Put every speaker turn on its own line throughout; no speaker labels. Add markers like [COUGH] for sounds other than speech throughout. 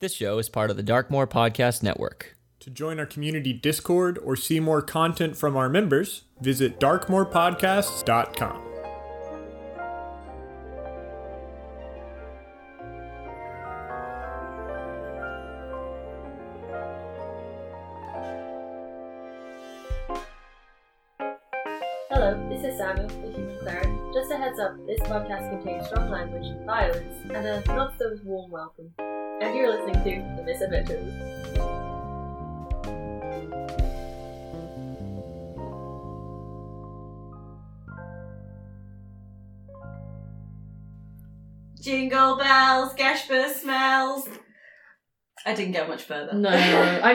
This show is part of the Darkmoor Podcast Network.
To join our community Discord or see more content from our members, visit darkmorepodcasts.com.
Hello, this is Samuel, the human cleric. Just a heads up, this podcast contains strong language, violence, and a not so warm welcome. And you're listening to The Misadventures.
Jingle bells, Gashper smells. I didn't get much further. [LAUGHS]
No, I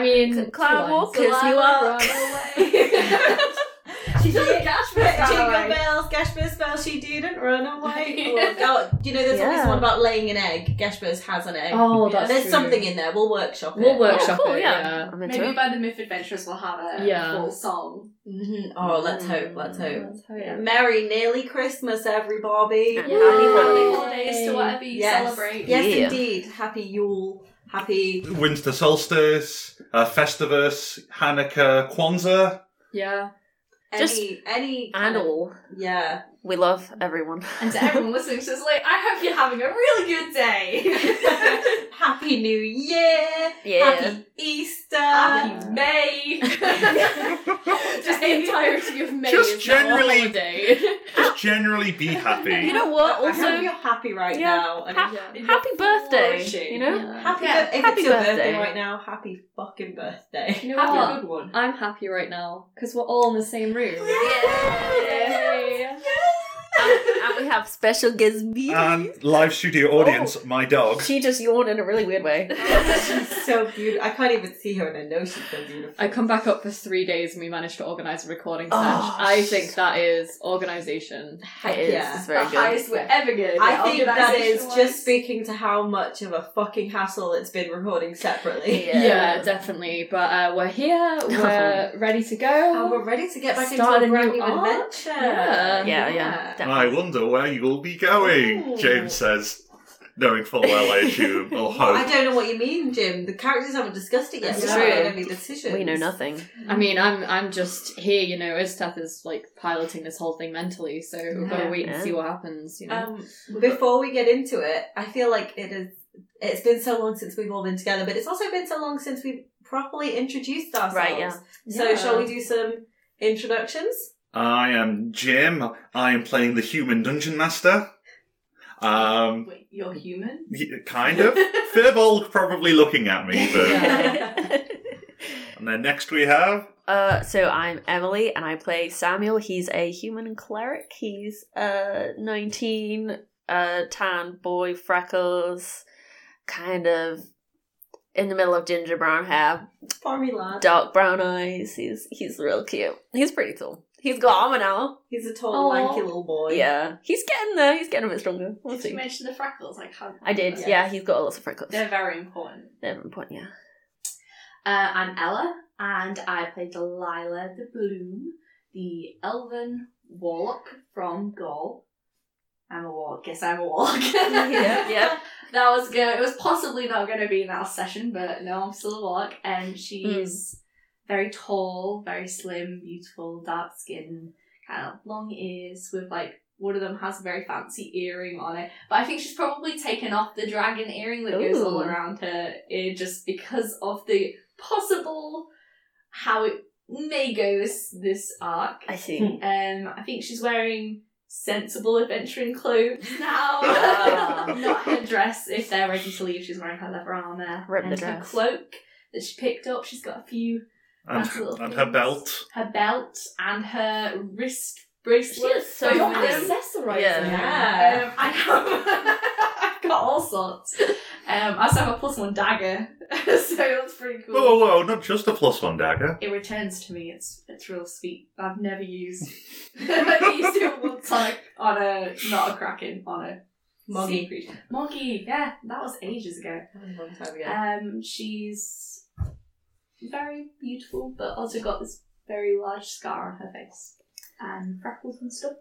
[LAUGHS]
mean,
Cloud will
two lines.
kiss you up. [LAUGHS] she didn't
ran
Jingle
away.
bells, Gashper smells. She didn't run away.
Yeah.
Or go- Do you know there's always
Yeah.
one about laying an egg? Gashper's has an egg.
Oh, that's
there's
true.
something in there. We'll workshop it.
We'll workshop
Oh, cool,
it.
yeah.
Yeah.
I'm into
Maybe
it.
by the Myth Adventurers we'll have a
Yeah.
full song.
Mhm. Oh, let's hope. Let's hope.
Let's hope.
Merry nearly Christmas, everybody.
Yeah.
Happy
Yay.
holidays to whatever you
Yes.
celebrate.
Yes,
Yeah.
indeed. Happy Yule. Happy
Winter solstice, uh, Festivus, Hanukkah, Kwanzaa.
Yeah.
any
Just-
any
And
kind of-
all.
yeah.
We love everyone.
And
[LAUGHS]
to everyone listening, it's just like, I hope you're having a really good day.
[LAUGHS]
[LAUGHS]
Happy New Year!
yeah.
Happy Easter!
Happy May. just the entirety of May.
Just
is now a
generally-
holiday.
Just generally be happy.
You know what?
I hope
Also,
you're happy right
Yeah.
now. And
Ha-
[LAUGHS] Yeah.
happy birthday.
Flourishing.
You know?
Yeah.
happy
Yeah.
bir- if
Happy
it's your birthday.
birthday.
right now, happy fucking birthday.
You know
Have
what?
a good one.
I'm happy right now because we're all in the same room. Yay.
And, [LAUGHS] and we have special guest B.
And live studio audience, my dog.
She just yawned in a really weird way.
[LAUGHS]
Oh,
she's so beautiful. I can't even see her and I know she's so beautiful.
I come back up for three days and we managed to organise a recording session.
Oh,
I think that is organisation.
Heck
It is.
yeah.
It's very
the
good.
highest we're ever going.
I think that is just speaking to how much of a fucking hassle it's been recording [LAUGHS] separately.
Yeah.
Um, definitely. But uh, we're here.
Uh,
We're ready to
And
go.
we're ready to get back
Start
into
a
a brand
new
new
arc?
adventure.
Yeah.
yeah, yeah.
I
definitely.
wonder where you will be going,
Ooh.
James says, knowing full well I assume, or hope.
I don't know what you mean, Jim. The characters haven't discussed it yet.
That's
so we haven't
true.
made any decisions.
We know nothing.
I mean, I'm I'm just here, you know. Isteth is like piloting this whole thing mentally, so we'll
Yeah.
wait and
Yeah.
see what happens. You know.
Um, before we get into it, I feel like it is. It's been so long since we've all been together, but it's also been so long since we've properly introduced ourselves.
Right, yeah.
So shall we do some introductions?
I am Jim. I am playing the human dungeon master. Um,
Wait, you're human?
y- kind
[LAUGHS]
of. Firbolg probably looking at me, but.
[LAUGHS]
[LAUGHS]
And then next we have.
Uh, so I'm Emily, and I play Samuel. He's a human cleric. He's uh 19, uh tan boy, freckles, kind of in the middle of ginger brown hair,
Farmy lad.
dark brown eyes. He's he's real cute. He's pretty tall. He's got armor now.
He's a tall,
Aw.
lanky little boy.
Yeah, he's getting there. He's getting a bit stronger. We'll
Did you
see.
mention the freckles? Like how
I did. Yeah, he's got lots of freckles.
They're very important.
[LAUGHS]
They're important, yeah.
Uh, I'm Ella, and I play Delilah the Bloom, the elven warlock from Gaul. I'm a warlock. Guess I'm a warlock. [LAUGHS]
yeah, yeah.
That was good. It was possibly not going to be in our session, but no, I'm still a warlock, and she's very tall, very slim, beautiful, dark skin, kind of long ears with like. One of them has a very fancy earring on it, but I think she's probably taken off the dragon earring that goes all
Ooh.
around her ear just because of the possible how it may go this this arc.
I
Hmm.
see.
Um, I think she's wearing sensible adventuring clothes
[LAUGHS]
now.
Ah.
Not her dress. If they're ready to leave, she's wearing her leather armor
Rip the
and her
dress.
cloak that she picked up. She's got a few
And,
That's little
and her
things.
belt.
her belt and her wrist
She
bracelet.
looks so
You're
many.
accessorising.
Yeah.
Yeah.
Um, I have. [LAUGHS] I've got all sorts. Um, I also have a plus one dagger, [LAUGHS] so that's pretty cool.
Whoa, whoa, whoa, not just a plus one dagger.
It returns to me. It's it's real sweet. I've never used. [LAUGHS] I've never used it once on a, on a not a kraken on a sea
Moggy.
creature. Moggy, yeah, that was ages ago.
That was a [LAUGHS] long time ago.
Um, she's very beautiful, but also got this very large scar on her face and freckles and stuff.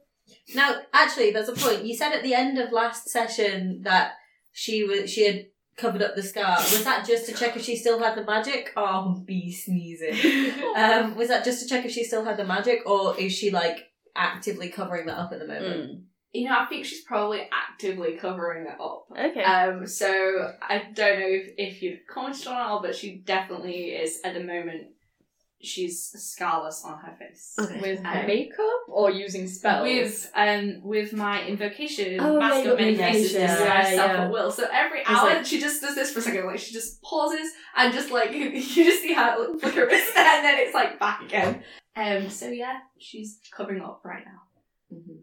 Now, actually, there's a point. You said at the end of last session that she was she had covered up the scar. Was that just to check if she still had the magic? Oh, [LAUGHS] be sneezing.
[LAUGHS]
Um, was that just to check if she still had the magic, or is she like actively covering that up at the moment?
Hmm.
You know, I think she's probably actively covering it up.
Okay.
Uh,
Um, so I don't know if, if you've commented on it, all, but she definitely is at the moment. She's scarless on her face.
Okay.
With
Um,
makeup or using spells?
With um with my invocation,
Oh, yeah,
mask
you
of
got
many
the
faces,
invocation.
disguise
Yeah,
self
yeah.
at will. So every
It's
hour
like-
she just does this for a second, like she just pauses and just like [LAUGHS] you just see how it flicker is and then it's like back again. Um so yeah, she's covering up right now.
Mm-hmm.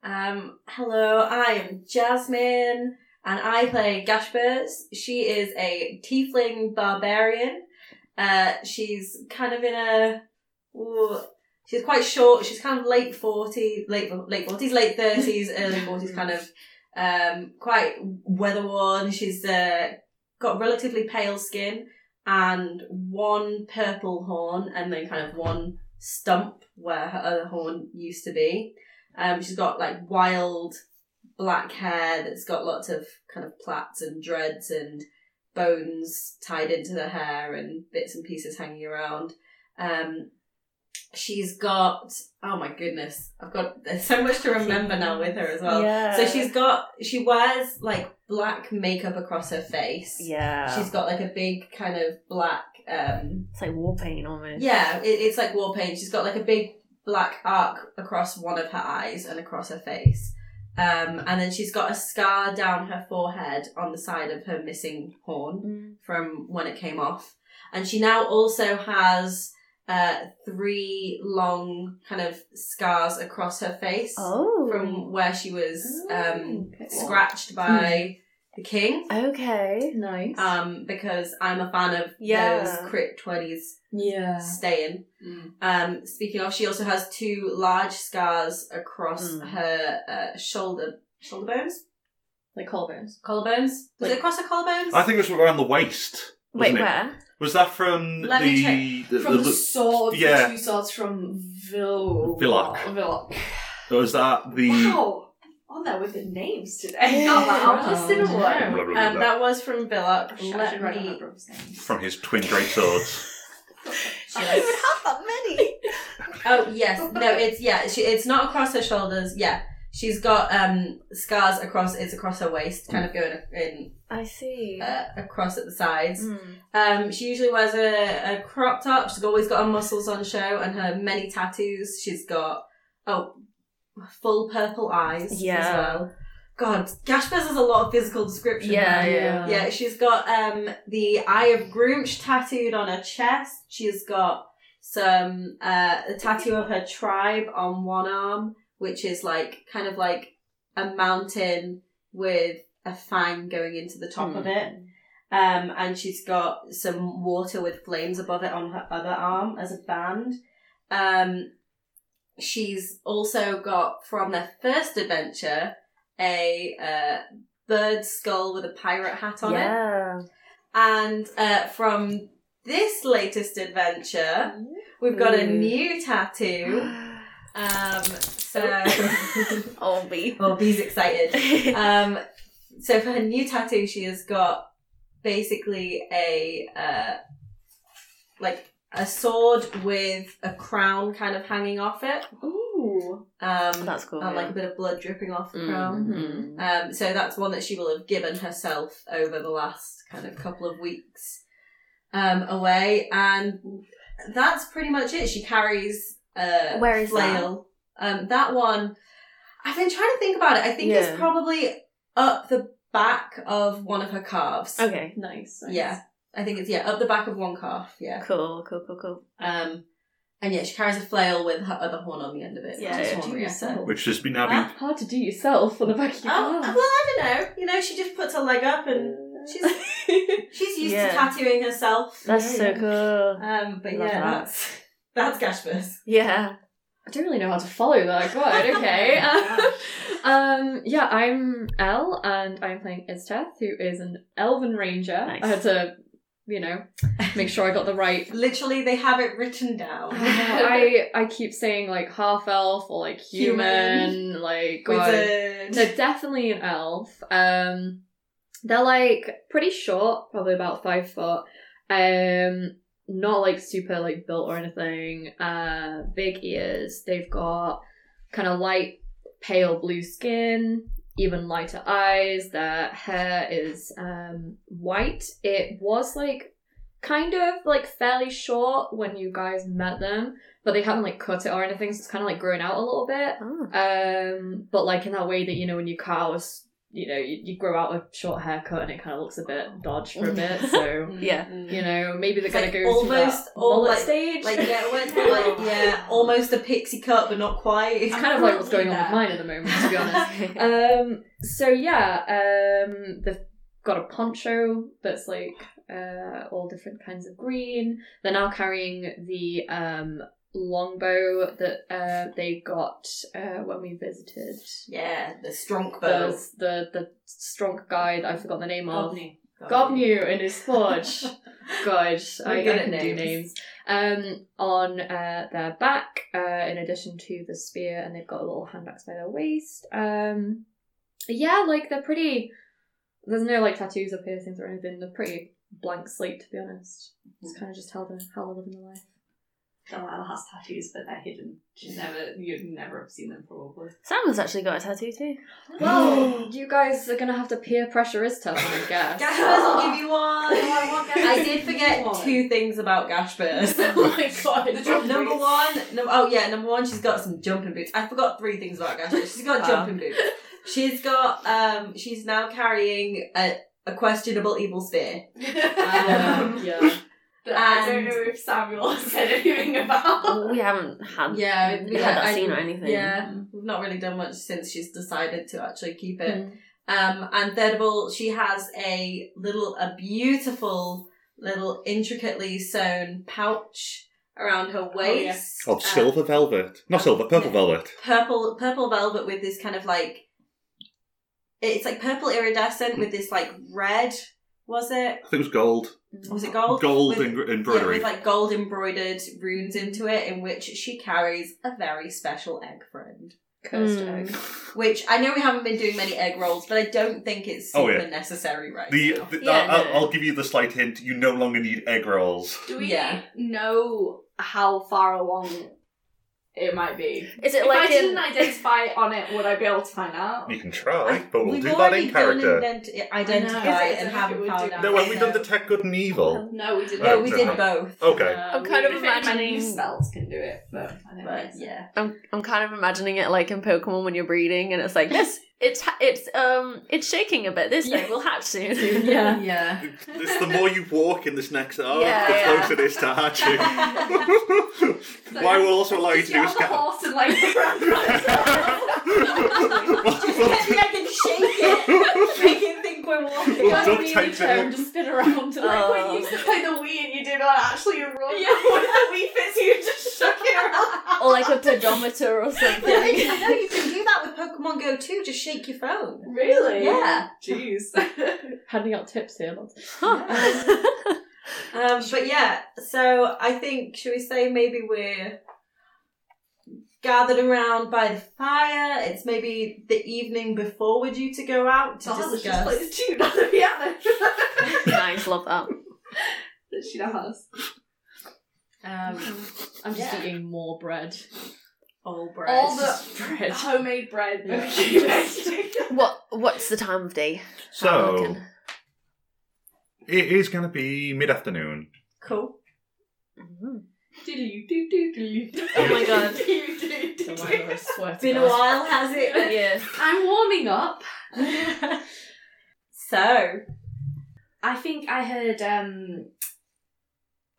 Um, hello, I am Jasmine, and I play Gashbers. She is a tiefling barbarian. Uh, she's kind of in a. Ooh, she's quite short. She's kind of late 40s, late late 40s, late 30s, early 40s, kind of. Um, quite weather worn. She's uh, got relatively pale skin and one purple horn, and then kind of one stump where her other horn used to be. Um, she's got like wild black hair that's got lots of kind of plaits and dreads and bones tied into the hair and bits and pieces hanging around. Um, she's got oh my goodness, I've got there's so much to remember now with her as well.
yeah.
So she's got she wears like black makeup across her face.
yeah.
She's got like a big kind of black um
it's like war paint almost.
yeah, it, it's like war paint. She's got like a big black arc across one of her eyes and across her face. Um, and then she's got a scar down her forehead on the side of her missing horn
Mm.
from when it came off. And she now also has uh, three long kind of scars across her face
Oh.
from where she was um,
okay.
scratched by the king.
okay.
nice.
Uh,
Um, because I'm a fan of
Yeah.
those crit 20s
yeah.
staying.
Mm.
Um, speaking of, she also has two large scars across
Mm.
her uh, shoulder shoulder bones,
Like collarbones.
collarbones. Was it
Like-
across her collarbones?
I think it was around the waist.
Wait,
Wasn't it?
where?
Was that from
Let me
the, the,
From the,
the-
sword,
yeah.
the two swords from Vil-
Villock.
Villock.
Was that the?
Wow, on there with the names today.
Yeah.
Not that I'm just in a
Wow.
word.
Blah, blah, blah,
um,
blah.
that was from Billock.
I should
Let
write down
me.
my brother's names.
From his twin great swords.
[LAUGHS]
[LAUGHS]
Yes.
have that many.
Oh yes, no, it's yeah, she, it's not across her shoulders. Yeah, she's got um scars across. It's across her waist, kind of going in
I see.
uh, across at the sides.
Hmm.
Mm.
Um, she usually wears a, a crop top. She's always got her muscles on show and her many tattoos. She's got oh, full purple eyes as
Yeah.
well. God, Gashbez has a lot of physical description.
Yeah,
there.
yeah.
yeah. She's got um the Eye of Groomch tattooed on her chest. She's got some uh a tattoo of her tribe on one arm, which is like kind of like a mountain with a fang going into the top
Hmm.
of it. Um, and she's got some water with flames above it on her other arm as a band. Um, she's also got from their first adventure a uh, bird skull with a pirate hat on it,
Yeah.
and uh, from this latest adventure, we've got a
Ooh.
new
[GASPS]
tattoo. Um, so, Uh,
[LAUGHS] I'll be.
oh, B's
[LAUGHS]
excited um, so for her new tattoo, she has got basically a uh, like a sword with a crown kind of hanging off it.
Ooh.
Um,
That's cool,
And like
yeah.
a bit of blood dripping off
Mm-hmm.
the crown.
Mhm.
Um, so that's one that she will have given herself over the last kind of couple of weeks um, away, and that's pretty much it. She carries a
Where is
flail. That? Um, that one, I've been trying to think about it. I think
Yeah.
it's probably up the back of one of her calves.
Okay.
Nice. nice.
Yeah, I think it's yeah up the back of one calf. Yeah.
Cool. Cool. Cool. Cool.
Um, and yeah, she carries a flail with her other horn on the end of it.
Yeah,
Just
yeah.
one
Do
where you
yourself.
said-
Which has been
Huh?
having.
Hard to do yourself on the back of your
Oh, well,
arm.
I don't know. You know, she just puts her leg up and
[LAUGHS]
she's she's used
Yeah.
to tattooing herself.
That's so cool.
Um, but
Love
yeah,
that.
that's that's Gashbus.
Yeah.
I don't really know how to follow that. God, okay. [LAUGHS] um, yeah, I'm Elle, and I'm playing Isteth, who is an elven ranger.
Nice.
I had to, you know, make sure I got the right.
[LAUGHS] Literally, they have it written down.
[LAUGHS] Oh
[LAUGHS]
I I keep saying like half elf or like human, like God.
Wizard.
No, definitely an elf. Um, They're like pretty short, probably about five foot. Um, not like super like built or anything. Uh, big ears. They've got kind of light, pale blue skin, even lighter eyes. Their hair is um white. It was like kind of like fairly short when you guys met them, but they haven't like cut it or anything, so it's kind of like grown out a little bit.
Oh.
Um, but like in that way that you know when you cut out, a s- you know, you, you grow out a short haircut and it kind of looks a bit
[LAUGHS]
dodge for a bit. So
Yeah.
you know, maybe they're
It's
gonna
like
go through
almost
that
all
mullet
like-
stage.
Like yeah, when, like
[LAUGHS]
yeah, almost a pixie cut, but not quite.
it's kind of like what's going on
[LAUGHS]
with mine at the moment, [LAUGHS] to be honest. Um, so yeah, um, they've got a poncho that's like uh, all different kinds of green. They're now carrying the um, longbow that uh, they got uh, when we visited.
Yeah, the strong bow.
The, the the strong guy that I forgot the name of.
Godney.
Gobnew and his
[LAUGHS]
forge. God, I, I
We're good
can
at
do names.
names.
Um, on uh, their back, uh, in addition to the spear, and they've got a little hand axe by their waist. Um, yeah, like they're pretty. There's no like tattoos or piercings or anything. They're pretty blank slate, to be honest. It's kind of just how they're how they're living their life.
Delilah has tattoos, but they're hidden. She's never, you'd never have seen them probably.
Sam has actually got a tattoo too.
[GASPS] Well, you guys are gonna have to peer pressure is tough, I guess.
Gaspers will give you one. I
I
did forget two things about Gaspers.
[LAUGHS] oh
[LAUGHS]
my god!
number [LAUGHS] one, no, oh yeah, number one, she's got some jumping boots. I forgot three things about Gaspers. She's got
Wow.
jumping boots. She's got um. She's now carrying a, a questionable evil spear.
Um, [LAUGHS] yeah. [LAUGHS]
That I don't know if Samuel [LAUGHS] said anything about.
We haven't had
Yeah,
we had that scene or anything.
Yeah, Mm-hmm. we've not really done much since she's decided to actually keep it. Um, and third of all, she has a little, a beautiful little intricately sewn pouch around her waist.
Of silver velvet. Not silver, purple
uh, yeah.
velvet.
Uh, purple, purple velvet with this kind of like, it's like purple iridescent with this like red. Was it?
I think it was gold.
Mm.
Was it gold?
Gold
With-
en-
yeah,
embroidery.
with like gold embroidered runes into it, in which she carries a very special egg friend.
Cursed
Hmm.
Mm.
egg.
Which I know we haven't been doing many egg rolls, but I don't think it's super
Oh, yeah.
necessary right
the,
now.
the-
Yeah,
I'll,
no.
I'll give you the slight hint. You no longer need egg rolls.
Do we
Yeah.
know how far along it might be?
Is it
If I
like in
didn't
[LAUGHS]
identify on it, would I be able to find out?
You can try, but we'll
We've
do that
already
in
Done
character.
ident- identify
I know.
and
Is it-
haven't
we
found
do-
out.
No, have we done
so-
detect good and evil?
No, we didn't.
No,
Oh,
we
no.
did both.
Okay.
Yeah,
I'm
we-
kind of
Even if it's
imagining-
new spells can do it, but I don't
But
think so.
yeah.
I'm, I'm kind of imagining it like in Pokemon when you're breeding and it's like this it's ha- it's um it's shaking a bit. This egg will hatch soon.
yeah.
Yeah.
It's the more you walk in this next arc,
Yeah,
the
yeah.
closer it is
[LAUGHS]
to [LAUGHS] hatching. Why will also allow Oh, you
Just
to do
get
a
on the
scan.
horse and like the
[LAUGHS]
Maybe [LAUGHS] I can shake it. Make it [LAUGHS] think we're walking.
Well, duct tape it.
just spin around. Like when you used to play the Wii and you did not actually run. [LAUGHS] Yeah, when the Wii fits you, just shook it around.
Or like a pedometer or something.
No, you can- no, you can do that with Pokemon Go too. Just shake your phone.
Really?
Yeah.
Jeez.
Handing out tips here. lots.
Um, but yeah, so I think should we say maybe we're gathered around by the fire. It's maybe the evening before we're due to go out to
So let's just play the
discuss.
tune on the [LAUGHS] piano.
[LAUGHS] nice, love that.
that she has.
Um,
I'm just
Yeah.
eating more bread.
[LAUGHS] all bread.
All the
Bread.
homemade bread that
Yeah.
you made.
What what's the time of day? I'm
So
looking.
it is going to be mid-afternoon.
cool.
Mhm.
Oh
my
[LAUGHS]
God.
I swear to
Been a
God.
while, has it?
Yeah.
I'm warming up.
so
I think I heard. um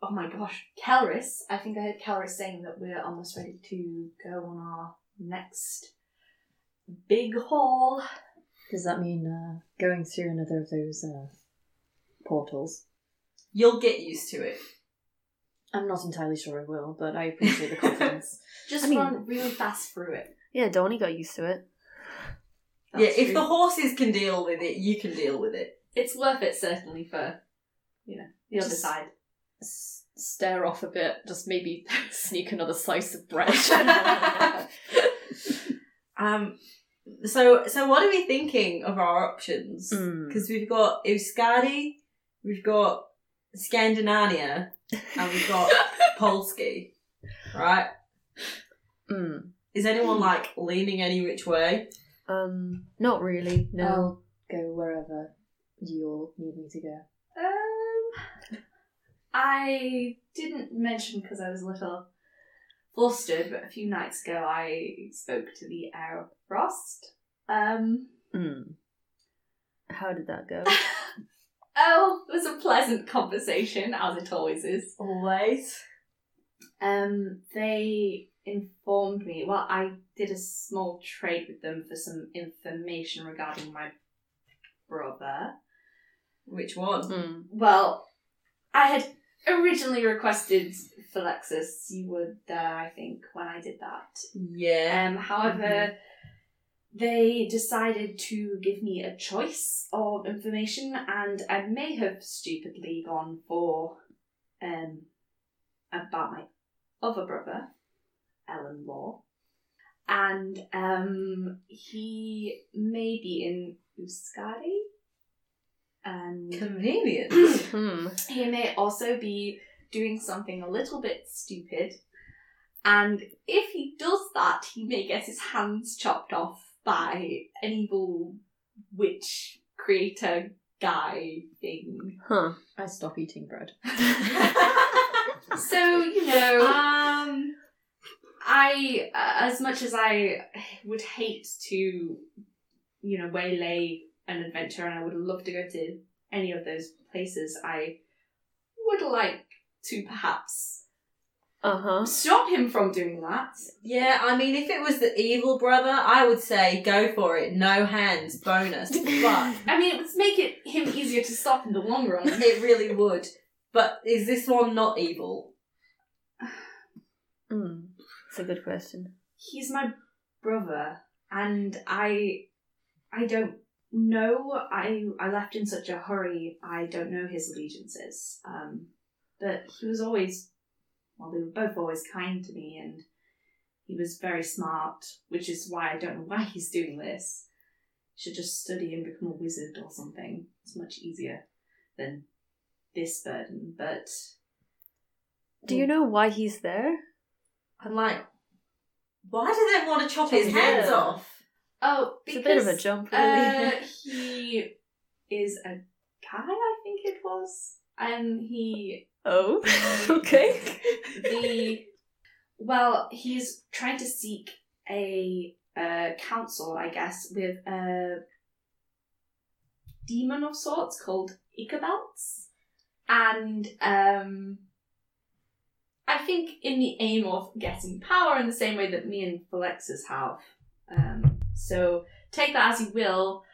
Oh my gosh, Kelris. I think I heard Kelris saying that we're almost ready to go on our next big haul.
Does that mean uh, going through another of those uh, portals?
you'll get used to it.
I'm not entirely sure I will, but I appreciate the confidence. [LAUGHS]
Just
I mean-
run really fast through it.
Yeah, Donnie got used to it.
That's
yeah, if
true.
the horses can deal with it, you can deal with it.
it's worth it certainly for you know the other
Just-
[LAUGHS] side.
S- stare off a bit, just maybe sneak another slice of bread.
[LAUGHS] Um, So, so what are we thinking of our options?
Mm.
Because we've got Euskadi, we've got Scandinavia, and we've got Polski. Right?
Mm.
Is anyone like leaning any which way?
Um, not really. No.
I'll go wherever you all need me to go.
[LAUGHS] Um, I didn't mention because I was a little flustered, but a few nights ago I spoke to the Air of Frost. Um, [LAUGHS]
Mm. How did that go?
oh, it was a pleasant conversation, as it always is.
Always.
Um, they informed me. Well, I did a small trade with them for some information regarding my brother.
Which one?
Mm.
Well, I had originally requested Phylexis. You were there, I think, when I did that.
Yeah.
Um, however, they decided to give me a choice of information, and I may have stupidly gone for um, about my other brother, Ellen Law. And um, he may be in Euskadi. And
Convenient.
[LAUGHS] Hmm.
he may also be doing something a little bit stupid. And if he does that, he may get his hands chopped off by an evil witch creator guy thing.
Huh.
I stop eating bread.
So, you know.
um.
I, uh, as much as I would hate to, you know, waylay an adventure, and I would love to go to any of those places, I would like to perhaps
Uh huh.
stop him from doing that.
Yeah, I mean, if it was the evil brother, I would say go for it. No hands, bonus. But
I mean, it would make it him easier to stop in the long run.
[LAUGHS] it really would. But is this one not evil?
Mm. It's a good question.
He's my brother, and I, I don't know. I I left in such a hurry. I don't know his allegiances. Um, but he was always, well, they were both always kind to me, and he was very smart, which is why I don't know why he's doing this. Should just study and become a wizard or something. It's much easier than this burden. But
Do you know why he's there?
I'm like, why do they want to chop his hands
Yeah.
off?
oh,
It's a bit of a jump, really.
Uh, he is a guy, I think it was. And he,
oh. [LAUGHS] okay.
the, well, he's trying to seek a uh, council, I guess, with a demon of sorts called Ichabelts. And um, I think in the aim of getting power in the same way that me and Phylexis have. Um, so take that as you will.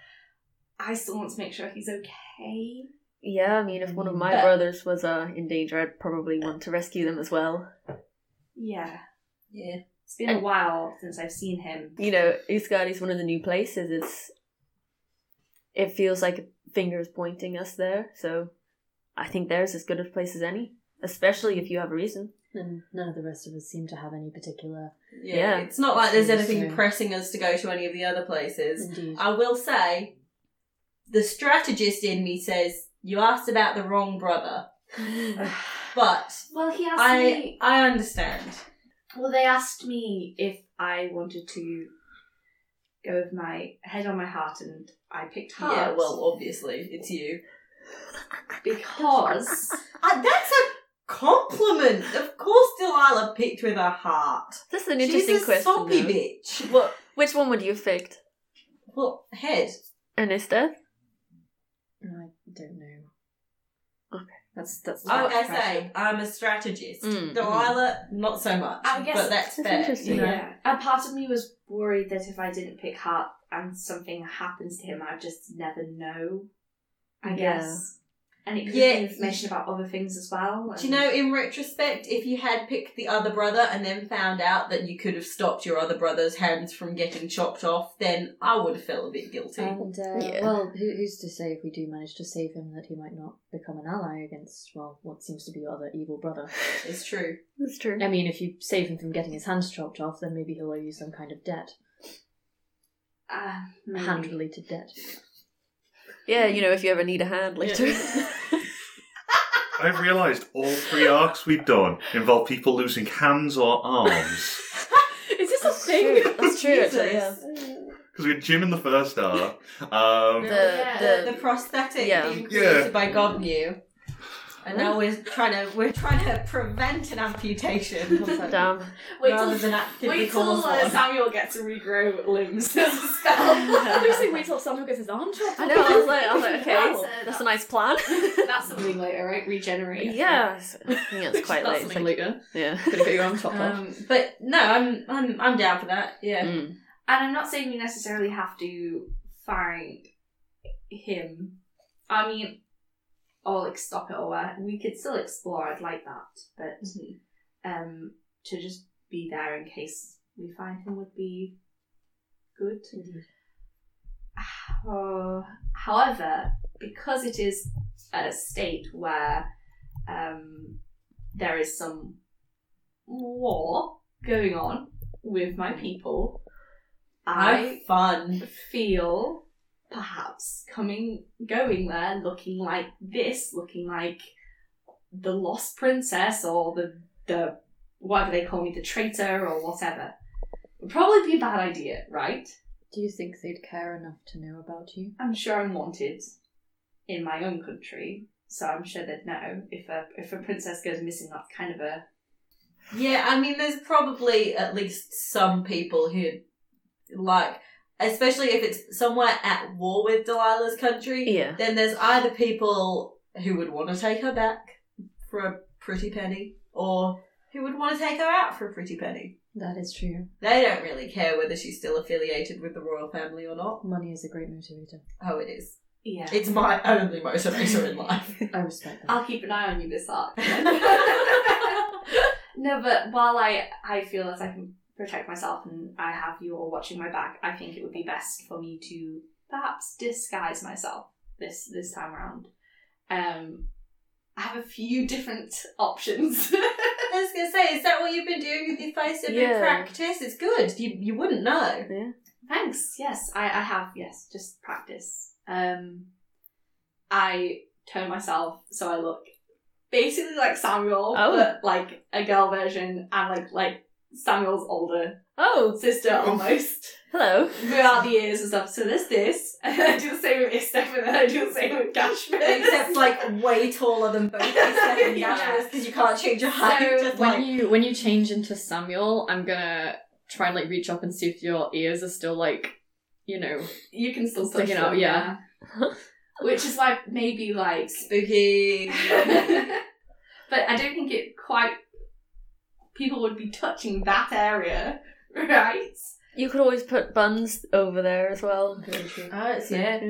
I still want to make sure he's okay.
Yeah, I mean, if one of my
But-
brothers was uh, in danger, I'd probably want to rescue them as well.
Yeah.
Yeah.
It's been a while since I've seen him.
You know, Uskadi is one of the new places. It's it feels like fingers pointing us there. So I think there's as good a place as any, especially if you have a reason.
And none of the rest of us seem to have any particular.
yeah.
Yeah.
It's not like there's anything
Seriously.
pressing us to go to any of the other places.
Indeed.
Um,
I will say, the strategist in me says, you asked about the wrong [SIGHS] brother. but
Well, he asked
I
me.
I understand.
Well, they asked me if I wanted to go with my head on my heart, and I picked heart.
Yeah, well, [LAUGHS] obviously, it's you. [LAUGHS]
because
Uh, that's a compliment. Of course, Delilah picked with her heart.
This is an interesting
She's a
question.
soppy
though.
bitch.
What? Which one would you have picked,
Well, head.
Anista?
And I don't know.
Okay.
That's that's.
Oh,
I,
that's
I
pressure.
say, I'm a strategist.
Oh, Mm,
Delilah, not so much.
I guess-
but that's,
That's
fair.
interesting.
you know.
yeah, a part of me was worried that if I didn't pick heart and something happens to him, I'd just never know. I
Yeah.
guess. And it could
Yeah.
be information about other things as well.
Do you know, in retrospect, if you had picked the other brother and then found out that you could have stopped your other brother's hands from getting chopped off, then I would have felt a bit guilty.
Um,
And uh,
Yeah.
well, who, who's to say if we do manage to save him that he might not become an ally against well, what seems to be your other evil
[LAUGHS]
brother?
it's true.
That's true.
I mean, if you save him from getting his hands chopped off, then maybe he'll owe you some kind of debt.
Uh, maybe.
handily to
[LAUGHS]
death.
Yeah, you know, if you ever need a hand later.
I've realised all three arcs we've done involve people losing hands or arms.
Is this a thing?
[LAUGHS] That's true, actually, yeah.
Because we had Jim in the first arc. Um,
The,
the
the,
prosthetic
Yeah.
being
Yeah.
created by God knew. And now we're trying to we're trying to prevent an
[LAUGHS]
amputation
damn.
Wait
rather
till,
than actively
wait
cause
till uh,
one.
Samuel gets to regrow limbs as a
[LAUGHS]
[LAUGHS] spell.
Lucy waits till Samuel gets his arm chopped.
I know, I was like, I was like
That's
okay, [LAUGHS]
a-
that's a nice plan.
That's something later, right? Regenerate.
[LAUGHS] yeah, it's- I think it's
[LAUGHS]
quite late. It's
That's something
like-
later.
yeah.
Gonna get your arm chopped off.
Um, but no, I'm I'm I'm down for that. Yeah.
Mm.
And I'm not saying you necessarily have to find him. I mean, or like stop it or what. We could still explore. I'd like that, but um, to just be there in case we find him would be good. [SIGHS] Uh, however, because it is a state where um, there is some war going on with my people,
Have
I
fun.
feel perhaps coming going there looking like this, looking like the lost princess or the the whatever they call me, the traitor or whatever. Would probably be a bad idea, right?
Do you think they'd care enough to know about you?
I'm sure I'm wanted in my own country, so I'm sure they'd know if a if a princess goes missing. That's kind of a
Yeah, I mean, there's probably at least some people who like, especially if it's somewhere at war with Delilah's country.
Yeah.
Then there's either people who would want to take her back for a pretty penny, or who would want to take her out for a pretty penny.
That is true.
They don't really care whether she's still affiliated with the royal family or not.
Money is a great motivator.
Oh, it is.
yeah.
It's my only motivator in life.
I respect that.
I'll keep an eye on you this arc. no, but while I, I feel that I can protect myself and I have you all watching my back, I think it would be best for me to perhaps disguise myself this this time around. Um, I have a few different options. [LAUGHS]
I was gonna say, is that what you've been doing with your face? Have
Yeah.
been practice? It's good. You you wouldn't know.
Thanks. Yes, I, I have. Yes, just practice. Um, I turn myself so I look basically like Samuel,
Oh.
but like a girl version, and like like Samuel's older
[LAUGHS] Oh,
sister almost.
hello.
Move out the ears and stuff. So there's this, [LAUGHS] and then I do the same with Estef, and then I do the same with
[LAUGHS]
Gashman.
except like way taller than both [LAUGHS] except in
Yeah.
because you can't change your height.
So
just
when
like,
you when you change into Samuel, I'm gonna try and like reach up and see if your ears are still like, you know,
you can still
Sticking
push
out,
them,
yeah.
yeah. Which is why maybe
[LAUGHS]
like
spooky.
[LAUGHS] but I don't think it quite. People would be touching that area, [LAUGHS] right?
You could always put buns over there as well.
Oh, it's yeah.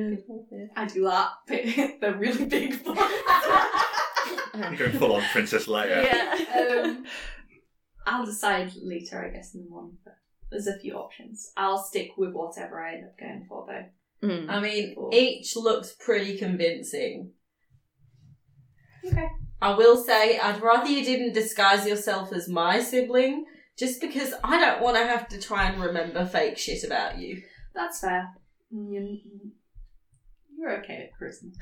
I do that. but [LAUGHS] They're really big [LAUGHS] ones.
I'm going full on Princess
Oh, [LAUGHS]
Leia.
um, I'll decide later, I guess, in the morning. But there's a few options. I'll stick with whatever I end up going for, though.
Mm.
I mean, each looks pretty convincing.
Okay.
I will say, I'd rather you didn't disguise yourself as my sibling, just because I don't want to have to try and remember fake shit about you.
That's fair. You- You're okay at charisma.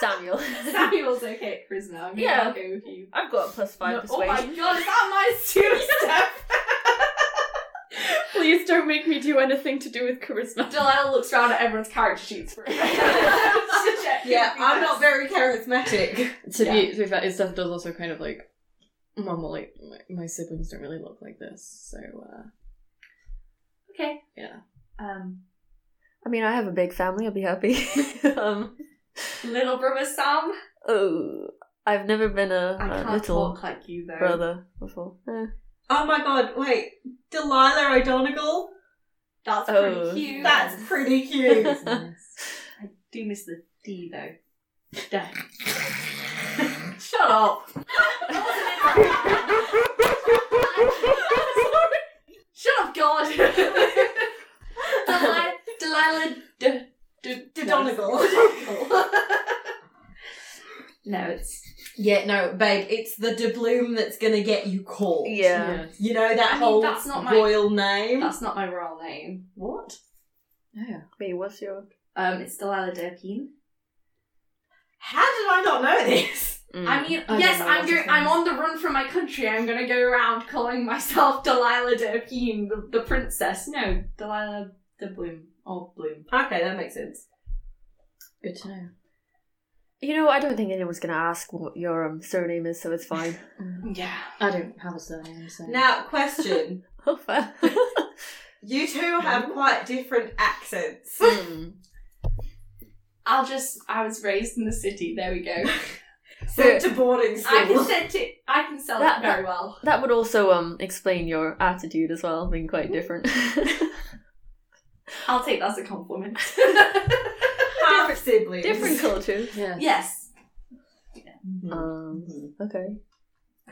Samuel.
[LAUGHS] Samuel's okay at charisma. I mean,
Yeah.
I'll go with you.
I've got a plus five
No, oh my
persuasion.
god, is that my student
[LAUGHS] please don't make me do anything to do with charisma.
Delilah looks around at everyone's character sheets for
Yeah,
[LAUGHS]
[LAUGHS]
Yeah,
I'm not very charismatic. [LAUGHS]
To be to be fair, Estef does also kind of like, mum, well, like my, my siblings don't really look like this, so uh,
Okay.
Yeah.
Um,
I mean, I have a big family. I'll be happy. [LAUGHS] um,
little brother Sam.
oh, I've never been a,
I
a
can't
Uh, little
talk like you though.
brother before.
[LAUGHS]
Eh.
Oh my god, wait. Delilah O'Donegal?
That's
Oh.
pretty cute.
That's pretty cute.
[LAUGHS]
That's nice.
I do miss the D though. Duh. Shut up. Shut up, [LAUGHS] God. Delilah, Delilah, d- d- d-
Donegal.
[LAUGHS] No, it's
[LAUGHS] Yeah, no, babe, it's the doubloon that's gonna get you caught.
Yeah.
You know that
I mean,
whole
that's not my-
royal name?
that's not my royal name.
What?
Oh.
Me, what's your?
Um, it's Delilah Derpine.
How did I not know this? [LAUGHS]
Hmm.
I mean,
I
yes,
don't know
I'm
what to
go-
think.
I'm on the run from my country. I'm gonna go around calling myself [LAUGHS] Delilah Derpine, the, the princess. No, Delilah the Bloom or Bloom.
Okay, that makes sense.
Good to know.
you know, I don't think anyone's gonna ask what your um, surname is, so it's [LAUGHS] fine.
Yeah.
I don't have a surname, so.
Now, question.
oh, fair.
you two have
Mm-hmm.
quite different accents.
[LAUGHS]
[LAUGHS] Hmm.
I'll just. I was raised in the city. There we [LAUGHS] go.
Sent to boarding school.
I can send it. I can sell
That-
it very well.
That would also um explain your attitude as well, being quite different. [LAUGHS]
I'll take that as a compliment.
Half siblings.
different cultures.
Yeah.
[LAUGHS] yes.
Um, okay.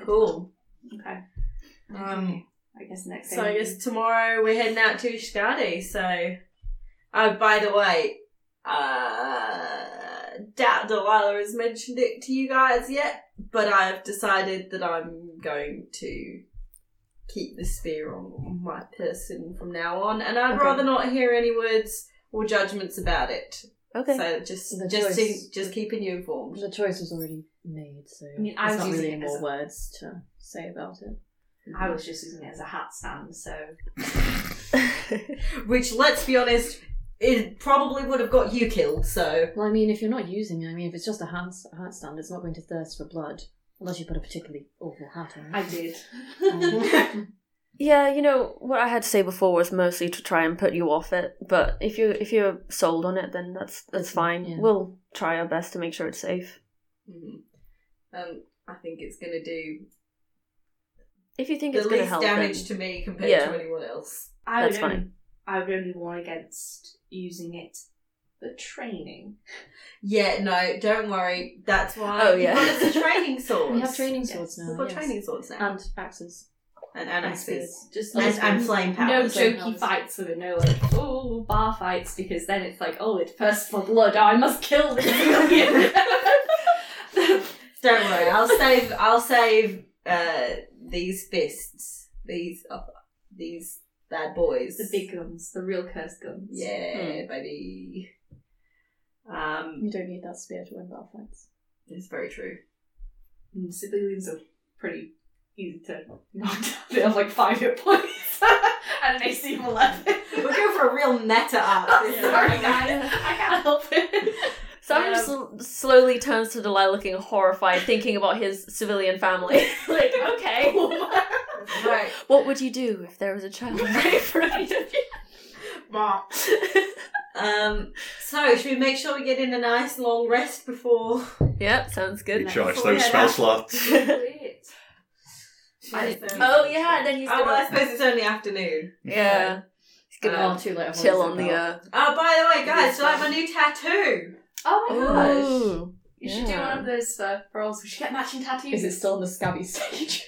Cool.
Okay.
Um,
I guess next.
so I
thing-
guess tomorrow we're heading out to Skadi. So, oh, by the way, uh, doubt Delilah has mentioned it to you guys yet, but I've decided that I'm going to keep the spear on my person from now on, and I'd
Okay.
rather not hear any words or judgments about it.
Okay.
So just
The
just
choice.
to, just keeping you informed.
The choice was already made, so
I mean, I
there's
was
not
using
really
it
more
as a-
words to say about it.
I was just using it as a hat stand, so
Which, let's be honest, it probably would have got you killed. So
Well, I mean, if you're not using it, I mean, if it's just a hand, a hand stand, it's not going to thirst for blood. Unless you put a particularly awful hat on. Um,
I
[LAUGHS]
did.
[LAUGHS]
[LAUGHS]
yeah, you know what I had to say before was mostly to try and put you off it, but if you if you're sold on it, then that's that's fine.
Yeah.
We'll try our best to make sure it's safe.
[LAUGHS]
Mhm. um, I think it's going to do
If you think
the
it's going to
least
help,
damage
then
to me compared
Yeah.
to anyone else.
I
That's
would only-
fine.
I would only warn against using it for training.
Yeah, no, don't worry. That's why.
Oh,
we
yeah.
got us the training swords.
we have training swords now.
We've got
yes.
training swords
Um,
now,
and axes.
and and axes,
Just
and,
like
and flame
no
powers.
Flame
jokey
powers.
fights with it. No like oh bar fights because then it's like oh it first for blood. I must kill this civilian.
Don't worry, I'll save. I'll save uh, these fists. These uh, these bad boys.
[LAUGHS] the big guns, the real cursed guns.
Yeah, baby. Um,
You don't need that spear to win battle fights.
it's very true. [LAUGHS]
Mm, civilians are pretty easy to knock down. They have like five hit points [LAUGHS] and an AC of eleven. [LAUGHS]
We're going for a real meta up.
I'm sorry, guys. I can't help it.
Sam just l-
um,
slowly turns to Delilah, looking horrified, thinking about his civilian family. [LAUGHS] like, okay,
Right.
what would you do if there was a child [LAUGHS] right in front of you? [LAUGHS]
Um, so, should we make sure we get in a nice long rest before?
Yep, sounds good.
Recharge
Nice.
those
Yeah,
spell
that-
slots.
I
Oh yeah, and then he's
Oh,
gonna
well, I suppose it's only afternoon.
yeah, he's gonna
Um,
oh, too late. I've
chill
already
on
said
the
that.
uh.
Oh, by the way, guys, do you like my new tattoo?
Oh my gosh.
Ooh.
You should do
Yeah.
one of those uh, for girls. We should get matching tattoos.
Is it still on the scabby [LAUGHS]
[LAUGHS]
stage?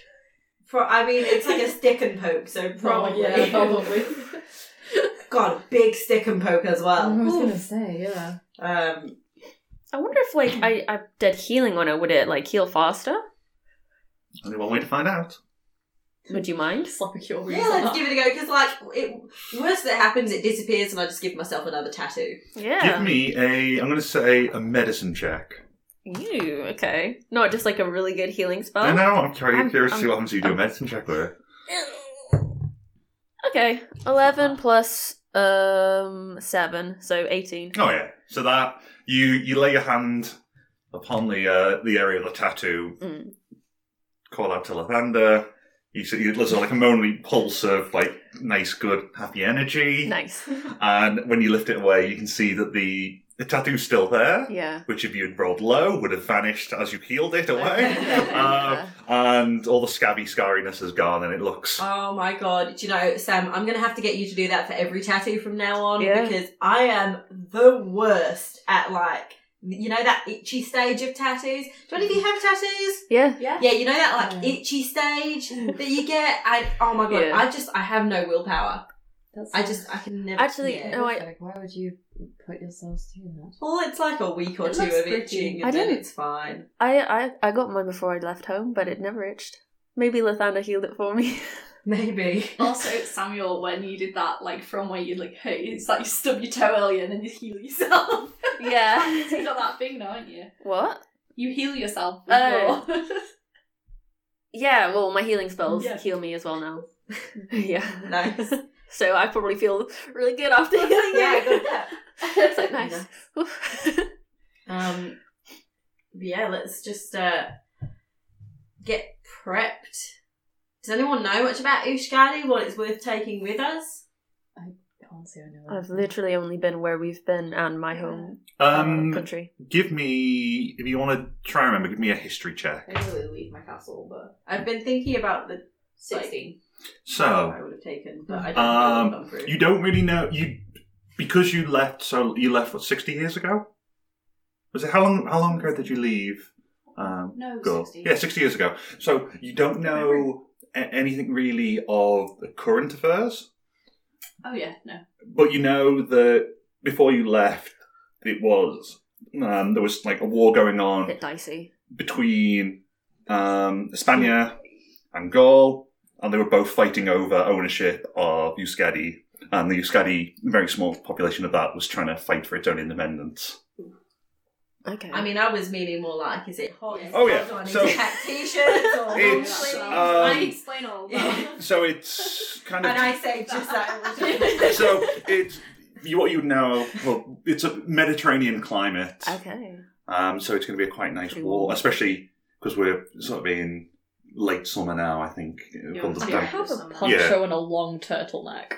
Pro- I mean, it's like a stick and poke, so
[LAUGHS]
probably.
yeah,
[LAUGHS]
probably.
Got a big stick and poke as well.
I was gonna say, yeah.
Um,
I wonder if like I I did healing on it. Would it like heal faster?
Only one way to find out.
Would you mind?
Slap a cure wounds
yeah,
on
let's
that.
give it a go because, like, it worst that happens, it disappears, and I just give myself another tattoo.
Yeah.
Give me a. I'm going to say a medicine check.
You okay? Not just like a really good healing spell.
I know. I'm curious,
Oh. I'm-
curious to see
I'm-
what happens if you do a
I'm-
medicine check with it.
Okay, eleven plus um seven, so eighteen.
Oh yeah. So that you you lay your hand upon the uh, the area of the tattoo,
Mm.
call out to Lathander. You see, it looks like a momentary pulse of like nice, good, happy energy. [LAUGHS]
Nice.
And when you lift it away, you can see that the the tattoo's still there,
Yeah.
which if you had rolled low would have vanished as you healed it
[LAUGHS]
away.
Yeah.
um, and all the scabby scarriness is gone, and it looks.
Oh my god. Do you know, Sam, I'm going to have to get you to do that for every tattoo from now on
Yeah.
because I am the worst at like, you know, that itchy stage of tattoos. Do any of you have tattoos?
Yeah.
Yeah.
Yeah, you know that like
Yeah.
itchy stage that you get? And oh my god,
Yeah.
I just, I have no willpower.
[LAUGHS] That's
I just, I can never.
Actually,
yeah.
no, I
Like, why would you put yourselves through that?
Well, it's like a week or
It
two
looks
of
pretty.
itching and
I
then
didn't-
it's fine.
I I I got mine before I left home, but it never itched. Maybe Lathander healed it for me.
Maybe.
Also, Samuel, when you did that, like from where you like hurt, it's like you stub your toe earlier and then you heal yourself. [LAUGHS]
Yeah.
you got that thing, now, aren't you?
[LAUGHS] what?
You heal yourself. with
Oh.
your-
Yeah, well, my healing spells
Yeah.
heal me as well now. [LAUGHS] yeah.
Nice.
[LAUGHS] So I probably feel really good [LAUGHS] after healing you.
yeah, good yeah.
[LAUGHS] it's like, nice.
Um, yeah, let's just uh, get prepped. Does anyone know much about Ushgadi? What it's worth taking with us?
Can't say I know.
[LAUGHS] I've
anything.
literally only been where we've been and my home uh,
Um,
country.
give me, if you want to try and remember, give me a history check.
[LAUGHS] I didn't really leave my castle, but
I've been thinking about the
sixteen.
So,
I would have taken, but I don't
Um,
know what I've gone through.
you don't really know, you, because you left, so you left, what, 60 years ago? Was it, how long, how long ago did you leave? Um,
No,
go-
sixteen.
yeah, 60 years ago. So you don't know a- anything really of the current affairs.
Oh yeah, no. [LAUGHS]
but you know that before you left, it was um, there was like a war going
A
on
bit dicey.
between um, España and Gaul, and they were both fighting over ownership of Euskadi. And the Euskadi, very small population of that, was trying to fight for its own independence.
Okay.
I mean, I was meaning more like, is it hot? Is it
Oh,
cold?
yeah,
Do I need
so-
to pack t-shirts or long
It's,
sleeves?
um,
I explain [LAUGHS] all that.
So it's kind
and
of
I say just that. it was-
[LAUGHS] so it's you, what you would now. Well, it's a Mediterranean climate.
okay.
Um, so it's going to be a quite nice
Pretty
war,
warm.
especially because we're sort of in late summer now, I think. uh,
Yeah,
from the
it's
I
time.
like-
have a
Yeah.
poncho and a long turtleneck.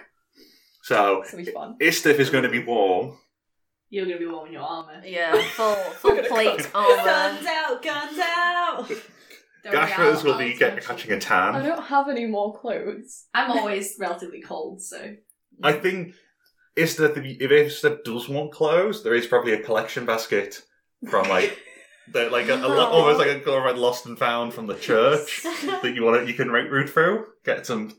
So
It's gonna be fun.
Istith is going to be warm.
You're gonna be warm in your armor.
Yeah, full full plate [LAUGHS]
[LAUGHS]
armor.
um,
Guns out, guns out.
Don't worry,
Gashers
I'll-
will be
I'll
get,
touch
catching
you.
a tan.
I
I,
don't have any more clothes.
I'm always relatively cold, so
think Istith, if if Istith does want clothes, there is probably a collection basket from
[LAUGHS]
like. the like a, a lo-
Aw.
almost like a glorified lost and found from the
[LAUGHS]
church
[LAUGHS]
that you want to, you can root, root through, get some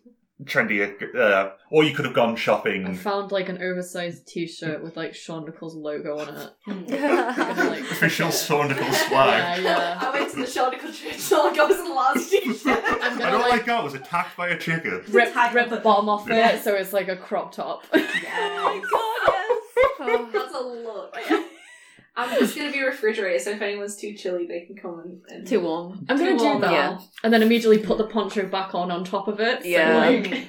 trendy, uh, or you could have gone
I
shopping
found like an oversized T-shirt with like Sean Nichols logo on it.
[LAUGHS]
I'm gonna,
yeah.
[LAUGHS] like, [LAUGHS]
official Saundercle
Yeah,
swag.
yeah.
I went to the shoulder country and all goes in the last [LAUGHS] t-shirt.
I'm
I
gonna
don't
like,
like that. Was attacked by a chicken.
rip, rip the bottom off it, so it's like a crop top.
[LAUGHS]
[LAUGHS]
That's a look. [LAUGHS] I'm just gonna be refrigerated, so if anyone's too chilly, they can come and. and
Too warm.
I'm gonna
Too
do
warm,
that,
yeah.
and then immediately put the poncho back on on top of it. So,
Yeah.
like, [LAUGHS]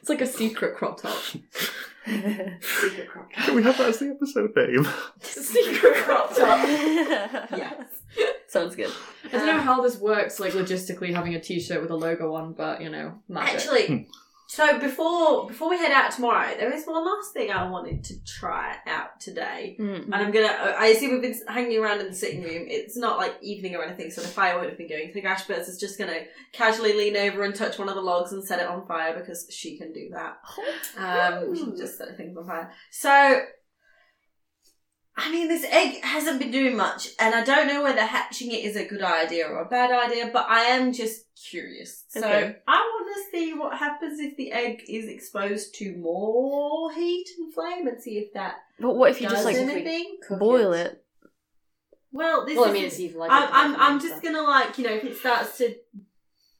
it's like a secret crop top.
Secret crop.
[LAUGHS] Can we have that as the episode name?
secret
Oh. [LAUGHS]
crop top.
Sounds good.
I don't know how this works, like logistically having a T-shirt with a logo on, but you know, magic.
Actually, so before before we head out tomorrow, there is one last thing I wanted to try out today.
Mm.
And I'm gonna. I see we've been hanging around in the sitting room. It's not like evening or anything, so the fire won't have been going. So Gashbirds is just gonna casually lean over and touch one of the logs and set it on fire because she can do that. Um, she can just set things on fire. So, I mean, this egg hasn't been doing much, and I don't know whether hatching it is a good idea or a bad idea, but I am just curious. So
Okay.
I want to see what happens if the egg is exposed to more heat and flame, and see if that
But what if you
does
just like
anything.
boil it?
Well, this
Well,
is
I mean, it's even like.
I'm, I'm, I'm just gonna like you know if it starts to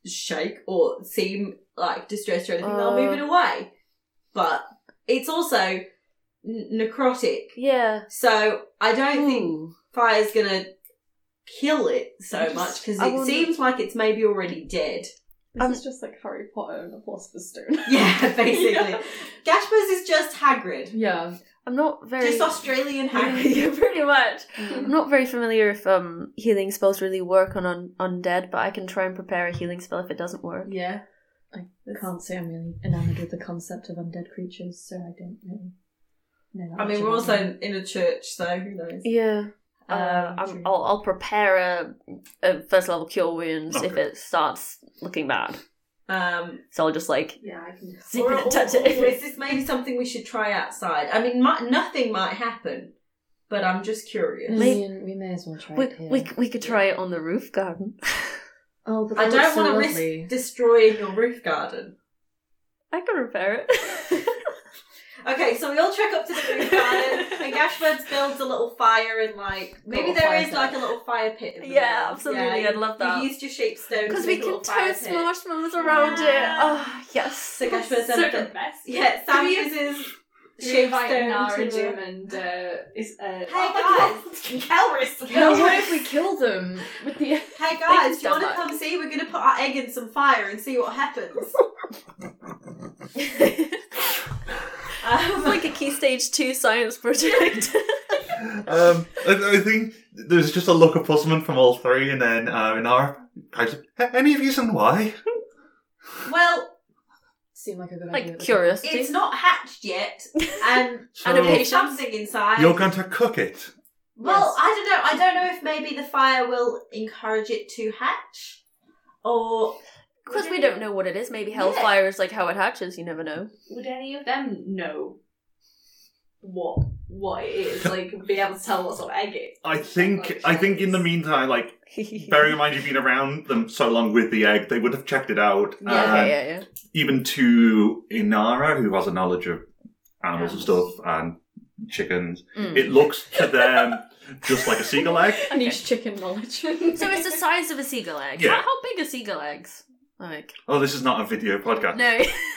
shake or seem like distressed or anything, I'll move it away. But it's also n- necrotic,
Yeah.
so I don't think
Ooh.
fire's gonna kill it so
I just-
much because
I
it
wonder-
seems like it's maybe already dead. [LAUGHS]
This
Um,
is just like Harry Potter and the Philosopher's [LAUGHS] Stone.
Yeah, basically. Gashpers is just Hagrid,
Yeah.
I'm not very.
just [LAUGHS] Australian Hagrid.
[LAUGHS] yeah, pretty much. I'm not very familiar if um healing spells really work on un- undead, but I can try and prepare a healing spell if it doesn't work.
yeah.
I can't say I'm really enamoured with the concept of undead creatures, so I don't really know. that
I mean,
much
we're
about them.
also in a church, so who knows?
Yeah. Uh,
Um,
I'm,
true.
I'll, I'll prepare a, a first level cure wounds if
Okay.
it starts looking bad.
Um,
So I'll just like
Yeah, I can.
zip
Or-
it and touch
or- or
it.
Is this maybe something we should try outside? I mean, might, nothing might happen, but I'm just curious.
I
May-
mean, we may as well try
we,
it here.
we, we could try it on the roof garden. [LAUGHS]
Oh, but
I don't want to risk
[LAUGHS] lovely.
destroying your roof garden.
I can repair it.
Okay, so we all trek up to the roof
[LAUGHS]
garden, and Gashford builds a little fire and like maybe there
fire
is
pit.
like a little fire pit. In the
Yeah,
middle.
absolutely, I'd love that.
You used your shaped stone
Because
to
we
make a
can
little fire
toast
pit.
marshmallows around
Yeah.
it. Oh, yes.
So Gashford's
so
then built-
best.
yeah, Sam
Can we-
[LAUGHS]
uses
She
shaped
invited
stone
Nara
to
and Jim
the...
and uh, is uh, hey
Kelris.
Now,
[LAUGHS]
what if we kill them with
[LAUGHS]
the?
Hey guys, do you
done
want to
that.
come see? We're gonna put our egg in some fire and see what
[LAUGHS]
happens. Um,
It's like a key stage two science project.
Um, I, I think there's just a look of puzzlement from all three, and then uh, in our, I just, any reason why?
well,
Seemed like a good idea.
like curiosity.
it's not hatched yet, and
So
And a
there's
patient.
something inside.
you're going to cook it.
Well,
Yes.
I don't know. I don't know if maybe the fire will encourage it to hatch, or
Because we don't know what it is. Maybe hellfire is like how it hatches. You never know.
Would any of them know what what it [LAUGHS] is? Like be able to tell what sort of egg it is?
I think. I think. In the meantime, like bearing
Very
in mind you've been around them so long with the egg, they would have checked it out.
Yeah,
and
yeah, yeah.
Even to Inara, who has a knowledge of animals and stuff and chickens,
Mm.
it looks to them just like a seagull egg.
I need chicken knowledge.
So it's the size of a seagull egg.
Yeah.
How, how big are seagull eggs? Like
Oh, this is not a video podcast.
no. [LAUGHS]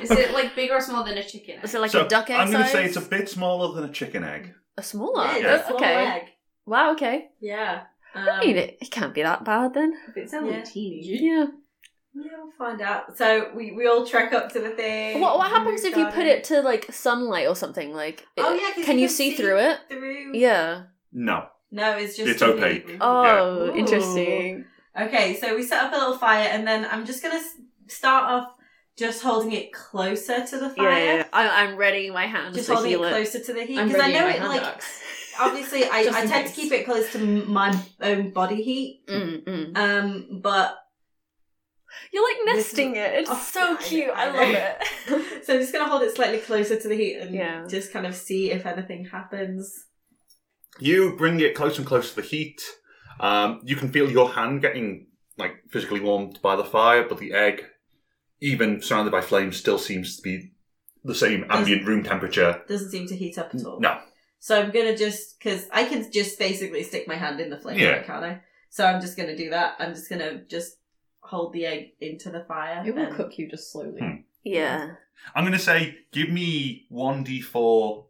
Is it like bigger or smaller than a chicken? egg?
Is it like
So,
a duck egg?
I'm going to
size?
say it's a bit smaller than a chicken egg.
a smaller.
Yeah, it's
Yeah.
a small
Oh, okay.
egg.
Wow. Okay.
Yeah. Um,
I mean, it, it can't be that bad then.
It's only
Yeah.
teeny.
yeah,
Yeah.
we'll find out. So we, we all trek up to the thing.
What What happens if you
Garden.
put it to like sunlight or something? Like,
Oh
it-
yeah, 'cause
can you see through it?
Through.
Yeah.
No.
No, it's just
It's
a-
opaque.
Oh,
Ooh.
interesting.
Okay, so we set up a little fire, and then I'm just gonna s- start off just holding it closer to the
Yeah,
fire.
yeah, yeah. I, I'm readying my hands
Just
to
holding it
heal it.
closer to the heat
I'm
because I
ready
know
my
it
hand
like
axe.
[LAUGHS]
[LAUGHS] obviously I,
Just
I
in
tend to
case.
keep it close to m- my own body heat.
Mm, mm.
Um, but
You're like
This
nesting it. It's
oh,
so
yeah, I
cute.
know,
I,
I
love
so [LAUGHS]
it.
I'm just gonna hold it slightly closer to the heat and
Yeah.
just kind of see if anything happens.
You bring it close and close to the heat. Um, you can feel your hand getting like physically warmed by the fire, but the egg, even surrounded by flames, still seems to be the same ambient room temperature.
Doesn't seem to heat up at all.
No.
So I'm gonna just because I can just basically stick my hand in the flame,
Yeah.
can't I? So I'm just gonna do that. I'm just gonna just hold the egg into the fire.
It will
and-
cook you just slowly.
Hmm.
yeah.
I'm going to say, give me one d4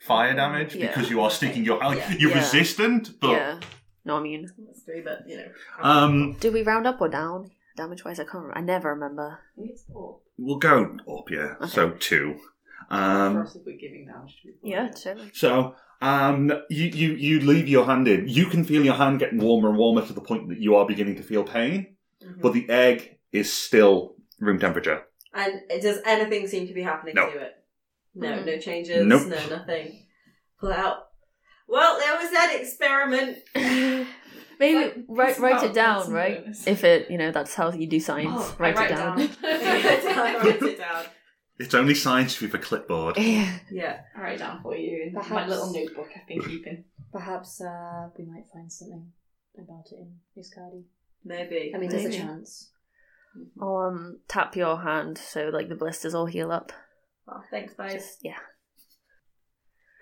fire damage
Mm, Yeah.
because you are sticking your hand.
Yeah.
You're
Yeah.
resistant, but
Yeah. No, I mean,
That's three, but you know.
um,
do we round up or down? Damage wise, I can't. Remember. I never remember.
I think it's four.
we'll go up. Yeah,
Okay.
so two.
For
Um,
us if we're giving damage to people.
Yeah, [LAUGHS] totally.
So um, you, you you leave your hand in. You can feel your hand getting warmer and warmer to the point that you are beginning to feel pain,
Mm-hmm. Mm.
but the egg is still room temperature.
And it- does anything seem to be happening
No.
to it? No,
Mm-hmm.
Mm-mm.
no changes,
Nope.
no nothing. Pull it out. Well, there was that experiment. [LAUGHS]
Maybe
Like,
write
it's
write
about
it down,
constant
right?
bonus.
If it, you know, that's how you do science.
Oh, I
write,
write
it down.
[LAUGHS]
I wrote it down.
It's only science with a
[LAUGHS]
clipboard.
Yeah.
Yeah.
I write it down for you in my
Perhaps.
little notebook I've been [LAUGHS] keeping.
Perhaps uh, we might find something about it in Muscadi.
Maybe.
I mean, there's a
Maybe.
chance.
I'll um tap your hand so like the blisters all heal up.
Oh, thanks, guys.
Just yeah.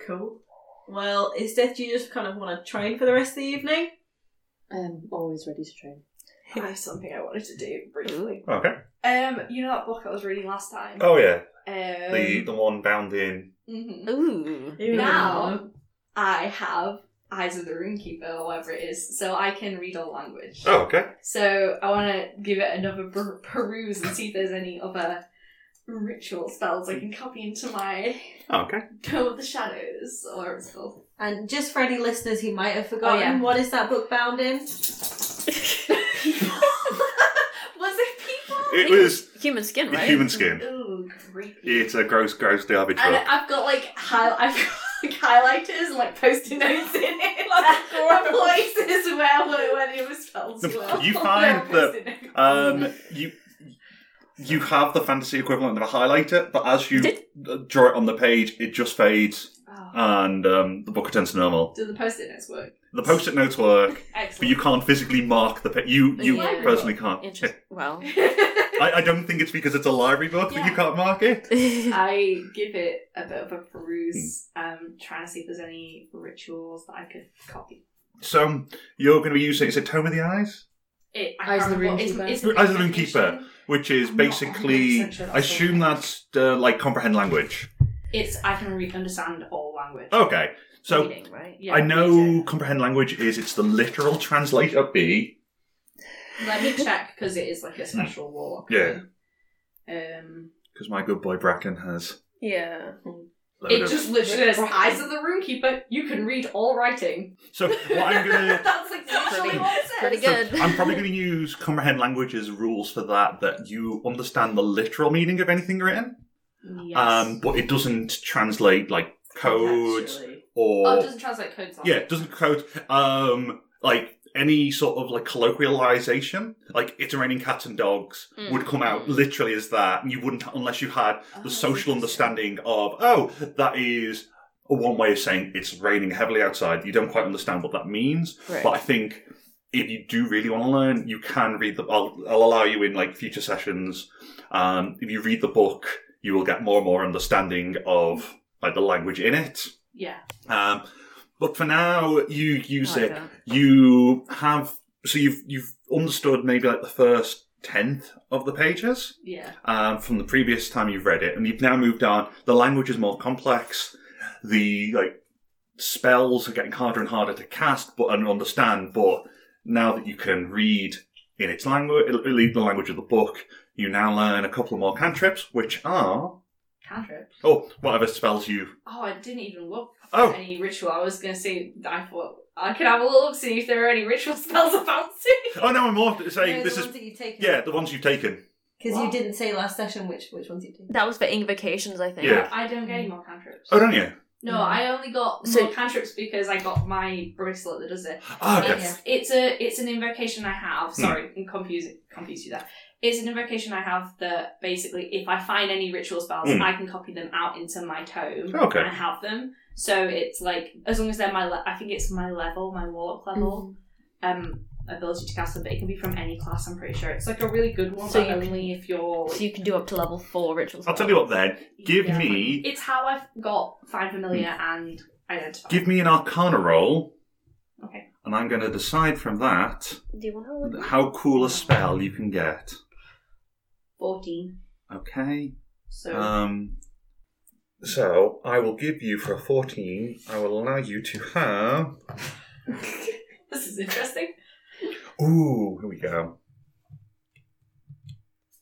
Cool. Well, instead, you just kind of want to train for the rest of the evening?
I'm Um, always ready to train.
I have something I wanted to do briefly.
Okay.
Um, you know that book I was reading last time.
Oh yeah,
Um,
the the one bound in.
mhm.
Ooh.
[LAUGHS]
Ooh.
Now I have Eyes of the Runekeeper, or whatever it is, so I can read all language.
Oh okay.
So I want to give it another per- peruse and see if there's any other ritual spells I can copy into my
Okay.
Go of the Shadows, or whatever it's called. [LAUGHS]
And just for any listeners who might have forgotten,
Oh, yeah.
what is that book bound in?
people? [LAUGHS] Was it people?
It was
Human skin, right?
human skin.
Ooh, creepy.
It's a gross, gross garbage
And
book.
I've got like hi- [LAUGHS] I've got like highlighters and like post-it notes in
[LAUGHS]
it, like the
Gross.
places where where, where the other spells
No,
were. [LAUGHS]
you find
There are post-it notes.
Um, you you have the fantasy equivalent of a highlighter, but as you
Did-
draw it on the page, it just fades.
Oh.
and um, the book returns to normal.
Do the post-it notes work?
The post-it notes work,
Excellent.
but you
[LAUGHS]
can't physically mark the. Pa- you you
Yeah.
personally can't.
Interest- well,
I, I don't think it's because it's a library book that
Yeah.
you can't mark it.
I give it a bit of a peruse,
Hmm.
um, trying to see if there's any rituals that I could copy.
So you're going to be using. Is it Tome of the Eyes?
It, I
Eyes
can't
of the
remember-
Roomkeeper.
it's- it's
Eyes of the Roomkeeper. Which is
I'm not
basically,
100% sure that's
I assume
the-
that's uh, like comprehend language.
It's I can re- understand all language.
Okay, so
reading, right?
Yeah,
I know
reading.
comprehend language is it's the literal translation of B.
Let me check because it is like a special war.
Hmm. Yeah.
Um,
Because my good boy Bracken has.
Yeah.
load
it
of-
just literally says eyes of the roomkeeper. You can read all
[LAUGHS]
writing.
So what I'm gonna.
[LAUGHS] That's like literally what it says.
Pretty
so
good.
I'm probably going to use comprehend language as rules for that. That you understand the literal meaning of anything written,
Yes.
um, but it doesn't translate like [LAUGHS] codes
Contextually.
or
Oh, it doesn't translate codes.
yeah, it doesn't code um like any sort of like colloquialization. Like it's raining cats and dogs
Mm.
would come out literally as that, and you wouldn't unless you had
Oh,
the social
interesting.
understanding of oh that is one way of saying it's raining heavily outside. You don't quite understand what that means,
Right.
but I think if you do really want to learn, you can read the. I'll, I'll allow you in like future sessions. Um, if you read the book, you will get more and more understanding of like the language in it.
Yeah.
Um, but for now, you use
Like
it.
that.
You have so you've you've understood maybe like the first tenth of the pages
Yeah.
um, from the previous time you've read it, and you've now moved on. The language is more complex. The like spells are getting harder and harder to cast, but and understand. But now that you can read in its language, uh, read the language of the book, you now learn a couple more cantrips, which are
Cantrip.
oh whatever spells you
Oh, I didn't even look
Oh.
at any ritual. I was gonna say I thought I could have a look see if there are any ritual [LAUGHS] spells about it.
Oh no, I'm more saying
No,
this
the
is
ones that you've taken.
yeah the ones you've taken.
Because you didn't say last session which which ones you did.
That was for invocations, I think.
Yeah.
I don't get any more cantrips.
Oh, don't you?
No, I only got
So-
more cantrips because I got my bracelet that does it.
Oh, Hmm. okay.
It's, it's a it's an invocation I have. Sorry, I'm confusing confused you there. It's an invocation I have that basically if I find any ritual spells,
Mm.
I can copy them out into my tome
Oh, Okay.
and have them. So it's like as long as they're my le- I think it's my level, my warlock level,
Mm-hmm.
um, ability to cast them, but it can be from any class. I'm pretty sure it's like a really good one,
So
but
you can-
only if you're.
Oh, So you can do up to level four rituals.
I'll tell you what then. Give
Yeah.
me Hmm.
It's how I've got find familiar and identify.
give me an Arcana roll,
okay.
and I'm going to decide from that
Do you want to look?
how cool a spell you can get.
Fourteen.
Okay.
So
Um. So I will give you for a fourteen. I will allow you to have.
[LAUGHS] this is interesting.
Ooh, here we go.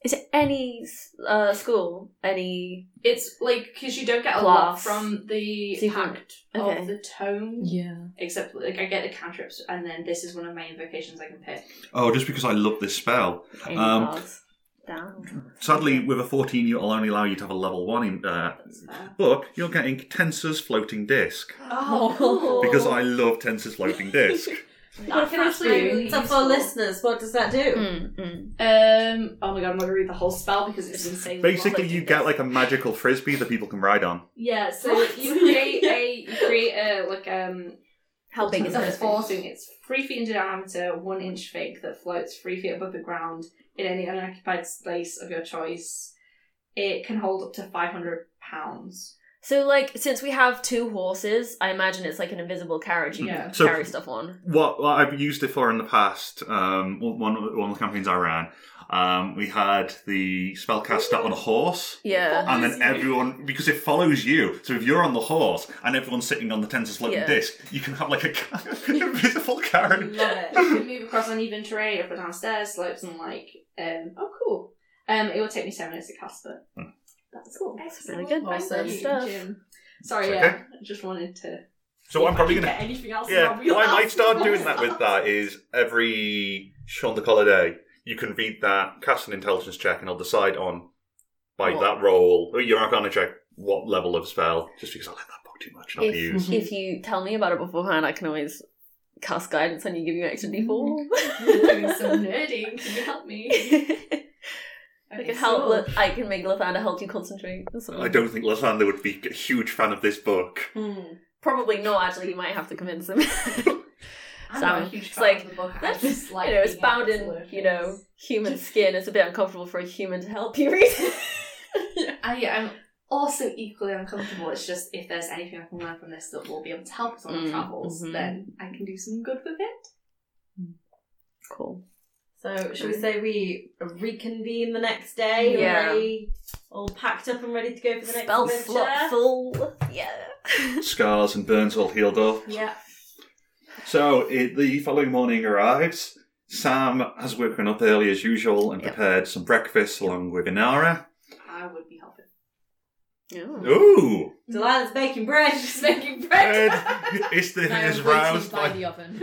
Is it any uh, school? Any?
It's like because you don't get a lot
Class.
from the
So you can-
pact
okay.
of the tome,
Yeah.
except like I get the cantrips, and then this is one of my invocations I can pick.
Oh, just because I love this spell.
any
Um,
class? Down.
Sadly, with a fourteen, you will only allow you to have a level one in. Uh,
That's fair.
book, you're getting Tensor's floating disc
Oh,
cool.
[LAUGHS]
because I love Tensor's floating disc.
What can I
That's
do?
really so for listeners, what does that do?
Mm, mm.
Um. Oh my god, I'm gonna read the whole spell because it's insane.
Basically, you get like a magical frisbee that people can ride on.
yeah. So you create a you create a like um.
How big is
It's a
it?
floating. It's three feet in diameter, one inch thick that floats three feet above the ground in any unoccupied space of your choice. It can hold up to five hundred pounds.
So, like, since we have two horses, I imagine it's like an invisible carriage you
Yeah.
can
So-
carry stuff on.
What, what I've used it for in the past, um, one, one of- one of the campaigns I ran, um, we had the spellcaster on a horse.
Yeah.
And then everyone, because it follows you. So if you're on the horse and everyone's sitting on the tensor's floating
Yeah.
disc, you can have like a ca- [LAUGHS] invisible carriage.
[LAUGHS] Love it.
you can [LAUGHS] move across uneven terrain up and down stairs, slopes, and like, um, oh, cool. Um, it will take me seven minutes to cast, but
Hmm.
that's cool.
That's really good.
Awesome.
Good stuff.
Jim. Sorry,
It's
yeah, I just wanted to.
So I'm probably
If I
[LAUGHS]
gonna
can get anything else.
Yeah,
in my
well, I might
wheelhouse.
start doing that
[LAUGHS]
with that. Is every Sean the Collar day, you can read that, cast an intelligence check, and I'll decide on by
What?
that roll. or You're not going to check what level of spell, just because I like that book too much. Not to use.
If, if you tell me about it beforehand, I can always cast guidance and you Mm-hmm. give you extra
Ooh, [LAUGHS]
d4. [LAUGHS]
Doing some nerdy. Can you help me?
I can help. Lith- I can make Lathander help you concentrate. That's all.
I don't think Lathander would be a huge fan of this book.
Hmm.
Probably not. Actually, you might have to convince him. [LAUGHS]
I'm
Sam,
not a huge
it's
fan
like,
of the book. I
That's
just like
you know, it's
being able
bound
to
in
work
you
it.
know human skin. It's a bit uncomfortable for a human to help you read. [LAUGHS] it.
I am also equally uncomfortable. It's just if there's anything I can learn from this that will be able to help us on
Mm,
our travels,
mhm.
then I can do some good with [LAUGHS] it.
cool.
So should we say we reconvene the next day? We're
Yeah.
ready, all packed up and ready to go for the next
Spell
adventure?
slot full. Yeah.
Scars and burns all healed up.
Yeah.
So it, the following morning arrives. Sam has woken up early as usual and
Yep.
prepared some breakfast along with Inara.
I would be helping.
[LAUGHS] Oh.
Ooh,
Delilah's baking bread. [LAUGHS] She's making
Ed,
bread.
it's the
I
has
am
roused.
waiting by
Like, [LAUGHS]
the oven.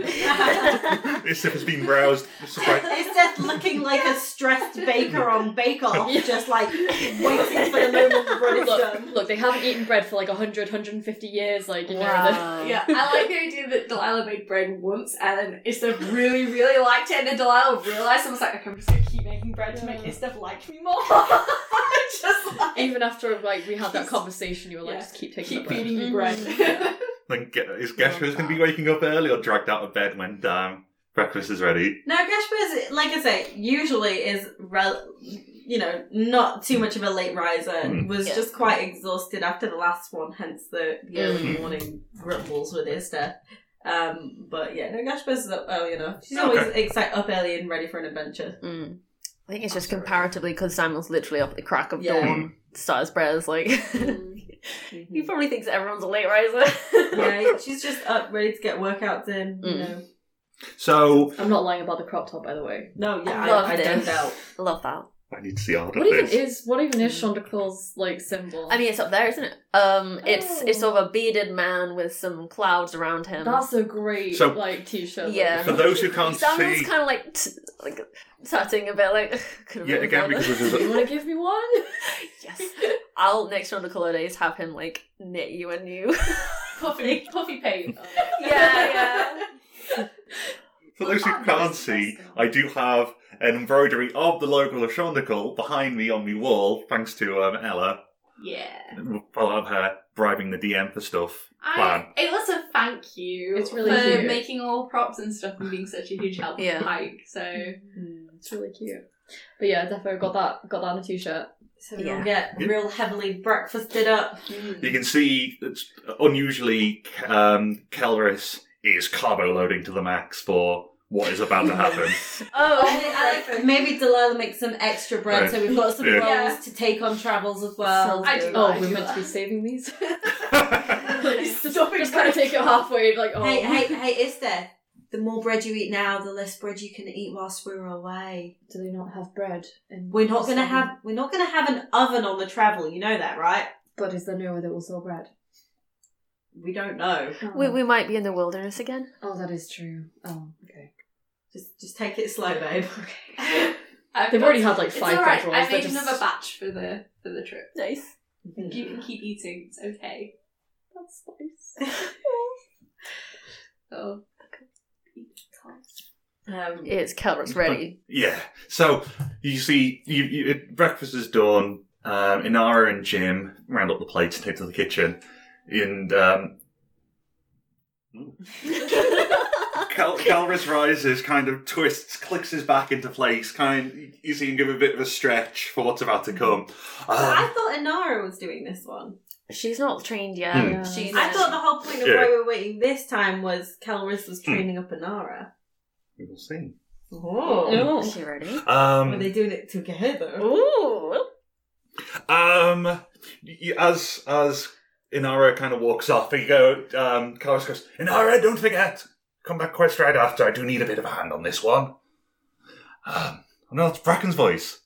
it's has been roused. Surprise.
[LAUGHS] It's just looking like a stressed baker on Bake Off, just like waiting for the moment the bread is
look,
done.
look, they haven't eaten bread for like 100, 150 years. Like, you
[LAUGHS]
know,
Wow.
Yeah, I like the idea that Delilah made bread once and then Istef really, really liked it, and then Delilah realised and was like, okay, I'm just gonna keep making bread to make Istef like me more. [LAUGHS] just like,
[LAUGHS]
the- even after like we had that
Keep-
conversation, you were like,
yeah.
just keep taking
keep
the bread.
feeding
Mm-hmm.
you [LAUGHS] bread.
Like, Ge-
[LAUGHS]
is Geshra's going to be waking up early or dragged out of bed when damn breakfast is ready?
Now, Gashper's, like I say, usually is, rel- you know, not too much of a late riser.
Mm.
Was
Yeah.
just quite exhausted after the last one, hence the, the early
Mm.
morning grumbles with his stuff. Um, but yeah, no, Gashper's is up early enough. She's
Okay.
always excited, up early and ready for an
[LAUGHS]
adventure.
Mm. I think it's just comparatively because Samuel's literally up at the crack of
Yeah.
dawn. Starts prayers like [LAUGHS] he probably thinks everyone's a late riser.
yeah, she's just up, ready to get workouts in. You
Mm.
know,
So
I'm not lying about the crop top, by the way.
no, yeah,
Love
I, I don't
this.
doubt.
[LAUGHS] Love that.
I need to see all of
What even
this.
is what even is Chandracle's like symbol?
I mean, it's up there, isn't it? Um, it's it's sort of a bearded man with some clouds around him.
that's a great
So-
like t-shirt.
um, Yeah.
For those who can't
Samuel's
see,
kind of like t- like tutting a bit, like [LAUGHS] could have
yet again because this is
[LAUGHS] you want to give me one?
[LAUGHS]
[LAUGHS]
yes. I'll next round of color days have him like knit you a new.
puffy, puffy paint.
yeah,
For those who
Oh,
can't
that's
see,
awesome.
I do have an embroidery of the logo of Shondacle behind me on my wall, thanks to um, Ella.
Yeah.
I'll have her bribing the DM for stuff.
I,
Plan.
it was a thank you
It's really
for
cute.
making all props and stuff and being such a huge help
Yeah.
with the hike. So
Hmm, It's really cute. But yeah, definitely got that got that on a t-shirt.
So we'll
Yeah.
get real heavily breakfasted up.
You can see, it's unusually, um, Kelris is carbo loading to the max for what is about to happen.
yeah.
Maybe,
[LAUGHS] Oh,
I
[LAUGHS]
like- maybe Delilah makes some extra bread,
Right.
so we've got some
Yeah.
rolls to take on travels as well.
Sounds
I do.
Oh, [LAUGHS]
like
we're
that.
meant to be saving these. [LAUGHS]
Nice.
just just kind of take it halfway, like oh.
Hey, hey, hey, is there? The more bread you eat now, the less bread you can eat whilst we're away.
Do they not have bread? In
We're not gonna
Scotland?
have we're not gonna have an oven on the travel. You know that, right?
But is there nowhere that will sell bread? Oh.
We don't know.
we we might be in the wilderness again.
Oh, that is true. Oh, okay.
Just just take it slow, babe. [LAUGHS]
I've
[LAUGHS] They've
got-
already had, like,
it's
five
alright,
veg rolls,
I
they're
made
just- [LAUGHS]
another batch for the for the trip.
Nice.
You [LAUGHS] can keep eating. It's okay.
That's nice.
[LAUGHS]
[LAUGHS]
So
Um,
It's Kelrock's [LAUGHS] ready.
Yeah. So you see, you, you, it- breakfast is done. Um, Inara and Jim round up the plates and take to the kitchen, and um, [LAUGHS] Cal- Calrus rises, kind of twists, clicks his back into place. Kind, you see him give a bit of a stretch for what's about to come.
I
Um,
thought Inara was doing this one.
She's not trained yet.
Hmm.
Yeah.
She's.
I thought the whole point of
Yeah.
why we were waiting this time was Calris was training up Inara.
we will see.
Oh.
Is she ready?
Were they
Um,
doing it together?
Ooh.
um, y- as as Inara kind of walks off, he go. Um, Calrus goes, Inara, don't forget, come back quite straight after. I do need a bit of a hand on this one. Um, no, it's Bracken's voice.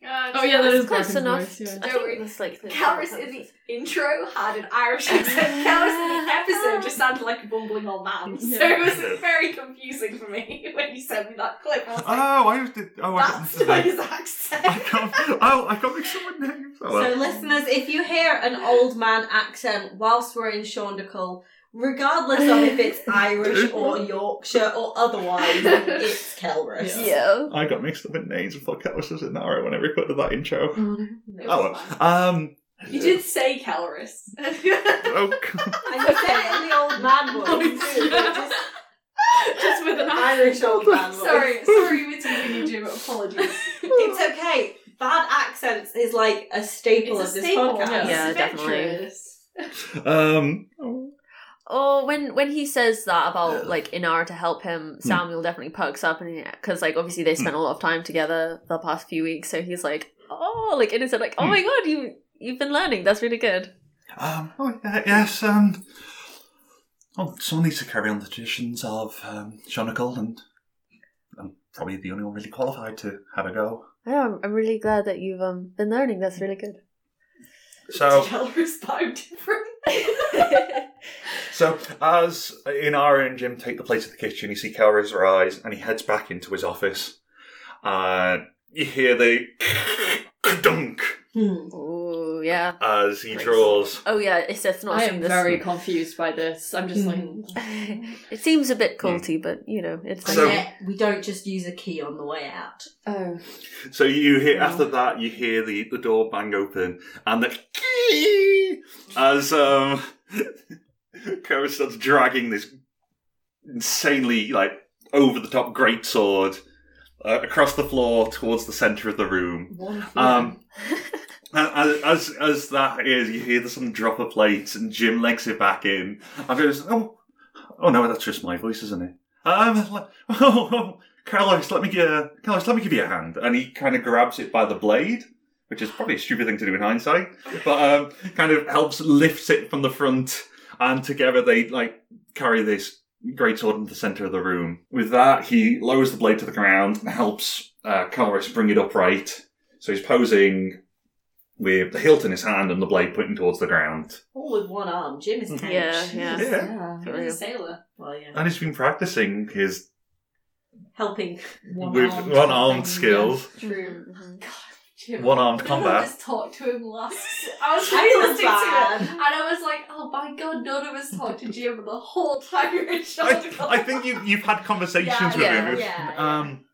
Oh yeah, that
That's
is
close
Bracken's
enough.
voice, yeah.
I
Don't
think
worry.
that's like the-
Calrus in the intro had an
[LAUGHS]
Irish accent. Calrus in the episode just sounded like a bumbling
[LAUGHS]
old man. So it was very confusing for me [LAUGHS] when you sent me that clip. I was like,
Oh, I did. Oh,
that's not his accent.
I can't. Oh, I can't mix someone names. Oh, well.
So, listeners, if you hear an old man accent whilst we're in Shaundical, regardless of if it's Irish or Yorkshire or otherwise, it's Kelris.
Yeah.
I got mixed up in names and fuck Kelris was in that right when I recorded that [LAUGHS] intro.
[LAUGHS] It was
Oh,
fine.
well. um,
You did say Calorus.
[LAUGHS]
[LAUGHS]
oh, God.
And you said it in the old
[LAUGHS]
man voice. too, just
Just with an
Irish old man voice.
[LAUGHS] sorry, sorry we're teasing you, Jim. Apologies.
[LAUGHS] It's okay. Bad accents is like a staple
It's a
of this
staple.
podcast.
Yeah, definitely.
Adventurous.
um,
Oh, when when he says that about like Inara to help him, Samuel definitely perks up, and because like obviously they spent a lot of time together the past few weeks, so he's like, oh, like innocent, like, oh
Hmm.
my god, you you've been learning. That's really good.
um, oh, yeah, yes, um, oh, someone needs to carry on the traditions of um, Shonicle, and I'm probably the only one really qualified to have a go.
Yeah, I'm, I'm really glad that you've um been learning. That's really good.
So,
Calorus vibe [LAUGHS]
[LAUGHS]
different.
So, as Inara and Jim take the plates to the kitchen, you see Kelris rise and he heads back into his office. Uh, you hear the [LAUGHS] dunk
Hmm.
Oh yeah.
as he
Nice.
draws.
Oh yeah. It's it's not.
I
seeing
am
this. Mm.
very confused by this. I'm just like,
it seems a bit culty, but you know, it's
And
like,
So-
yet we don't just use a key on the way out.
[LAUGHS] oh,
So you hear after that, you hear the, the door bang open and the key as um, [LAUGHS] Kelris starts dragging this insanely like over the top great sword uh, across the floor towards the center of the room. Um, and as as that is, you hear the some drop of plates, and Jim legs it back in. And goes, oh, oh no, that's just my voice, isn't it? Um, [LAUGHS] le- oh, oh, Carlos, let me give Carlos, let me give you a hand. And he kind of grabs it by the blade, which is probably a stupid thing to do in hindsight, but um, kind of helps lifts it from the front, and together they like carry this great sword into the center of the room. With that, he lowers the blade to the ground and helps uh, Carlos bring it upright. So he's posing with the hilt in his hand and the blade pointing towards the ground.
All with one arm. Jim
Mm-hmm.
is hench.
yeah, yeah.
Yeah. Uh,
He was a sailor.
Well, yeah.
And he's been practicing his
Helping one
with
arm.
one armed
thing,
skills,
True.
Mhm.
God, Jim.
one armed
I
[LAUGHS]
combat.
just talked to him last. [LAUGHS] I was
I feel
really listening to
bad.
it, and I was like, "Oh my god, none of us talked to Jim the whole time." we were in
I,
Shark
I think you, you've had conversations
Yeah,
with
yeah,
him.
Oh, yeah,
um,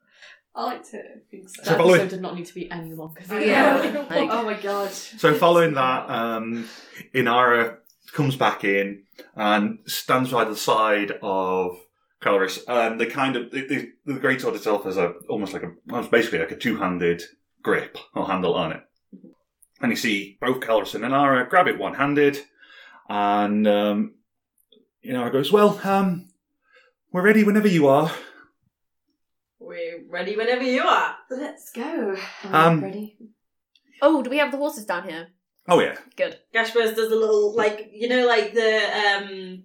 I like to think so.
So
that
probably-
episode did not need to be any longer.
I [LAUGHS]
Yeah.
know.
Like-
oh my god.
So following that, um, Inara comes back in and stands by the side of Coloris. And the kind of the, the, the greatsword itself has a almost like a well, it's basically like a two-handed grip or handle on it. And you see both Coloris and Inara grab it one-handed, and um, Inara goes, "Well, um, we're ready whenever you are."
We're ready whenever you are.
Let's go.
Um,
ready?
Oh, do we have the horses down here?
Oh yeah,
Gashbers does the little like you know like the um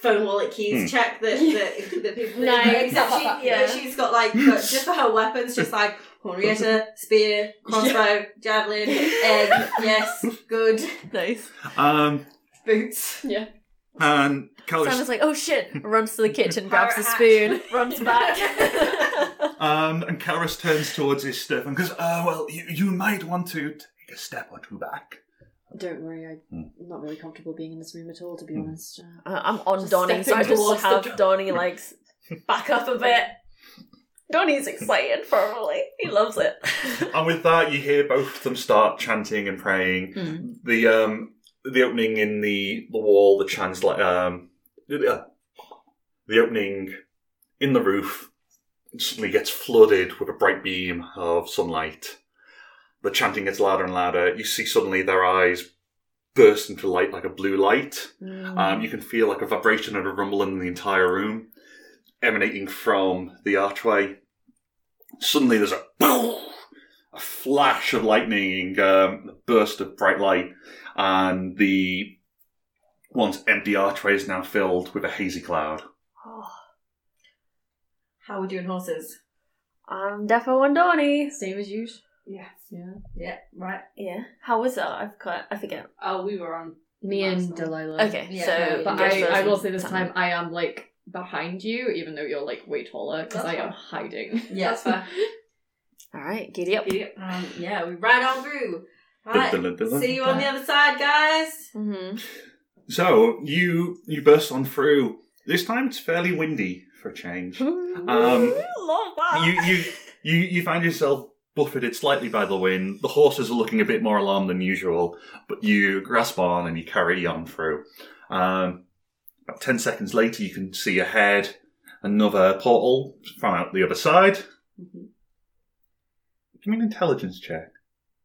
phone wallet keys
Hmm.
check
[LAUGHS]
that that, that people do.
No,
except she,
yeah.
yeah. she's got
[LAUGHS]
like got- just for her weapons she's like Henrietta, spear, crossbow,
[LAUGHS]
javelin, egg, yes, good,
Nice.
um,
boots.
Yeah.
and Coloris
Simon's like, oh shit, runs to the kitchen, grabs the spoon,
[LAUGHS]
Pirate
runs back.
Um, and Karis turns towards his stuff and goes, "Oh well, you, you might want to take a step or two back."
Don't worry, I'm
Hmm.
not really comfortable being in this room at all, to be
Hmm.
honest. Uh,
Uh, I'm on
Just
Donnie, so I
stepping
just
towards the
have
door.
Donnie like s- back up a bit. Donnie's excited, probably. He loves
[LAUGHS]
it.
And with that, you hear both of them start chanting and praying.
Hmm.
The um, the opening in the the wall, the translate um, the uh, the opening in the roof suddenly gets flooded with a bright beam of sunlight. The chanting gets louder and louder. You see suddenly their eyes burst into light like a blue light. Um, you can feel like a vibration and a rumble in the entire room, emanating from the archway. Suddenly, there's a boom, a flash of lightning, um, a burst of bright light, and the once empty archway is now filled with a hazy cloud.
How are we doing horses?
I'm defo on Donnie.
Same as you.
Yeah.
Yeah, right.
Yeah. How was that? I've got, I forget.
Oh, we were on.
Me
Last
and
one.
Delilah.
Okay,
Yeah,
so.
no,
Um, Uh, But
Yes,
I, I will
versus
say this
Simon.
time I am like behind you, even though you're like way taller, because
That's
I
fine.
am hiding. [LAUGHS]
Yeah.
That's fair.
All right, giddy up.
Idiot.
Um, yeah, we ride on through. Right.
Dun, dun, dun, dun, dun.
See you on the other side, guys.
Mm-hmm.
So you you burst on through. This time it's fairly windy for
[LAUGHS]
a change. Um,
Love that.
you you you you find yourself buffeted slightly by the wind. The horses are looking a bit more alarmed than usual, but you grasp on and you carry on through. Um, about ten seconds later, you can see ahead another portal from out the other side.
Mhm.
Mm-hmm. Give me an intelligence check.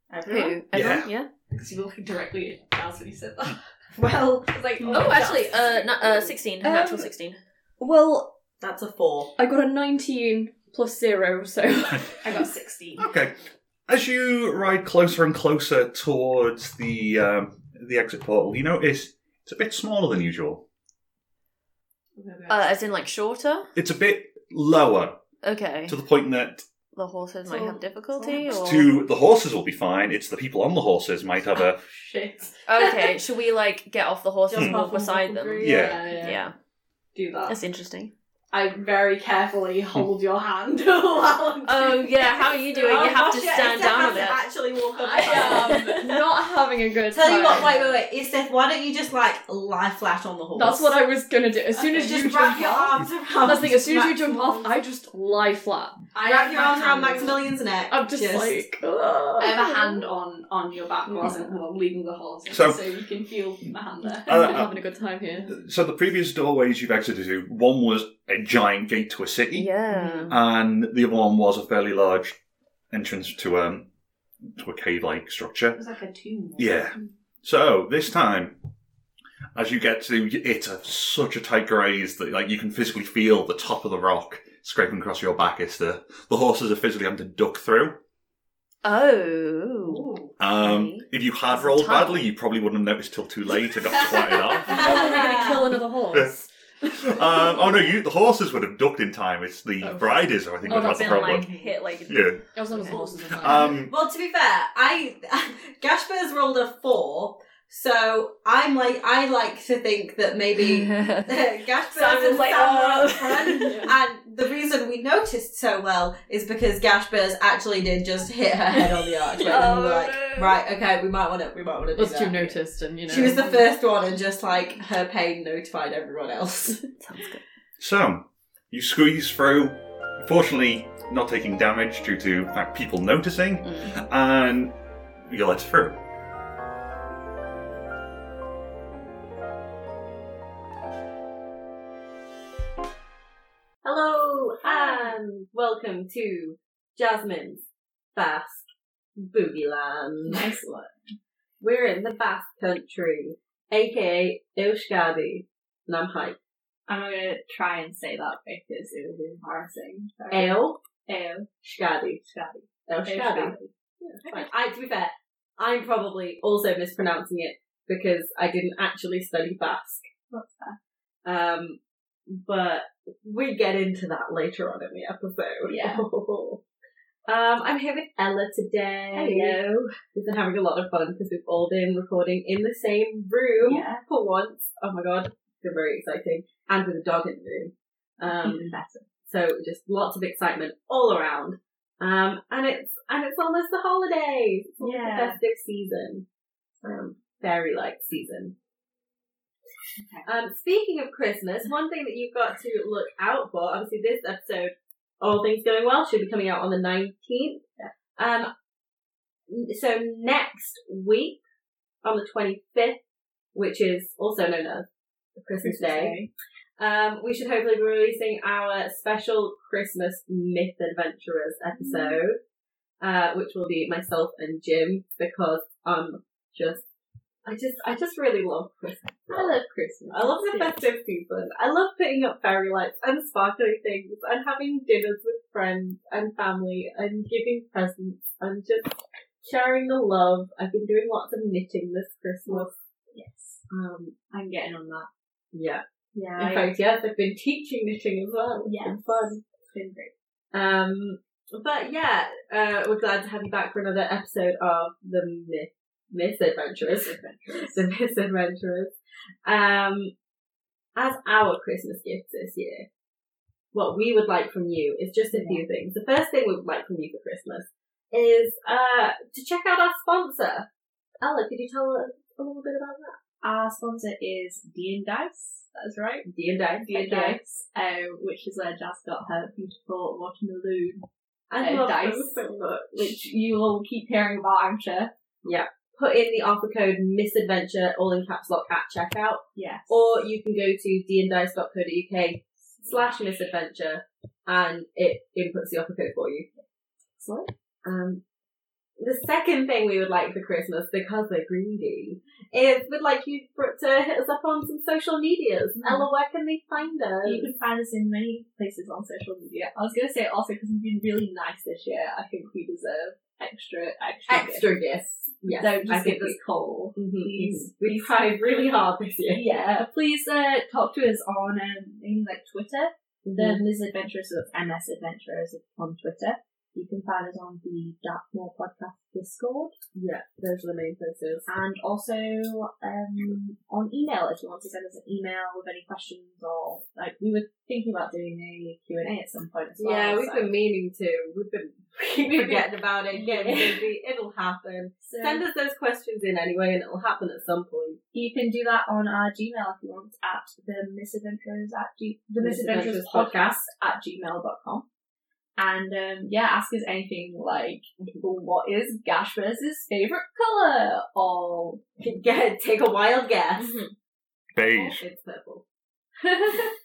Who? Everyone? Yeah.
Because you were looking directly at Giles when you said that.
[LAUGHS]
Well,
It's like,
Oh, actually, uh, no, uh,
six.
sixteen,
Um,
natural sixteen.
well, that's a four.
I got a 19 plus zero, so [LAUGHS]
I got 16.
Okay. As you ride closer and closer towards the um, the exit portal, you notice it's a bit smaller than usual.
Uh, as in like shorter.
It's a bit lower
Okay.
to the point that
The horses might have difficulty.
so-
Or...
to the horses will be fine. It's the people on the horses might have a
Shit.
Okay. Should we like get off the horses
Just
and
off
walk
and
beside
walk
them?
through,
Yeah.
Yeah.
Do that.
that's interesting.
I very
Hmm.
carefully hold your hand. [LAUGHS] oh
Oh yeah, how are you doing?
Oh,
You have to
Gosh, yeah,
stand
Esther
down
has
a
to
bit. Um,
Actually, walk up.
I
[LAUGHS]
[LAUGHS]
am not having a good
Tell
time.
you what, wait, wait, wait, Esther, why don't you just like lie flat on the horse?
That's what I was gonna do. As soon as
Uh, just
you
wrap
jump
your
off,
arms around.
[LAUGHS] that's the thing. As soon as you jump off,
Maximilian.
I just lie
[LAUGHS]
flat.
I
wrap
have
your
my
arms around
hand-
Maximilian's neck.
I'm just,
[LAUGHS]
like, ugh.
I have a hand on on your back while I'm while leading the horse,
Hmm. So-
so, you can feel my hand there.
Uh,
[LAUGHS]
I'm not
uh,
having a good time here.
So the previous doorways you've exited through, one was a giant gate to a city,
Yeah.
and the other one was a fairly large entrance to um to a cave-like structure.
It was like a tomb.
Yeah. So this time, as you get to, it's a, such a tight graze that like you can physically feel the top of the rock scraping across your back. It's the the horses are physically having to duck through.
Oh.
Um,
Okay.
If you
That's
had rolled
tough.
badly, you probably wouldn't have noticed till too late
[LAUGHS]
and got flattened off.
Oh, we're gonna kill another horse.
Um, oh no, you, the horses would have ducked in time. It's the
Oh.
riders, I think,
Oh,
would
that's been
have had the problem.
like hit like.
Yeah.
As long as the [LAUGHS] horses are fine.
Um,
[LAUGHS] Well, to be fair, I [LAUGHS] Gashper's rolled a four, so I'm like I like to think that
[LAUGHS]
[LAUGHS]
maybe Gashper and
Simon's like,
Sam were
"Oh."
up front,
Yeah.
and the reason we noticed so well is because Gashper's actually did just hit her head on the archway, and
Oh,
we were like,
[LAUGHS]
right, okay, we might want to, we might want to do
Us
that.
two noticed, and you know.
She was the first one, and just like her pain notified everyone else.
Sounds good.
so you squeeze through. Fortunately, not taking damage due to in fact, people noticing,
Mm.
and you're let through.
[LAUGHS] Hello and welcome to Jasmine's Basque Boogie Land. Nice one. We're in the Basque Country, aka Euskadi, and I'm hyped.
I'm not gonna try and say that because it will be embarrassing.
Euskadi.
Oh,
Euskadi. Yeah, fine. I, to be fair, I'm probably also mispronouncing it because I didn't actually study Basque. Um, but we get into that later on in the episode. [LAUGHS]
Yeah.
um, I'm here with Ella today.
Hello.
We've been having a lot of fun because we've all been recording in the same room
Yeah.
for once. Oh my god, it's been very exciting. And with a dog in the room. Um,
[LAUGHS] Even better.
so just lots of excitement all around. Um, and it's and it's almost the holidays. It's almost
Yeah.
the festive season. Um, fairy like season. Um, speaking of Christmas, one thing that you've got to look out for, obviously this episode, All Things Going Well, should be coming out on the 19th. Um, so next week, on the 25th, which is also known as Christmas, Day, um, we should hopefully be releasing our special Christmas Myth Adventurers
Mm.
episode, uh, which will be myself and Jim because I'm just, I just, I just really love Christmas. I love Christmas. I love the festive season. I love putting up fairy lights and sparkly things and having dinners with friends and family and giving presents and just sharing the love. I've been doing lots of knitting this Christmas. Yes. Um,
I'm getting on that.
yeah.
Yeah.
In fact, yeah, they've been teaching knitting as well. It's been fun. It's been great. Um, but yeah, uh, we're glad to have you back for another episode of the Myth Misadventurers. [LAUGHS] the Misadventurers. Um, as our Christmas gifts this year, what we would like from you is just a few things. The first thing we would like from you for Christmas is uh, to check out our sponsor. Ella, could you tell us a little bit about that?
Our sponsor is D and Dice. That's right.
D and Dice.
D and Dice, um, which is where Jazz got her beautiful watermelon,
I
Uh,
love
dice.
them so much.
which you will keep hearing about, I'm sure.
Put in the offer code misadventure all in caps lock at checkout,
Yes.
or you can go to dndice.co.uk slash misadventure and it inputs the offer code for you.
Excellent.
Um, the second thing we would like for Christmas, because we're greedy, is we'd like you for, to hit us up on some social medias. Ella, where can they find us?
Mm. You can find us in many places on social media. I was going to say also because we've been really nice this year, I think we deserve extra, extra,
Extra gifts. Yes,
Gifts. Don't
I
just
think
give
we,
us coal.
Mhm,
Please,
mhm. we tried really hard this year.
Yeah, please uh, talk to us on um, things like Twitter. The
Mm-hmm.
Misadventurers, so it's MS Adventurers on Twitter. You can find us on the Darkmoor Podcast Discord
Yeah, those are the main places.
and also um, on email if you want to send us an email with any questions or like we were thinking about doing a Q&A at some point as well.
Yeah, we've
so-
been meaning to. We've been [LAUGHS] keep forgetting about it. Getting busy. It'll happen.
So
Send us those questions in anyway, and it'll happen at some point.
you can do that on our Gmail if you want at the misadventures at g- the misadventures podcast at gmail.com. And um, yeah, ask us anything like what is Gashverse's favourite colour or
Get take a wild guess.
Mm-hmm.
Beige.
It's purple.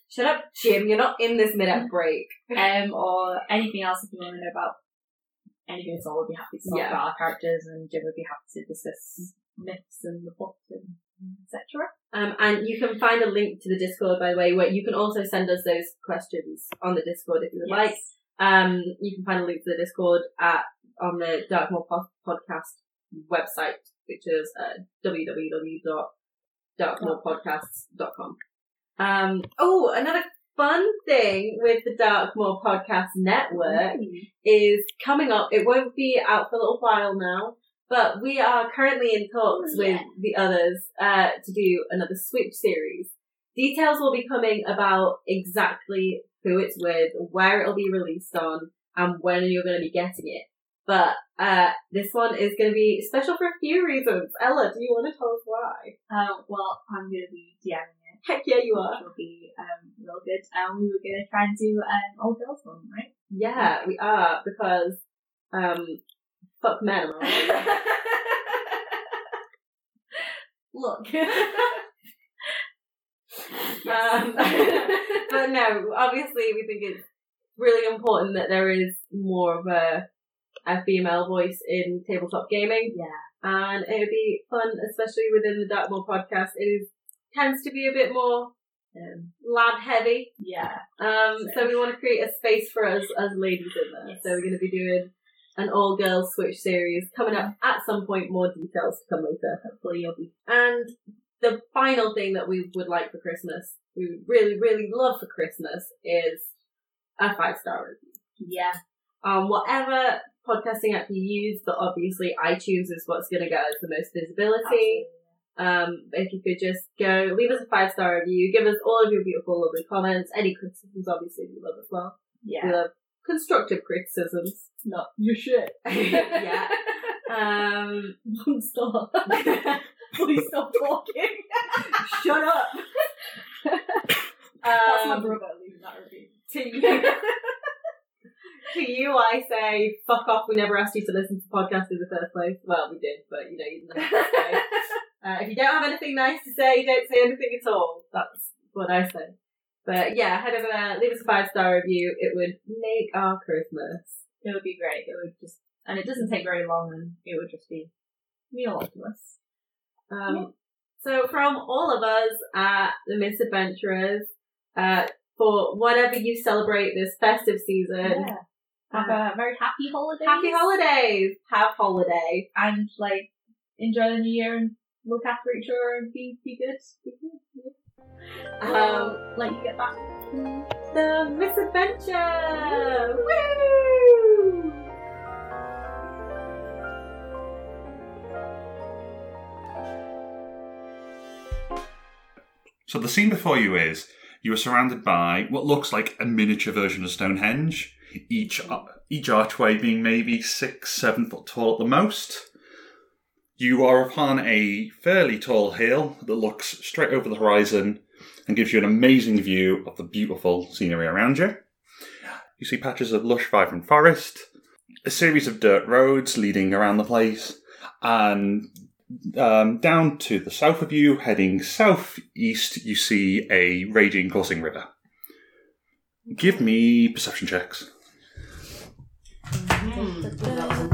Shut up, Jim. You're not in this
Mm-hmm.
mid-up break.
[LAUGHS] um or anything else if you want to know about anything at all we'd be happy to talk
Yeah.
about our characters and Jim would be happy to discuss myths and the plot and etc.
Um, and you can find a link to the Discord, by the way, where you can also send us those questions on the Discord if you would like. Um, you can find a link to the Discord at on the Darkmoor po- podcast website, which is uh, www.darkmoorpodcasts.com. Um, oh, another fun thing with the Darkmoor Podcast Network is coming up. It won't be out for a little while now, but we are currently in talks with the others uh, to do another Switch series. Details will be coming about exactly who it's with, where it'll be released on, and when you're going to be getting it. But uh, this one is going to be special for a few reasons. Ella, do you want to tell us why?
Uh, well, I'm gonna be DMing it.
Heck yeah, you are.
Which will be um, real good. And we were gonna try and do an old girls one, right?
Yeah, we are because um, fuck men. am
[LAUGHS]
I right?
[LAUGHS] Look.
Um, [LAUGHS] but no, obviously we think it's really important that there is more of a a female voice in tabletop gaming.
Yeah.
And it would be fun, especially within the Dartmoor podcast. It is, tends to be a bit more
Um,
lad heavy.
yeah.
Um, so we want to create a space for us as ladies in there. So we're going to be doing an all girls switch series coming up at some point. More details to come later. Hopefully you'll be. And the final thing that we would like for Christmas, we would really, really love for Christmas is a five star review.
Yeah.
Um, whatever podcasting app you use, but obviously iTunes is what's going to get us the most visibility. Um, if you could just go leave us a five star review, give us all of your beautiful, lovely comments, any criticisms, obviously we love as well.
Yeah.
We love constructive criticisms.
Not your shit.
[LAUGHS]
[LAUGHS]
yeah. Um, [LAUGHS]
Stop. Please stop talking.
shut up.
That's my
um,
brother leaving that review.
to you, [LAUGHS] to you, I say, fuck off. We never asked you to listen to podcasts in the first place. Well, we did, but you know, you didn't have to
[LAUGHS]
say. Uh, if you don't have anything nice to say, don't say anything at all. That's what I say. But yeah, head over there, leave us a five star review. It would make our Christmas.
It would be great. It would just, and it doesn't take very long, and it would just be mean a lot to us.
Um, so from all of us at the Misadventurers, uh, for whatever you celebrate this festive season,
Yeah. Have a very happy holidays.
happy holidays! Have holiday.
and like enjoy the new year and look after each other and be be good. Be good. be good.
Um,
Like you get back.
the misadventure! Woo!
So the scene before you is you are surrounded by what looks like a miniature version of Stonehenge. uh, Each each archway being maybe six, seven foot tall at the most. You are upon a fairly tall hill that looks straight over the horizon and gives you an amazing view of the beautiful scenery around you. You see patches of lush, vibrant forest, a series of dirt roads leading around the place, and um, down to the south of you, heading southeast, you see a raging, coursing river. Give me perception checks.
Hmm.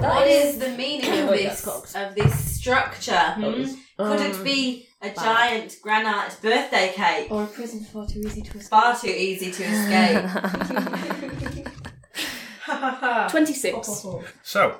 What is the
[COUGHS]
meaning
Oh,
of this of this structure? Could it be a giant granite birthday cake?
Um, Or a prison far too easy to escape.
Far too easy to
[LAUGHS]
escape.
[LAUGHS]
Twenty-six.
So,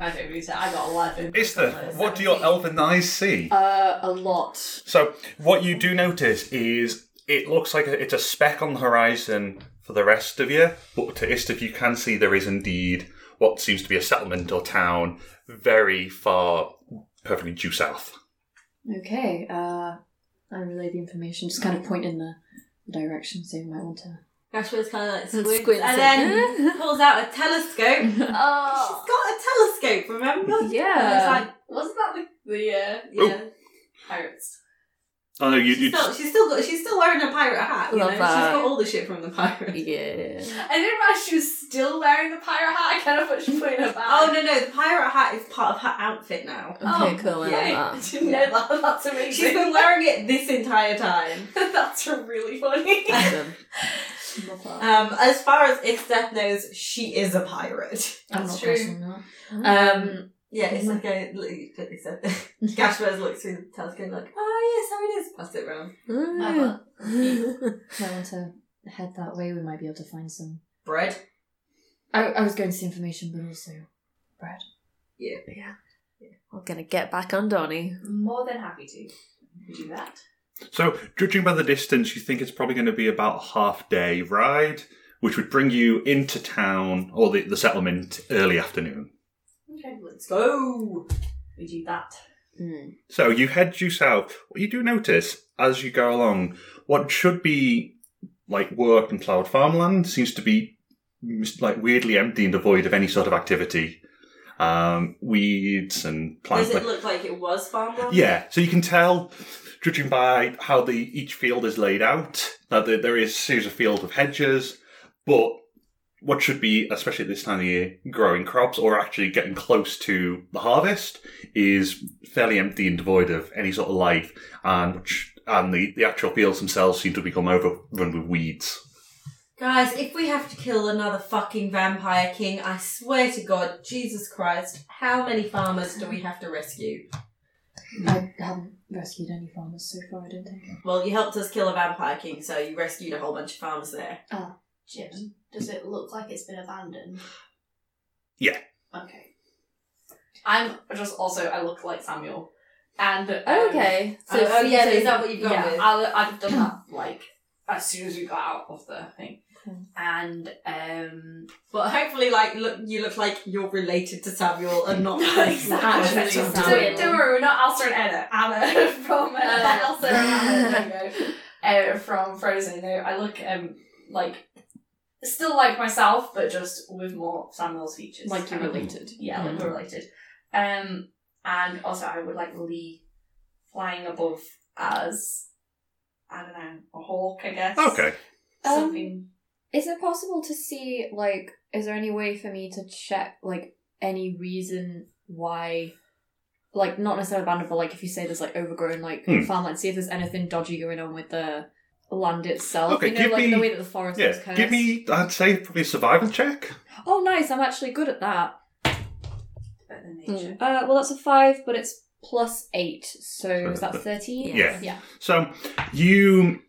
I don't really say I got eleven.
Istha, what do your elven eyes see?
Uh, a lot.
So, what you do notice is it looks like a, it's a speck on the horizon for the rest of you, but to Istaf, you can see there is indeed what seems to be a settlement or town very far, perfectly due south.
Okay, uh, I relay the information. Just kind of point in the direction, so you might want to.
Gashford's kind of like
And
squints,
squints
and
[LAUGHS]
it.
then pulls out a telescope.
Oh,
Got a telescope, remember?
Yeah.
And
wasn't that the, the uh,
it's like, yeah.
pirates?
Oh no, you,
She's still, she's still got, she's still wearing a pirate hat. You
Love
know?
that.
She's got all the shit from
[LAUGHS]
the pirate.
Yeah.
I didn't realize she was still wearing the pirate hat. I kind of thought she put it in her bag.
Oh no no, the pirate hat is part of her outfit now.
Uh,
Okay, cool. I
yay.
love
I [LAUGHS] didn't know Oh, that. That's amazing. [LAUGHS]
She's been wearing it this entire time.
That's really funny. [LAUGHS]
that. [LAUGHS] Awesome.
Um, as far as Isteth knows, she is a pirate.
That's
I'm not Mm-hmm.
true. Mm.
Now.
Um, yeah, Isteth goes, [LAUGHS] Isteth, Gashwaz looks through the telescope and like, oh yes, how it is. Pass it round.
Might want to head that way. We might be able to find some.
Bread.
I, I was going to say information, but also bread.
We're gonna get back on Donnie.
More than happy to do that.
So, judging by the distance, you think it's probably going to be about a half day ride, which would bring you into town or the, the settlement early afternoon.
Okay, let's go. We do that.
Hmm.
So, you head due south. What you do notice as you go along, what should be like work and plowed farmland seems to be mis- like weirdly empty and devoid of any sort of activity. Um, weeds and plants.
Does
like-
it look like it was farmland?
Yeah, so you can tell, judging by how the each field is laid out, that there, there is a series of fields with hedges, but what should be, especially at this time of year, growing crops or actually getting close to the harvest is fairly empty and devoid of any sort of life, and and the, the actual fields themselves seem to become overrun with weeds.
Guys, if we have to kill another fucking vampire king, I swear to God, Jesus Christ, how many farmers do we have to rescue?
I haven't rescued any farmers so far. I don't think.
Well, you helped us kill a vampire king, so you rescued a whole bunch of farmers there.
Jim, does it look like it's been abandoned?
Yeah.
Okay. I'm just also I look like Samuel, and um,
Okay.
So, oh, yeah,
so-
is that what you've gone
yeah,
with?
I, I've done that like as soon as we got out of the thing,
Okay.
and um,
But hopefully, like, look, you look like you're related to Samuel and [LAUGHS] not like, actually
So,
Samuel.
don't worry, we're not Elsa and Anna. Anna [LAUGHS] from uh,
Uh,
Elsa and Anna. There you go. Uh, from Frozen. No, I look um like still like myself, but just with more Samuel's features.
Like you're
Kind of
related.
yeah, like we're related. Um, and also I would like Lee flying above as I don't know a hawk, I guess.
Okay.
Something.
Um, Is it possible to see, like, is there any way for me to check, like, any reason why, like, not necessarily abandoned, but, like, if you say there's, like, overgrown, like,
Hmm.
farmland, see if there's anything dodgy going on with the land itself.
Okay,
you know,
give
like, the
me-
way that the forest
Yeah,
was cursed.
give me, I'd say, probably a survival check.
Oh, nice, I'm actually good at that.
But the nature.
[LAUGHS]
[LAUGHS]
Uh, well, that's a five, but it's plus eight, so is that 13?
Yeah.
Yeah.
So you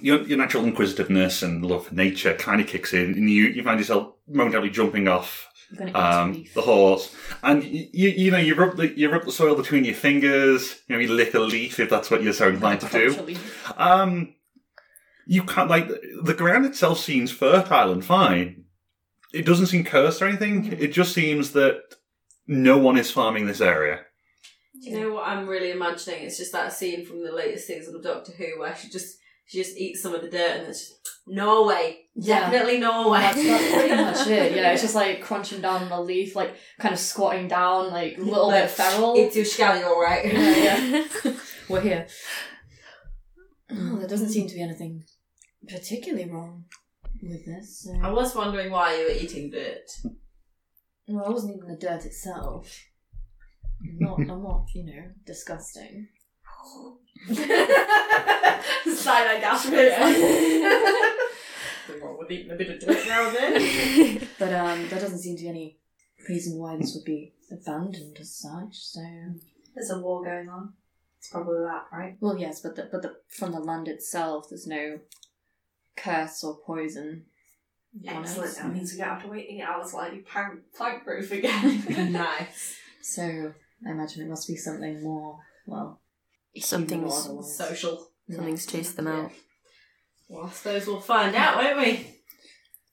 your, your natural inquisitiveness and love for nature kind of kicks in, and you, you find yourself momentarily jumping off
I'm gonna eat a
um,
leaf.
the horse, and you, you you know you rub the you rub the soil between your fingers. You know you lick a leaf if that's what you're so inclined to
[LAUGHS]
do.
Actually.
Um, you can't like the- the ground itself seems fertile and fine. It doesn't seem cursed or anything. It just seems that no one is farming this area.
Do you know what I'm really imagining? It's just that scene from the latest season of Doctor Who where she just She just eats some of the dirt and it's just, no way.
Yeah.
Definitely no way.
That's, that's
[LAUGHS]
pretty much it.
[LAUGHS]
Yeah, it's just like crunching down the leaf, like kind of squatting down, like a little bit
Like,
feral.
It's your scally, alright.
Yeah, We're here.
Oh, there doesn't seem to be anything particularly wrong with this. so-
I was wondering why you were eating dirt.
Well, I wasn't even the dirt itself. I'm not, I'm not, you know,
[LAUGHS]
disgusting.
Side eye
[LAUGHS]
Nothing wrong with eating a bit of dirt now and then.
But um, there doesn't seem to be any reason why this would be abandoned as such. So,
[LAUGHS] There's a war going on. It's probably that, right?
well, yes, but the, but the, from the land itself, there's no curse or poison. on it.
Excellent. That means we don't have to wait eight hours while you plank, plank proof
[LAUGHS]
[LAUGHS] again.
nice.
So I imagine it must be something more. Well,
Something's-
human or otherwise.
Social.
Yeah.
Something's chased them out.
Well, I suppose we'll find out, won't we?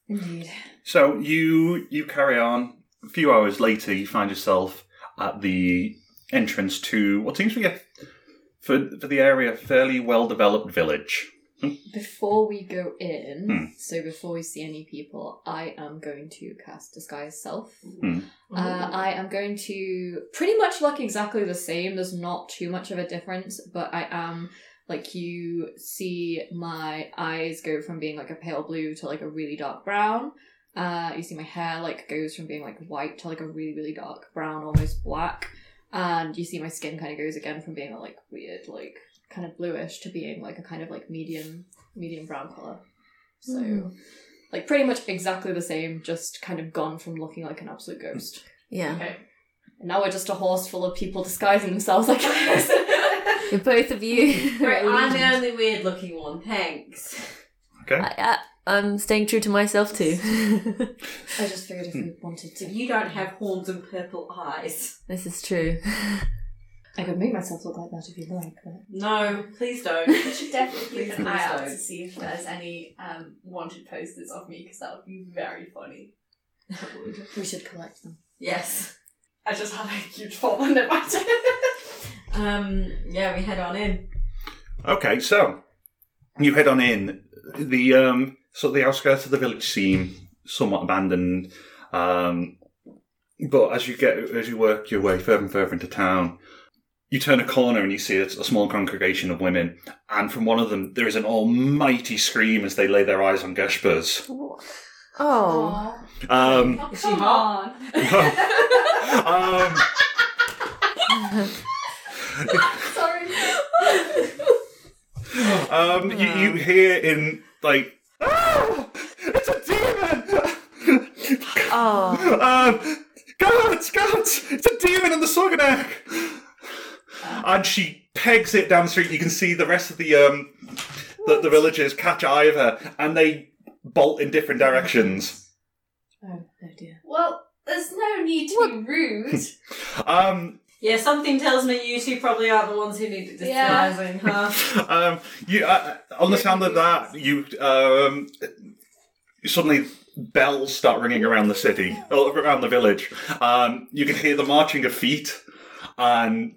Indeed.
So you you carry on. A few hours later, you find yourself at the entrance to what seems to be a for for the area a fairly well developed village.
Before we go in,
Hmm.
so before we see any people, I am going to cast Disguise Self.
Hmm.
Mm-hmm.
Uh, I am going to pretty much look exactly the same. There's not too much of a difference, but I am like you see my eyes go from being like a pale blue to like a really dark brown. Uh, you see my hair like goes from being like white to like a really really dark brown, almost black. And you see my skin kind of goes again from being a like weird like kind of bluish to being like a kind of like medium medium brown color. So. Like pretty much exactly the same, just kind of gone from looking like an absolute ghost.
[LAUGHS] Yeah.
[LAUGHS]
And now we're just a horse full of people disguising themselves like us.
You're both of [LAUGHS] you.
Right, I'm the only weird looking one, thanks.
Okay.
I, I, I'm staying true to myself too.
[LAUGHS]
[LAUGHS]
I just figured if we
Hmm.
wanted
So
to,
you don't have horns and purple eyes.
this is true.
I could make myself look like that if you like. But
No, please don't.
[LAUGHS] You should definitely keep
Please,
an
please
eye out
don't.
to see if there's any um, wanted posters of me because that would be very funny.
we should collect them.
yes.
I just had a huge fall under my [LAUGHS] chair.
Um. Yeah, we head on in.
Okay, so you head on in. The um, so the outskirts of the village seem somewhat abandoned, um, but as you get as you work your way further and further into town, you turn a corner and you see it's a small congregation of women, and from one of them there is an almighty scream as they lay their eyes on Geshpers.
Oh.
Aw.
Um, [LAUGHS]
[LAUGHS] Oh,
she
come on.
um,
Sorry.
um, you, you hear in like, ah, it's a demon.
Oh.
Um, guards, guards! It's a demon in the Sorgonak! And she pegs it down the street. You can see the rest of the um, the, the villagers catch eye of her, and they bolt in different directions.
Oh, oh dear.
Well, there's no need to be [LAUGHS] rude.
Um,
Yeah, something tells me you two probably are the ones who need it
Yeah.
disguising, huh? [LAUGHS]
um, you uh, on the sound of that, you um, suddenly bells start ringing around the city, oh, around the village. Um, you can hear the marching of feet, and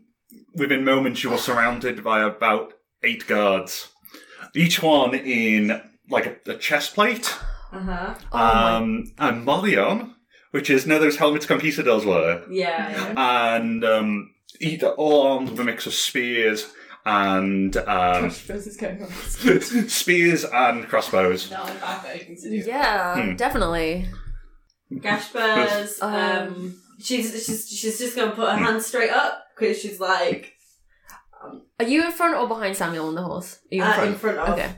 within moments you are surrounded by about eight guards, each one in like a, a chest plate,
Uh huh.
my-
um, and Morion, which is now those helmets conquistadors were
Yeah. yeah.
and um, either all armed with a mix of spears and um, [LAUGHS] spears and crossbows.
no, in fact, I can see
[LAUGHS] Yeah,
Hmm.
definitely. [LAUGHS]
Gashper's. Um. She's she's she's just gonna put her hand straight up because she's like
Are you in front or behind Samuel on the horse? Are you in
uh,
front?
in front of.
Okay.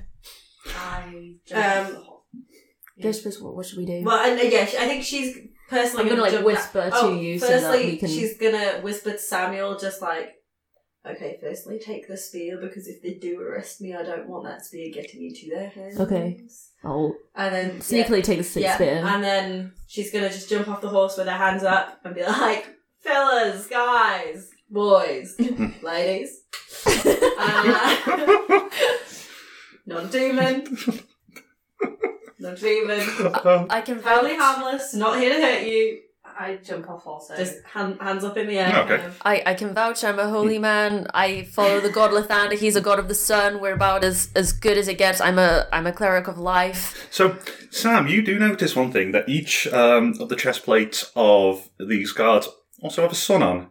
I
Um,
Geshpers, what, what should we do?
Well, and uh, yeah, she- I think she's personally
I'm gonna like Oh,
jump
whisper
down- Oh,
to you so
Firstly,
that we can.
she's gonna whisper to Samuel, just like, okay, firstly, take the spear because if they do arrest me, I don't want that spear getting into their hands.
Okay. I'll
And then yeah,
sneakily take the six
yeah,
bit.
and then she's gonna just jump off the horse with her hands up and be like, fellas, guys, boys, ladies, uh, non-demon, non-demon.
I can
Totally
vote.
harmless, not here to hurt you. I jump off also. Just hand, hands up in the air.
Okay.
I, I can vouch I'm a holy man. I follow the god Lathander. He's a god of the sun. We're about as, as good as it gets. I'm a I'm a cleric of life.
So, Sam, you do notice one thing that each um, of the chest plates of these guards also have a sun on.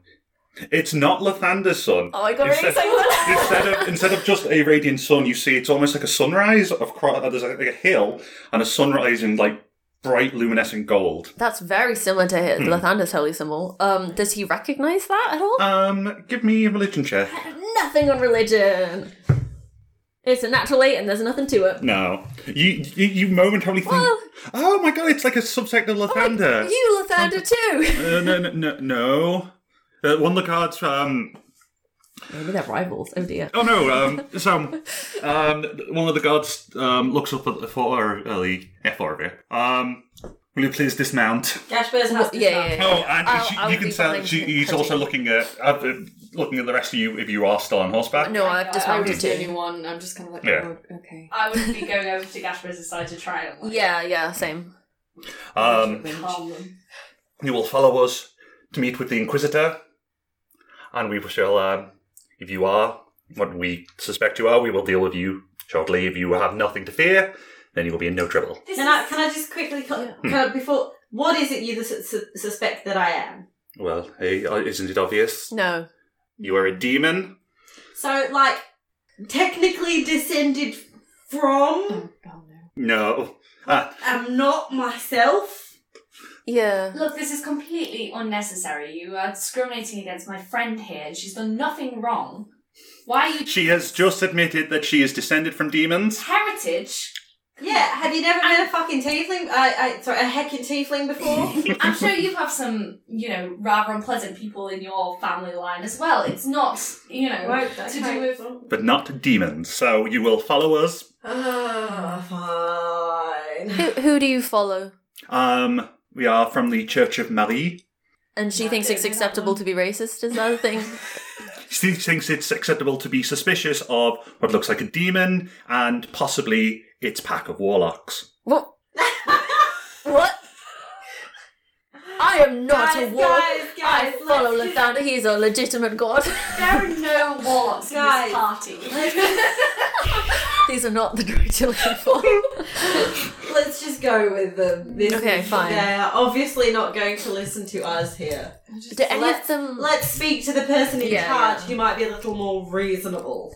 It's not Lathander's sun.
Oh, I got really
[LAUGHS]
excited.
instead of instead of just a radiant sun, you see it's almost like a sunrise of cro- uh, there's like a hill and a sunrise in like bright luminescent gold.
That's very similar to his, Lathander's holy symbol. Um, does he recognize that at all?
Um, give me a religion check.
nothing on religion. It's a natural eight, and there's nothing to it.
No, you you, you momentarily think,
Well- Oh
oh my god, it's like a subsect of Lathander.
You Lathander too.
Uh, no, no, no, no. Uh, one of the cards. Um,
Maybe they're rivals. Oh dear.
oh no. Um, so, um, one of the guards um, looks up at uh, for early Ethorbia. Um, will you please dismount?
Gashbirds has
Well,
to
yeah,
stop.
yeah, yeah.
Oh, and
I'll-
she,
I'll
you can
be
tell
behind
she,
you.
he's also looking at uh, uh, looking at the rest of you if you are still on horseback.
No, I've
I
dismounted
was the only
too.
one. I'm just kind of like,
Yeah.
oh, okay.
I would be going
[LAUGHS]
over to Gashbirds' side to try and like,
Yeah, yeah, same.
calm
Um,
[LAUGHS]
them.
you will follow us to meet with the Inquisitor, and we shall. Um, if you are what we suspect you are, we will deal with you shortly. If you have nothing to fear, then you will be in no trouble.
Can I can I just quickly cut, cut before? What is it you su- su- suspect that I am?
Well, eh, isn't it obvious?
No.
You are a demon.
So like technically descended
Oh,
oh,
from.
No. Ah,
am not myself. [SIGHS]
Yeah.
Look, this is completely unnecessary. You are discriminating against my friend here, and she's done nothing wrong. Why are you
she has just admitted that she is descended
[LAUGHS]
from demons.
heritage?
Yeah, have you never been a fucking tiefling? I, I sorry, a heckin' tiefling [LAUGHS] before.
I'm sure you have some, you know, rather unpleasant people in your family line as well. It's not, you know, to do with.
But not demons. So you will follow us.
Ah, fine.
Who who do you follow?
Um, we are from the Church of Marie.
And she
No, I
thinks
don't
it's
know that
acceptable
one.
to be racist. Is that
[LAUGHS]
a thing?
She thinks it's acceptable to be suspicious of what looks like a demon and possibly its pack of warlocks.
what? What? I am not
Guys,
a war.
guys,
I
guys,
follow
let's-
Lathander. He is a legitimate god. [LAUGHS]
There are no warlocks in
Guys.
this party.
These are not the droids you're
[LAUGHS]
looking for.
Let's just go with them. This
Okay,
is-
fine.
They are obviously not going to listen to us here.
Do any
Let's-
of them?
Let's speak to the person in
Yeah,
charge
yeah.
who might be a little more reasonable.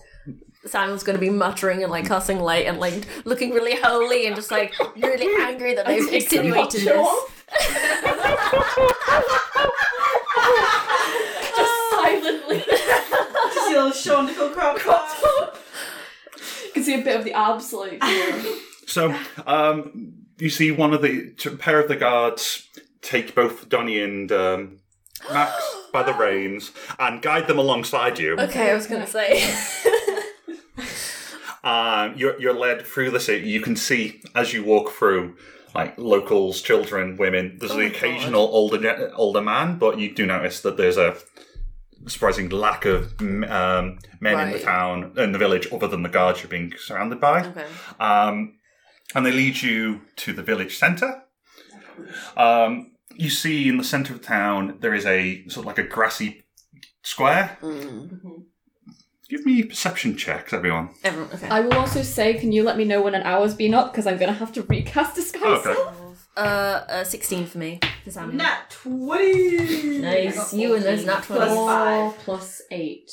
Simon's going to be muttering and like cussing late and like looking really holy and just like really
[LAUGHS]
angry that they've insinuated this.
Just silently.
Just your little Sean Nicole
[LAUGHS]
crop top.
You can see a bit of the abs, like.
So, um, you see one of the t- pair of the guards take both Donnie and um, Max by the reins and guide them alongside you.
Okay, I was going
[LAUGHS]
to say.
Um, you're you're led through the city. You can see as you walk through, like locals, children, women. There's the occasional older older older man, but you do notice that there's a surprising lack of mm, um, men in the
Right.
town in the village, other than the guards you're being surrounded by. Um, and they lead you to the village centre. Um, you see in the centre of town there is a sort of like a grassy square. Give me perception checks, everyone.
Everyone, okay.
I will also say, can you let me know when an hour's been up? Because I'm going to have to recast Disguise
Okay.
Self.
Uh, uh, 16 for me. For Samuel.
Nat 20!
Nice.
You and those nat
Plus
20s.
five.
Plus eight.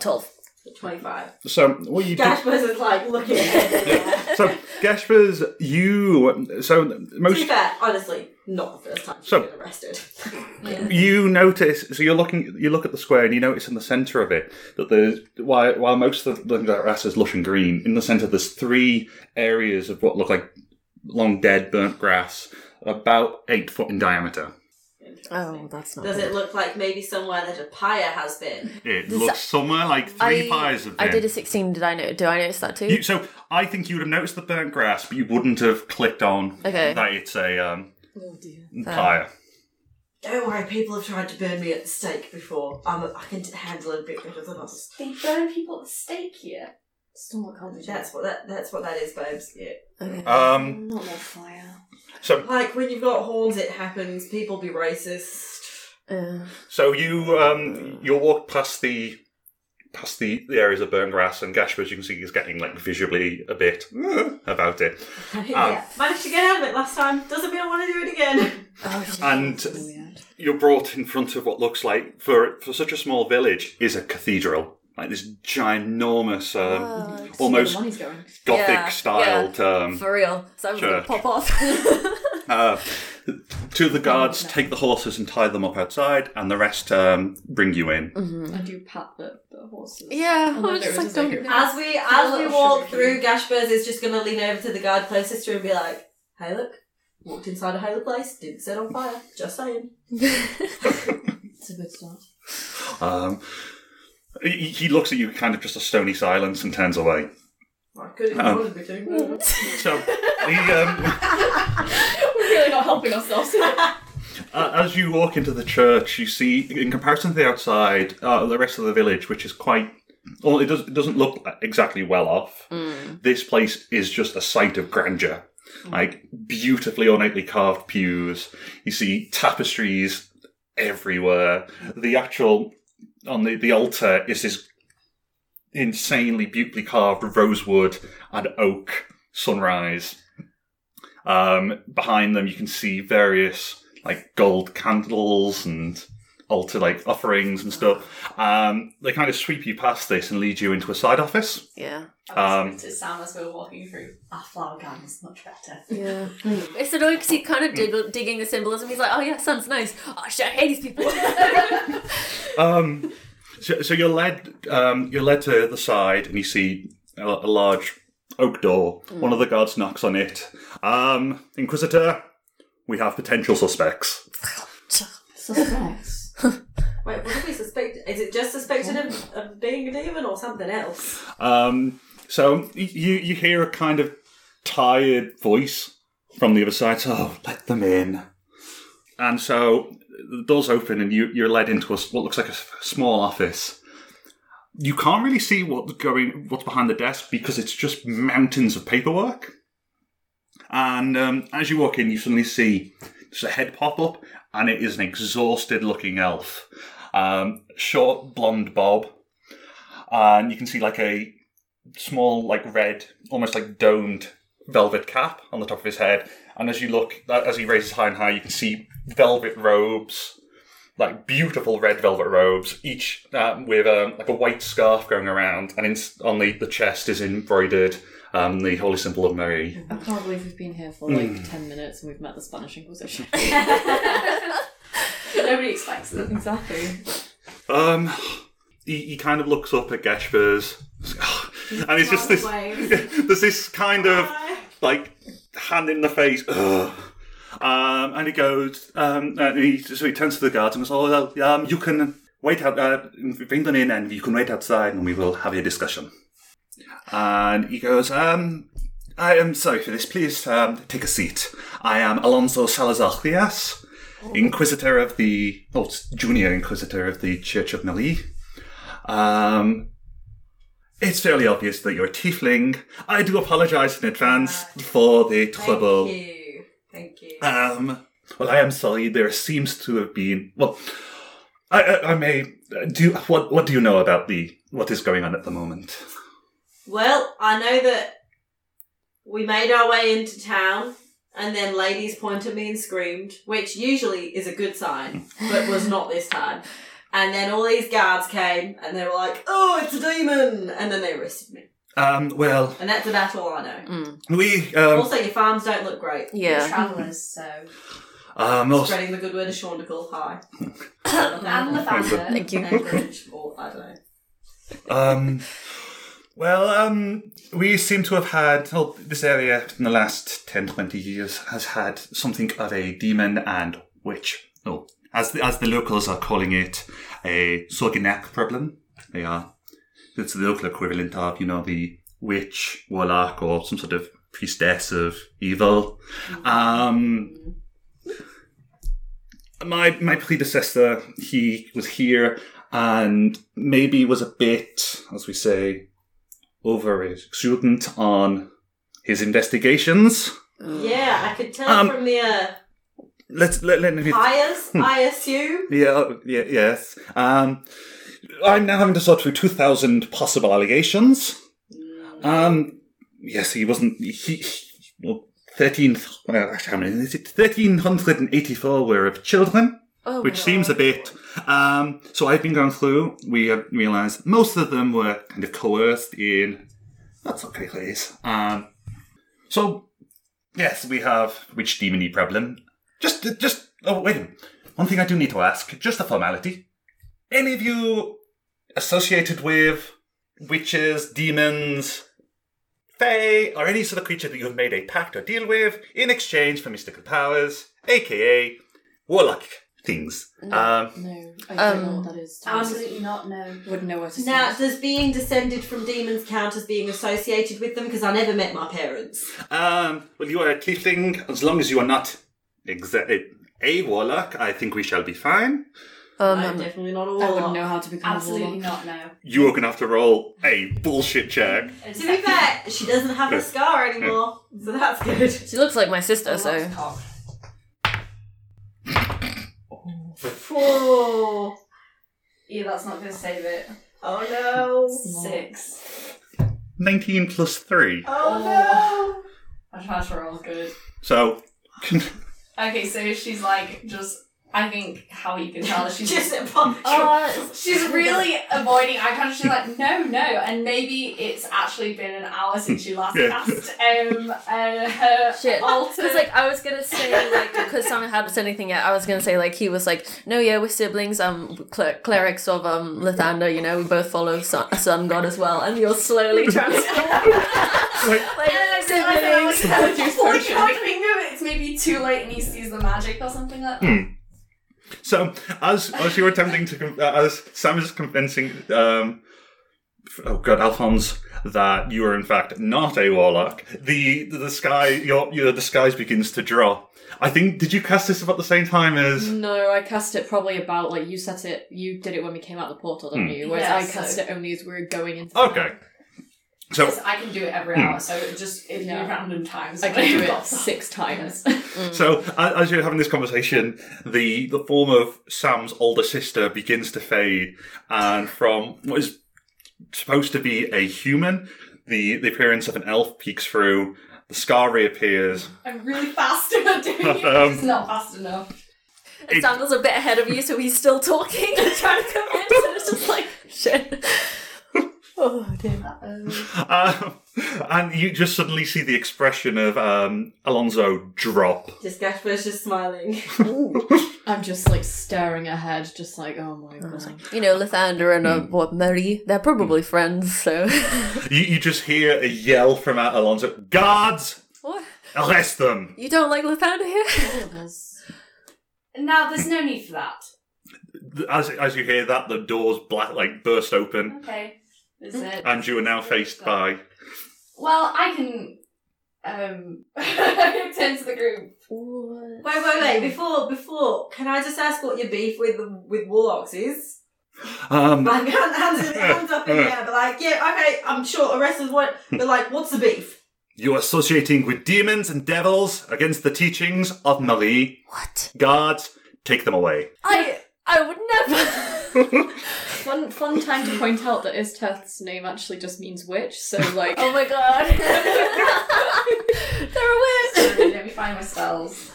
12.
25.
So what you do?
Gash is like looking at
[LAUGHS]
it.
so Gashpers, you so
To be
most
fair, honestly, not the first time she's
So-
been arrested. [LAUGHS]
you notice so you're looking you look at the square and you notice in the center of it that there's while while most of the the grass is lush and green in the center there's three areas of what look like long dead burnt grass about eight foot in diameter.
Oh, that's not
Does
good.
it look like maybe somewhere that a pyre has been?
It
Does
looks somewhere like three
I-
pies of
I did a 16. Did I know? Do I notice that too?
you, so I think you would have noticed the burnt grass, but you wouldn't have clicked on
Okay.
that it's a um,
Oh,
Fair.
pyre.
Don't worry, people have tried to burn me at the stake before. I'm a, I can handle it a bit better than others.
They burn people at the stake here.
That's what that, that's what that is, babes. Yeah.
Okay.
Um,
Not more fire.
So,
Like when you've got horns, it happens. People be racist.
Uh,
so you um, you'll walk past the past the, the areas of burnt grass and Gash, as you can see, is getting like visually a bit "Ugh," about it. Ah.
yeah, managed to get out of it last time. Doesn't mean I want to do it again.
Oh, [LAUGHS]
And you're brought in front of what looks like for for such a small village is a cathedral, like this ginormous, um, almost gothic
Yeah,
styled. Um,
for real. Someone's gonna
Church.
pop [LAUGHS] off.
Uh, two of the
Mm.
guards take the horses and tie them up outside, and the rest um, bring you in.
Mm-hmm.
I do pat the, the horses.
Yeah,
And
I
then
was
there
just
is
like,
a
don't-
second-
As we as we walk through, Gashbers is just going to lean over to the guard closest to her and be like, "Hey, look, walked inside a halo place, didn't set on fire. Just saying." It's a good start.
Oh.
Um, he, he looks at you kind of just a stony silence and turns away.
I couldn't
Oh.
bother be doing that.
So, the, um,
[LAUGHS] We're really not helping ourselves.
[LAUGHS] Uh, as you walk into the church, you see, in comparison to the outside, uh, the rest of the village, which is quite. Well, it, does, it doesn't look exactly well off.
Mm,
This place is just a site of grandeur. Like beautifully ornately carved pews. You see tapestries everywhere. The actual. On the, the altar is this insanely beautifully carved rosewood and oak sunrise. Um, behind them, you can see various like gold candles and altar like offerings and stuff. Um, they kind of sweep you past this and lead you into a side office.
yeah,
Um,
to Sam as we were walking through. Our flower garden is much better.
yeah. It's annoying because he kind of dig- digging the symbolism. He's like, oh yeah, sounds nice. Oh shit, I hate these people.
Um, so, so you're led um, you're led to the side and you see a, a large oak door. One of the guards knocks on it. Um, Inquisitor, we have potential suspects.
Suspects.
Wait, what do we suspect? Is it just suspected of, of being a demon or something else?
Um, so y- you you hear a kind of tired voice from the other side. So let them in. And so the doors open, and you you're led into a s what looks like a s- small office. You can't really see what's going what's behind the desk because it's just mountains of paperwork. And um, as you walk in, you suddenly see just a head pop up, and it is an exhausted looking elf, um, short blonde bob, and you can see like a small like red almost like domed velvet cap on the top of his head and as you look as he raises high and high you can see velvet robes like beautiful red velvet robes each um, with um, like a white scarf going around and in, on the, the chest is embroidered um, the holy symbol of mary
I can't believe we've been here for like
Mm.
10 minutes and we've met the Spanish
[LAUGHS]
Inquisition.
[LAUGHS] Nobody expects them.
exactly.
um he, he kind of looks up at geshpers [LAUGHS] and it's just this [LAUGHS] there's this kind of like hand in the face. Ugh. Um, and he goes, um, and he, so he turns to the guards and goes, "Oh, well, um, you can wait out. Uh, bring them in, and you can wait outside, and we will have a discussion." And he goes, um, "I am sorry for this. Please um, take a seat. I am Alonso Salazar Diaz,
Oh.
Inquisitor of the, oh, Junior Inquisitor of the Church of Mali. Um, it's fairly obvious that you're a tiefling. I do apologise in advance for the
Thank
trouble."
you. Thank you.
Um, well, I am sorry. There seems to have been. Well, I, I, I may. Do you- what? What do you know about the what is going on at the moment?
Well, I know that we made our way into town and then ladies pointed at me and screamed, which usually is a good sign, but was not this time. And then all these guards came and they were like, oh, it's a demon! And then they arrested me.
Um, well,
And that's about all I know.
we. Um,
Also, your farms don't look great.
Mm, [LAUGHS] yeah.
Travellers, so.
um, also-
Spreading the good word of Shaundical, hi. [LAUGHS]
And the founder.
Thank you.
And Grinch, or I don't know.
um, well, um, we seem to have had. Well, this area in the last 10, 20 years has had something of a demon and witch. Oh, as the, as the locals are calling it, a Sorginak problem. They are. It's the local equivalent of, you know, the witch, warlock, or some sort of priestess of evil. Um, my my predecessor, he was here and maybe was a bit, as we say, over exuberant on his investigations.
Yeah, I could tell
Um,
from the uh,
Let's let let me.
bias, I assume.
Yeah, oh, yeah, yes. Um, I'm now having to sort through 2,000 possible allegations. Um, yes, he wasn't. He, he- well, 13, well, actually, how many is it? 1,384 were of children,
Oh,
which seems a bit. Um, so I've been going through, we have realised most of them were kind of coerced in. That's okay, please. Um, so, yes, we have witch demony problem. Just, just, oh, wait a minute. One thing I do need to ask, just a formality. Any of you associated with witches, demons, fae, or any sort of creature that you have made a pact or deal with in exchange for mystical powers, aka warlock things? Um,
No, I don't know
Um,
what that is.
Absolutely not, no.
Wouldn't know what it is.
Now, does being descended from demons count as being associated with them? Because I never met my parents.
um, well, you are a tiefling. As long as you are not exa- eh, a warlock, I think we shall be fine.
I'm
Um,
definitely not a
Oh, I wouldn't
warlock.
know how to become a
Absolutely
warlock.
not, no.
You are going to have to roll a bullshit check.
To be fair, she doesn't have a scar anymore, so that's good.
she looks like my sister, so Oh,
Four. Yeah, that's not going to save it.
Oh no.
Six.
19 plus 3.
Oh, no. My trash are all good.
So, [LAUGHS]
Okay, so she's like just. I think how you can tell is [LAUGHS] she's
Just a pop.
Oh,
[LAUGHS]
she's really avoiding eye contact. She's like, no, no, and maybe it's actually been an hour since she last
[LAUGHS] Yeah.
cast um uh,
[LAUGHS]
her [LAUGHS]
Shit.
alter.
Because like I was gonna say like because Simon hadn't said anything yet, I was gonna say like he was like, no, yeah, we're siblings. Um, cler- clerics of um Lathander. You know, we both follow sun- a sun god as well, and you're [LAUGHS] slowly transforming. [LAUGHS] like siblings.
[LAUGHS] Before he can't think of it, it's maybe too late and he sees the magic or something like that.
So as as you were attempting to con- uh, as Sam is convincing um f- oh god Alphonse that you are in fact not a warlock the the sky your your disguise begins to drop. I think did you cast this about the same time as
No, I cast it probably about like you set it. You did it when we came out the portal, didn't you? Whereas
Yeah,
I cast
so-
it only as we were going into.
okay so Hmm.
Because I can do it every hour, so it just it'd
Yeah.
be random times.
I
when
can do it
pops up.
six times.
so a- as you're having this conversation the the form of Sam's older sister begins to fade and from what is supposed to be a human the the appearance of an elf peeks through the scar reappears
[LAUGHS] I'm really fast at doing it.
[LAUGHS] Um,
it's not fast enough.
And Sandal's a bit ahead of you, so he's still talking and trying to convince. And it's just like shit. Oh damn.
Um, and you just suddenly see the expression of um, Alonso drop.
Just Gasper's
[LAUGHS]
just smiling.
I'm just like staring ahead, just like oh my god.
You know, Lathander and uh, what Marie, they're probably friends. So [LAUGHS]
You, you just hear a yell from out Alonso Guards!
What?
Arrest them!
you don't like Lathander
[LAUGHS]
here?
Now there's no need for that.
As, as you hear that, the doors black like burst open,
Okay. Is it?
Hmm. and you are now faced by.
Well, I can um [LAUGHS] turn to the group.
Wait, wait, wait. Before, before, can I just ask what your beef with with warlocks is?
Um,
Like, hand- hands, hands up in the air, but like, yeah, okay, I'm sure arrest is what, but like, what's the beef?
you are associating with demons and devils against the teachings of Marie.
What?
Guards, take them away.
I I would never.
Fun fun time to point out that Isteth's name actually just means witch. So like
[LAUGHS] oh my god. [LAUGHS] they're a witch.
Sorry, Let me find my spells.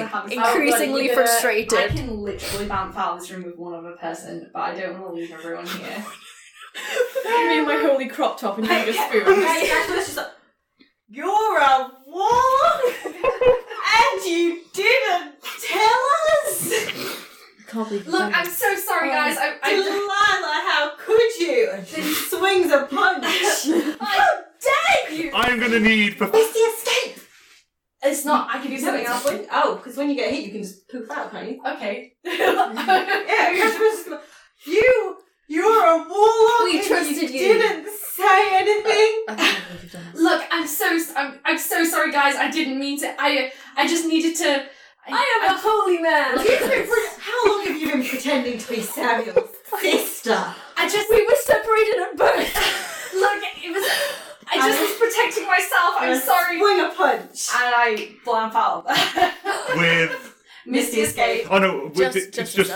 Because I haven't-
increasingly
I've got-
frustrated.
I can literally bamf out of this room with one other person, but I don't want to leave everyone [LAUGHS] here.
you mean my holy crop top and
Hey,
being a
hey,
spoon?
hey, Gasper's just like, you're a warlock, and you didn't tell us.
can't believe
Look, I'm so sorry,
Um,
guys. I, I,
Delilah, how could you? And she swings a punch.
I,
Dang you!
I'm gonna need.
Where's the escape?
it's not. I can do something else.
When, oh, because when you get hit, you can just poof out, can't you?
Okay.
[LAUGHS]
Yeah, Gasper's just like, you, you're a warlock.
We
and
trusted you."
Didn't say anything. [LAUGHS]
Look, I'm so s- I'm, I'm so sorry, guys. I didn't [LAUGHS] mean to. I I just needed to.
I am a holy man.
You've been pre- How long have you been pretending to be Samuel's sister?
I just
we were separated at birth.
look. It was. I just was protecting myself. I'm sorry.
Swing a punch.
And I
I blamp
[LAUGHS]
out?
With
Misty escape.
oh no, with,
Just-
it's
just
just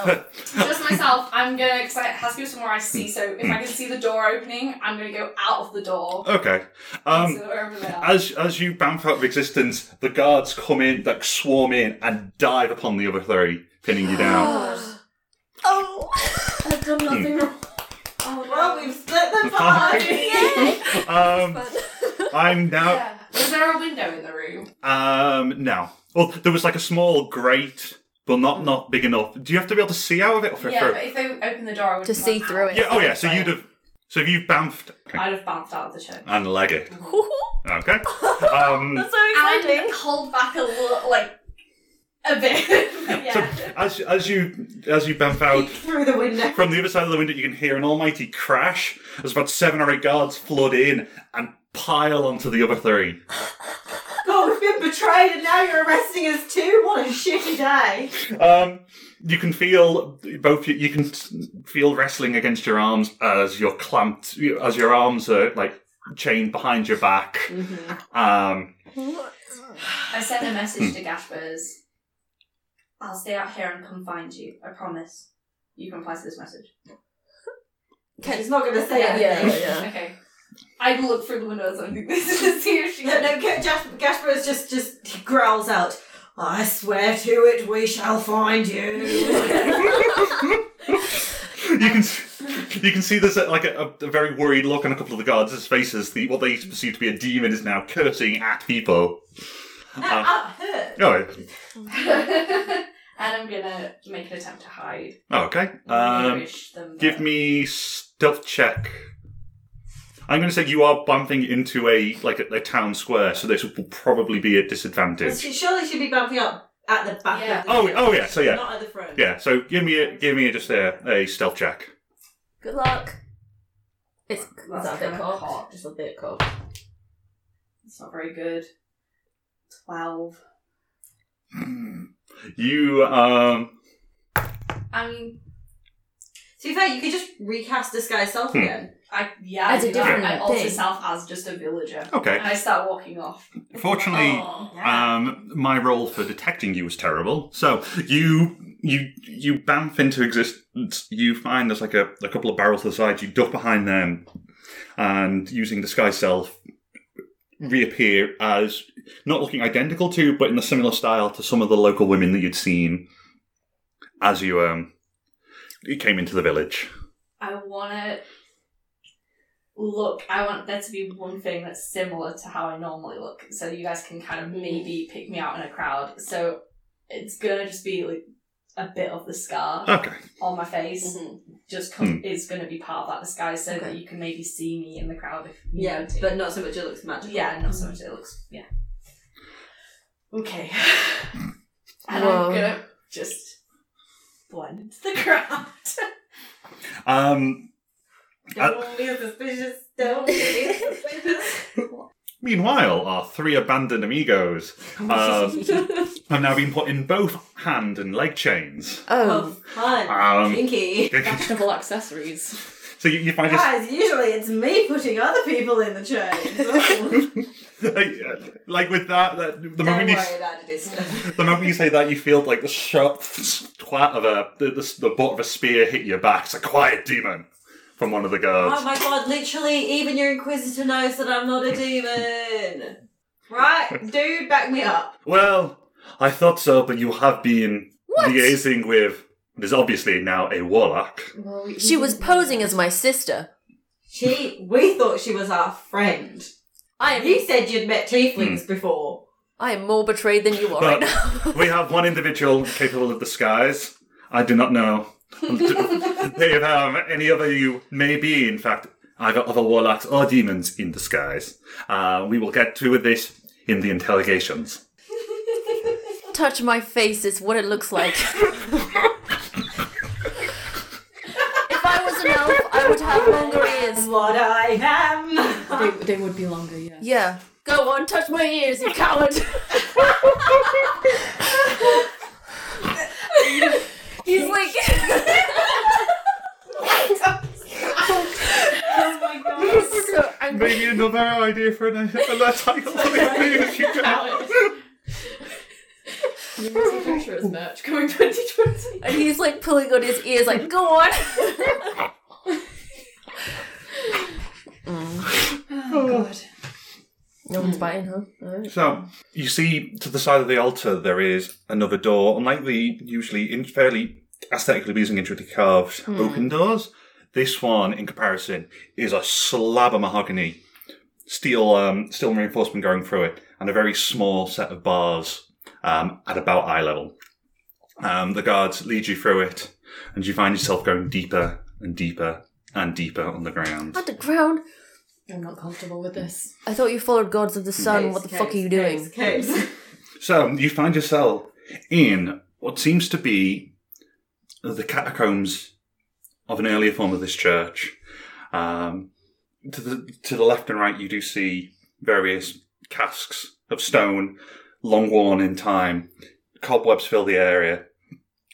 Just myself, I'm gonna, because it has to be somewhere I see, so if I can see the door opening, I'm gonna go out of the door.
[LAUGHS] okay.
Um,
Um,
wherever they are.
as as you bounce out of existence, the guards come in, like swarm in, and dive upon the other three, pinning you down. [LAUGHS]
Oh, I've done nothing wrong.
Oh,
Well, we've split them
um, I'm now.
Yeah. Was there a window in the room?
Um, no. Well, there was like a small grate, but not not big enough. Do you have to be able to see out of it? Or for,
yeah,
for-
but if they open the door, I would
To see through it.
yeah. Oh yeah. So you'd have. So if you've bounced
I'd have bounced out of the church.
and leg it.
That's
Okay. Um,
so
And I'd
exciting.
hold back a little, like, a bit. [LAUGHS] yeah.
So as as you as you bump out
through the window. [LAUGHS]
from the other side of the window, you can hear an almighty crash as about seven or eight guards flood in and pile onto the other three.
God, we've been betrayed and now you're arresting us too? What a shitty day.
Um, you can feel both. You, you can feel wrestling against your arms as you're clamped, as your arms are like chained behind your back. Um,
I sent a message to Gaspers. I'll stay out here and come find you. I promise. You can reply to this message.
She's not going to say
Yeah,
anything.
yeah,
[LAUGHS]
yeah.
Okay. I'd look through the windows and think this is [LAUGHS] see if
[LAUGHS]
she
No, no, Ga- Jas- Gasper is just, just he growls out, I swear to it, we shall find [LAUGHS] you.
you can you can see there's a, like a, a very worried look on a couple of the guards' faces. The, what they perceive to be a demon is now cursing at people.
Ah, ah, her.
Oh,
and I'm gonna make an attempt to hide.
Oh, okay. Um,
Nourish them
give me stealth check. I'm going to say you are bumping into a like a, a town square, so this will probably be at
Well,
disadvantage.
she, surely she'd be bumping up at the back
Yeah.
of the
Oh, oh yeah. So yeah,
Not at the front.
yeah. So give me a, give me a, just a, a stealth check.
Good luck. It's
That's
is that a bit
kinda
cold?
hot.
Just a bit cold.
It's not very good. Twelve.
You um
I mean,
To be fair, you could just recast Disguise Self
Hmm.
again.
I yeah.
As
I
a
do that.
different
I alter
thing.
self as just a villager.
okay.
And I start walking off.
Fortunately,
Oh.
um, my role for detecting you was terrible. So you you you bamf into existence. You find there's like a, a couple of barrels to the side. You duck behind them, and using disguise self, reappear as not looking identical to, but in a similar style to some of the local women that you'd seen as you um you came into the village.
I want to look. I want there to be one thing that's similar to how I normally look, so you guys can kind of maybe pick me out in a crowd. So it's gonna just be like a bit of the scar
Okay.
on my face.
Mm-hmm.
Mm-hmm.
Just
Hmm.
come, is going to be part of that disguise, so that
Okay.
you can maybe see me in the crowd if you
Yeah,
want to.
but not so much it looks magical.
yeah, not so much. It looks yeah. Okay, [LAUGHS] and
Whoa.
I'm gonna just blend into the crowd. [LAUGHS]
Um.
Don't be suspicious. Don't be [LAUGHS] suspicious.
Meanwhile, our three
[LAUGHS]
abandoned amigos um, have now been put in both hand and leg chains.
oh,
Oh,
fun. [LAUGHS]
Um,
Kinky.
Fashionable accessories.
so you, you
[LAUGHS]
find just
Guys, usually it's me putting other people in the [LAUGHS] chains.
like, uh, [LAUGHS] like with that, that the
Don't
moment you
worry about it, Disco.
the moment you say that, you feel like the sharp twat of a the, the, the butt of a spear hit your back. It's a quiet demon from one of the
Oh
guards.
my god, literally, even your inquisitor knows that I'm not a demon. Right? Dude, back me up.
Well, I thought so, but you have been
What?
liaising with. There's obviously now a warlock.
Well, we-
she
we
was
didn't-
posing as my sister.
She, we thought she was our friend.
I am.
You said you'd met tieflings before.
I am more betrayed than you are right
But-
now. [LAUGHS]
We have one individual capable of disguise. I do not know [LAUGHS] if um, any other you may be. In fact, I got other warlocks or demons in disguise. Uh, we will get to this in the interrogations.
Touch my face is what it looks [LAUGHS] like. if I was an elf, I would have longer ears.
What I am.
They, they would be longer, yeah.
Yeah. Go on, touch my ears, you coward. He's like. [LAUGHS] so angry.
Maybe another idea for an, another title.
You must be picture as merch [LAUGHS] coming 2020.
And he's like pulling on his ears, like, go on. Mm.
Oh, God.
No one's biting, huh? Alright.
So you see to the side of the altar there is another door, unlike the usually in fairly aesthetically pleasing, intricately carved open doors. This one, in comparison, is a slab of mahogany, steel um, steel reinforcement going through it, and a very small set of bars um, at about eye level. Um, the guards lead you through it, and you find yourself going deeper and deeper and deeper underground.
Underground.
I'm not comfortable with this.
I thought you followed gods of the sun. what the fuck are you doing?
So you find yourself in what seems to be the catacombs of an earlier form of this church. Um, to the to the left and right, you do see various casks of stone, long worn in time. Cobwebs fill the area,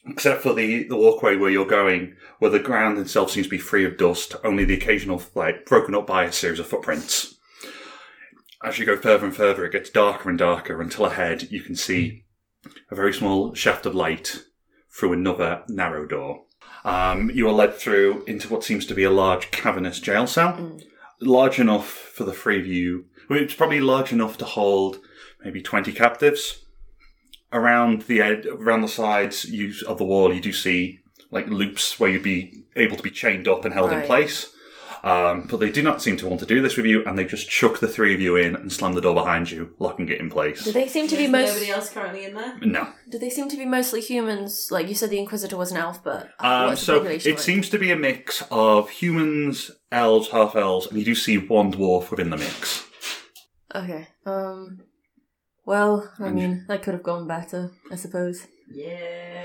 except for the, the walkway where you're going, where the ground itself seems to be free of dust, only the occasional like broken up by a series of footprints as you go further and further, it gets darker and darker until ahead you can see a very small shaft of light through another narrow door. Um, you are led through into what seems to be a large cavernous jail cell, large enough for the three of you. Well, it's probably large enough to hold maybe twenty captives. Around the ed- around the sides you, of the wall, you do see like loops where you'd be able to be chained up and held in
Right.
place. Um, but they do not seem to want to do this with you, and they just chuck the three of you in and slam the door behind you, locking it in place.
Do they seem to be
There's
most?
nobody else currently in there.
No.
Do they seem to be mostly humans? Like you said, the Inquisitor was an elf, but
Um,
what's the
so it
population like?
seems to be a mix of humans, elves, half elves, and you do see one dwarf within the mix.
Okay. Um. Well, I
And-
mean, that could have gone better, I suppose.
Yeah.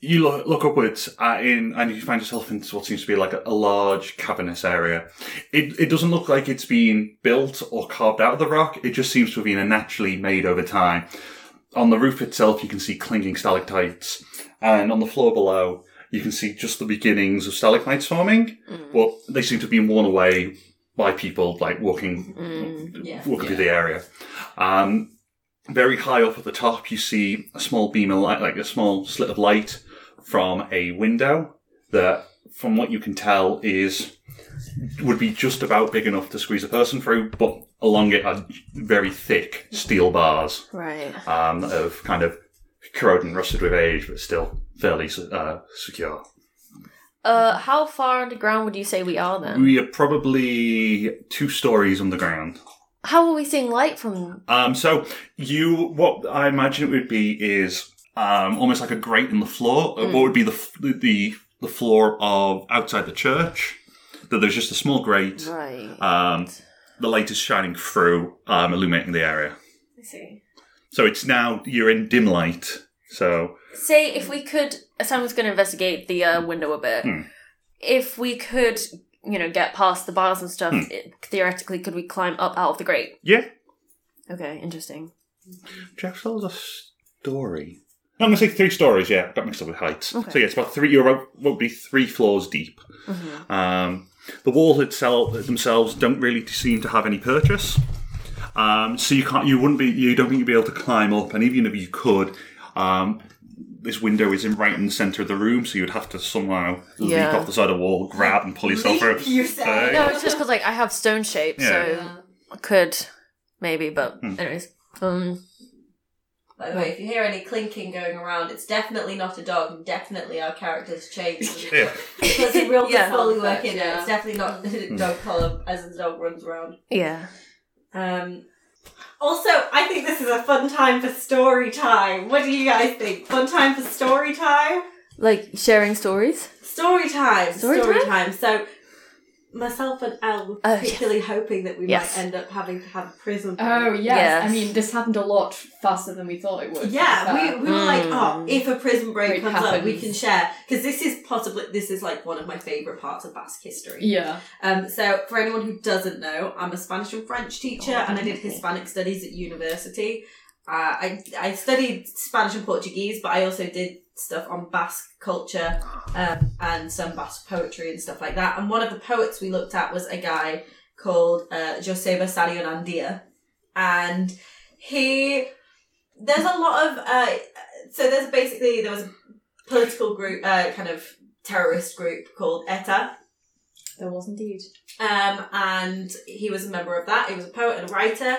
You look, look upwards uh, in, and you find yourself in what seems to be like a, a large cavernous area. It, it doesn't look like it's been built or carved out of the rock. It just seems to have been naturally made over time. On the roof itself, you can see clinging stalactites, and on the floor below, you can see just the beginnings of stalagmites forming.
Mm,
But they seem to have been worn away by people like walking
mm,
Yeah.
walking through the area. Um, very high up at the top, you see a small beam of light, like a small slit of light from a window that, from what you can tell, is would be just about big enough to squeeze a person through, but along it are very thick steel bars
Right.
um, of kind of corroded and rusted with age, but still fairly uh, secure.
Uh, how far underground would you say we are then?
We are probably two stories underground.
How are we seeing light from?
Um, so you, what I imagine it would be is um, almost like a grate in the floor. uh
Hmm.
What would be the f- the the floor of outside the church? That there's just a small grate.
Right.
Um, the light is shining through, um, illuminating the area.
I see.
So it's now you're in dim light. So
Say if we could, Simon's going to investigate the uh, window a bit.
Hmm.
If we could, you know, get past the bars and stuff,
Hmm.
it, theoretically, could we climb up out of the grate?
yeah,
Okay, interesting.
Jeff tells a story. No, I'm gonna say three stories. Yeah, I got mixed up with heights.
Okay.
So yeah, it's about three. You're about, would be three floors deep.
Mm-hmm.
Um, the walls itself themselves don't really seem to have any purchase. Um, so you can't. You wouldn't be. You don't think you'd be able to climb up. And even if you could, um, this window is in right in the center of the room, so you'd have to somehow
Yeah.
leap off the side of the wall, grab, and pull yourself up.
you say.
No, it's just because like I have stone shape,
Yeah.
so I could maybe, but anyways, um,
By the way, if you hear any clinking going around, it's definitely not a dog, and definitely our characters change.
Yeah.
There's a real
Yeah.
folly work in there.
Yeah.
It's definitely not a dog collar as the dog runs around.
yeah.
Um, also, I think this is a fun time for story time. What do you guys think? Fun time for story time?
Like sharing stories.
Story time.
Story
Story, time? So, myself and Elle were
Oh,
particularly hoping that we
Yes.
might end up having to have a prison.
Oh, yes.
Yes.
I mean, this happened a lot faster than we thought it would.
Yeah, we, we were like,
Mm.
oh, if a prison break
Break
comes up, we
happens.
can share because this is possibly this is like one of my favorite parts of Basque history.
Yeah.
Um, so for anyone who doesn't know, I'm a Spanish and French teacher,
Oh,
and I did
okay.
Hispanic studies at university. Uh, I I studied Spanish and Portuguese, but I also did stuff on Basque culture um, and some Basque poetry and stuff like that. And one of the poets we looked at was a guy called uh, Joseba Sarionandia, and he there's a lot of uh, so there's basically there was a political group, uh, kind of terrorist group called ETA,
There was indeed.
um, and he was a member of that. He was a poet and a writer,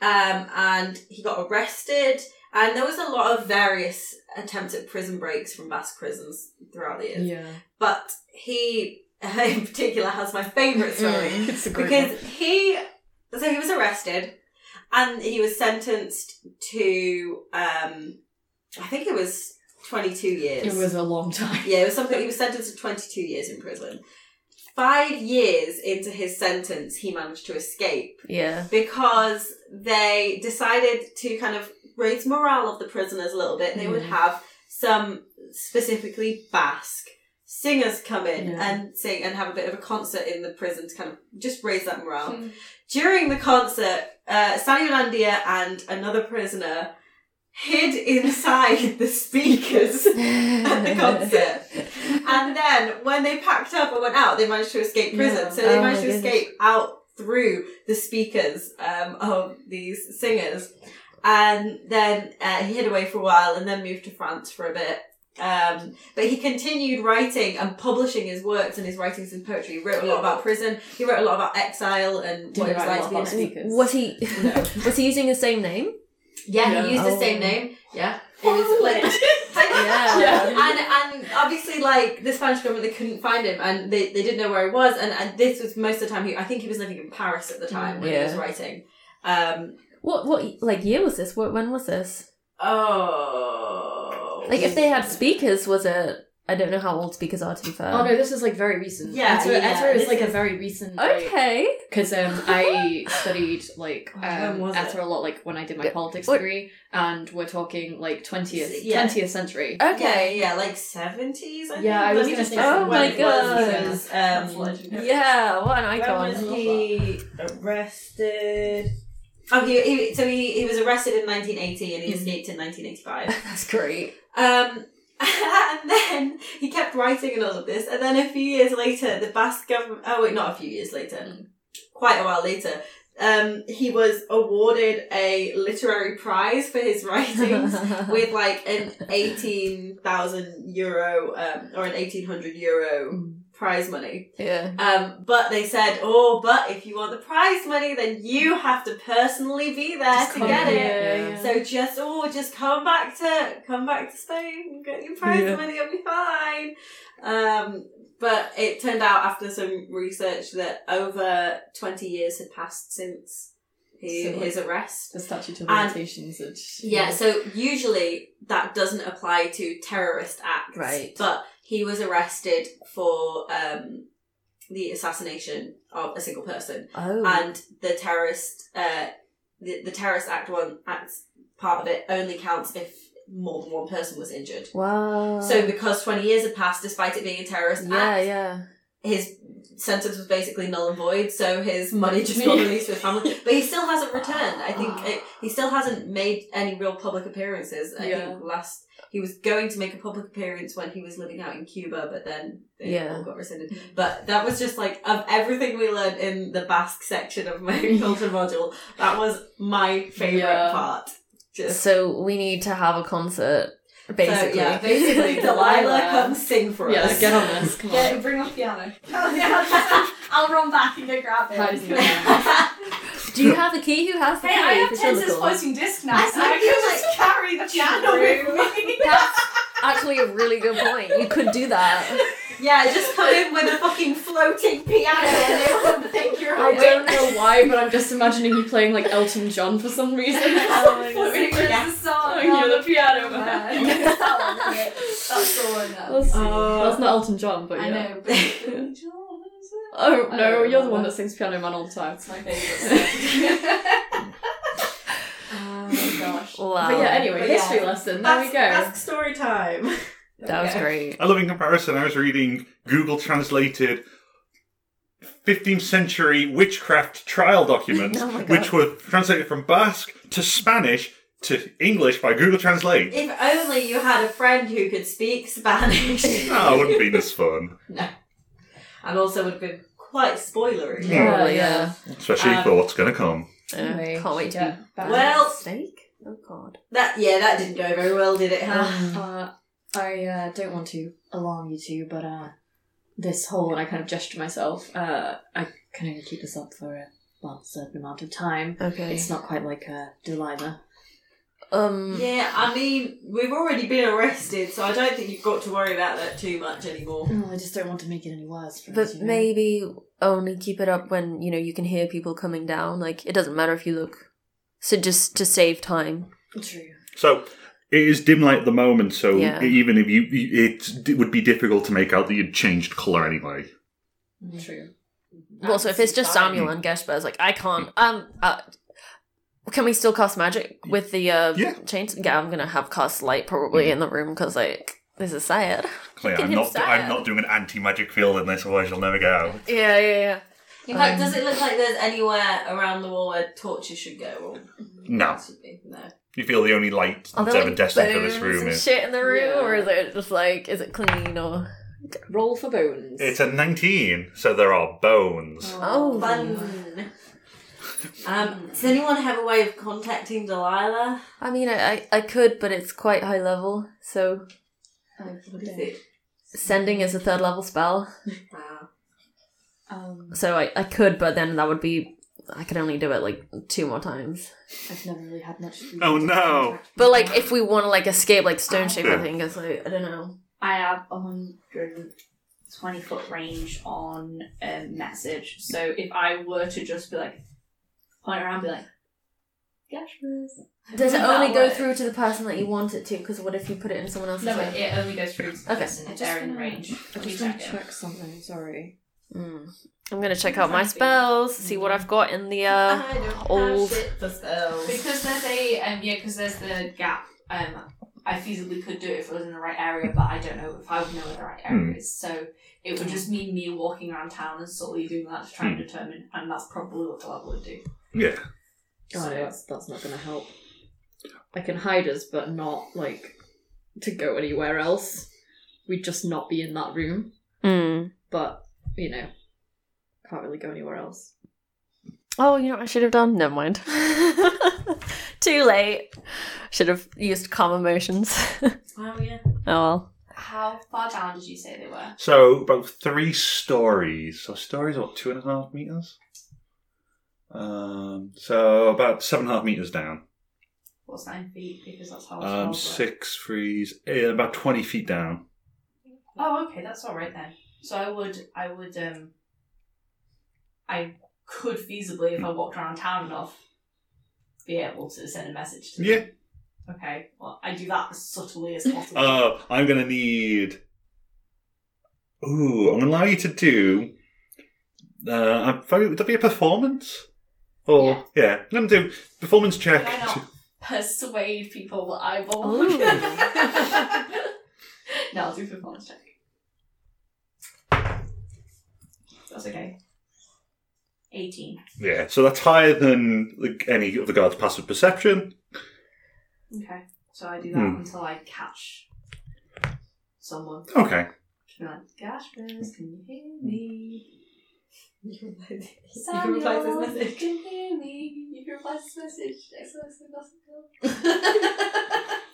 um, and he got arrested. And there was a lot of various attempts at prison breaks from Basque prisons throughout the years.
Yeah.
But he, [LAUGHS] in particular, has my favourite story
Mm. It's a
because he so he was arrested and he was sentenced to um i think it was 22 years
It was a long time.
yeah it was something he was sentenced to 22 years in prison five years into his sentence he managed to escape
Yeah.
because they decided to kind of raise morale of the prisoners a little bit and they would have some specifically basque singers come in
Yeah.
and sing and have a bit of a concert in the prison to kind of just raise that morale
[LAUGHS]
[LAUGHS]
during the concert, uh, Sally Landia and another prisoner hid inside the speakers at the concert. [LAUGHS] And then when they packed up and went out, they managed to escape prison.
Yeah.
So they
Oh
managed
my
to escape out through the speakers um, of these singers. And then uh, he hid away for a while and then moved to France for a bit. Um, but he continued writing and publishing his works and his writings and poetry. He wrote a lot about prison. He wrote a lot about exile and what it was like to be in exile.
speakers.
Was he
No.
[LAUGHS] was he using his same name?
Yeah,
Yeah.
he used the
Oh.
same name. Yeah. It was [LAUGHS] like,
Yeah.
And and obviously like the Spanish government they couldn't find him and they, they didn't know where he was and, and this was most of the time he I think he was living in Paris at the time when he was
Yeah.
writing. Um
What what like year was this? What when was this?
oh
Like if they had speakers, was it? I don't know how old speakers are to be fair.
Oh no, this is like very recent.
Yeah,
Ezra,
yeah,
Ezra is
this
like a
is-
very recent.
Okay.
Because um,
[LAUGHS]
I studied like
Oh, when
um,
was it?
Ezra a lot, like when I did my
Good.
politics
What-
degree, and we're talking like twentieth
Yeah.
twentieth century.
Okay.
Yeah, yeah, like seventies I think.
Yeah, I was
Let me
gonna
just
say
check
Oh
when
my
it was,
God.
because,
That's
um,
legendary.
Yeah, what an
When was
icon.
he arrested? Oh, he, he so he, he was arrested in 1980 and he escaped in 1985.
[LAUGHS] That's great.
Um, [LAUGHS] and then he kept writing and all of this, and then a few years later, the Basque government. Oh wait, not a few years later, quite a while later. Um, he was awarded a literary prize for his
[LAUGHS]
writings with like an 18,000 euro um, or an 1800 euro prize money.
yeah.
Um, but they said, oh, but if you want the prize money, then you have to personally be there to
come
get
here,
it.
yeah.
So just oh, just come back to come back to Spain, and get your prize
Yeah.
money, you'll be fine. Um, but it turned out after some research that over twenty years had passed since he,
So, like-
his arrest.
The statute of
And-
limitations. That,
Yeah, so usually that doesn't apply to terrorist acts.
Right.
But he was arrested for um, the assassination of a single person.
Oh.
And the terrorist uh, the, the terrorist act one act part of it only counts if more than one person was injured.
wow.
So because twenty years had passed despite it being a terrorist
yeah,
act,
yeah.
his sentence was basically null and void, so his money just got released to his family.
[LAUGHS]
But he still hasn't returned. I
Ah.
think it, he still hasn't made any real public appearances. I
Yeah.
think last he was going to make a public appearance when he was living out in Cuba, but then it
Yeah.
all got rescinded. But that was just like of everything we learned in the Basque section of
[LAUGHS]
my culture module. That was my favorite
Yeah.
part. Just.
So we need to have a concert basically.
So, yeah,
[LAUGHS]
basically, Delilah,
Delilah.
come sing for
Yeah,
us.
get on this.
[LAUGHS]
Come on.
Get, bring off piano. Oh, yeah, [LAUGHS] I'll run back and go grab
How
[LAUGHS]
does
it.
he know?
Do you have the key? Who has the
Hey,
key?
I have
It's
Tenz's
illegal.
floating disc now, so I
[LAUGHS]
I feel
can just carry the piano [LAUGHS] with me.
That's actually a really good point. You could do [LAUGHS] that.
Yeah, just come in with a fucking floating piano and they wouldn't think you're
I
awake. [LAUGHS]
don't know why, but I'm just imagining you playing like Elton John for some
[LAUGHS]
reason.
Oh,
[LAUGHS]
Floating disc
Yeah.
is the song.
Oh, yeah, the
[LAUGHS]
piano
man.
man.
That's the one. that
Let's see.
Uh,
That's not Elton John, but yeah.
I know. but- It's
Oh
I
no,
don't
you're the one
remember.
that sings Piano Man all the time.
my favourite song. oh gosh.
Wow.
But yeah, anyway,
But yeah.
history lesson. There we
Ask-
go.
Ask story time.
that was great.
I love in comparison, I was reading Google translated 15th century witchcraft trial documents,
[LAUGHS] Oh my God.
which were translated from Basque to Spanish to English by Google Translate.
If only you had a friend who could speak Spanish.
Ah, it wouldn't have been this fun.
And also would have been quite spoilery.
Oh, Yeah, yeah.
Especially for what's going to come.
Uh, Anyway,
Anyway,
can't wait to
yeah,
be
back.
Well-
steak. Oh god.
That yeah, that didn't go very well, did it? Huh?
Uh, I uh, don't want to alarm you two, but uh, this whole, and I kind of gesture myself, uh, I can only keep this up for a well, certain amount of time.
Okay.
It's not quite like uh, Delilah.
um
yeah, I mean, we've already been arrested, so I don't think you've got to worry about that too much anymore.
No, Oh, I just don't want to make it any worse for us,
but
you know?
maybe only keep it up when, you know, you can hear people coming down. Like it doesn't matter if you look. So just to save time.
True.
So it is dim light at the moment, so
Yeah.
even if you, it, would be difficult to make out that you'd changed colour anyway.
Mm.
True.
Well, so if it's just
Fine.
Samuel and Gesper, it's like I can't. Um, uh, can we still cast magic with the uh,
Yeah.
chains? Yeah, I'm gonna have cast light probably in the room because like this is sad.
Clear.
Get
I'm
him
not, I'm
sad.
not doing an anti-magic field in this, otherwise you'll never get out.
[LAUGHS] Yeah, yeah, yeah.
In fact,
Um,
does it look like there's anywhere around the wall where torture should go? Or
No.
Should be? No.
You feel the only light
Are
that's
there
ever
like
destined for this
bones
room
and
is.
shit in the room,
Yeah.
or is it just like is it clean or?
Roll for bones.
It's a 19, so there are bones.
Oh,
Fun. Um, does anyone have a way of contacting Delilah?
I mean, I, I I could, but it's quite high level, so
What is it?
sending is a third level spell.
Wow.
Um,
So I I could, but then that would be I could only do it like two more times.
I've never really had much.
Oh, no.
But like, if we want to like escape, like stone shape,
Yeah.
I think is like I don't know.
I have a hundred twenty foot range on um, message. So if I were to just be like point around, and be like, Gashmas.
Does it
Does that
only go
work?
through to the person that you want it to? Because what if you put it in someone else's?
No,
way?
it only goes through.
Okay.
Okay, they're in range.
I just want to check something. Sorry.
Mm. I'm gonna check out my spells, see what I've got in the. uh...
[LAUGHS] I don't
old-
have shit for spells.
Because there's a um yeah, because there's the gap. Um, I feasibly could do it if it was in the right area, but I don't know if I would know where the right area is. So it would just mean me walking around town and solely doing that to try and determine, and that's probably what the level would do.
Yeah.
Oh, no, that's that's not going to help.
I can hide us, but not like to go anywhere else. We'd just not be in that room.
Mm.
But you know, can't really go anywhere else.
Oh, you know what I should have done? Never [LAUGHS] mind. Too late. Should have used calm emotions. [LAUGHS] oh
Oh yeah.
well.
How far down did you say they were?
So about three stories. So stories are two and a half meters. Um, so about seven and a half meters down.
What's nine feet? Because Oh, that's how.
Um,
spells work.
six threes, eh, about twenty feet down.
Oh, okay, that's all right then. So I would, I would, um, I could feasibly, if I walked around town enough, be able to send a message to them.
Yeah.
Okay. Well, I do that as subtly
[LAUGHS]
as possible.
Uh, I'm gonna need. Ooh, I'm gonna allow you to do. Uh, I'm very, would that be a performance? Or yeah, I'm gonna do performance check.
Why not?
to-
Persuade people that I
Ooh.
belong. [LAUGHS] no, I'll do performance check. That's okay. Eighteen.
Yeah, so that's higher than like, any of the guards' passive perception.
Okay. So I do that
Hmm.
until I catch someone.
Okay.
Be like, gosh, Bruce, can you hear me?
Hmm. You can play this. You
Samuel,
can
you
play this message.
can hear me. You can reply to this message. XOXO Gossip Girl. [LAUGHS]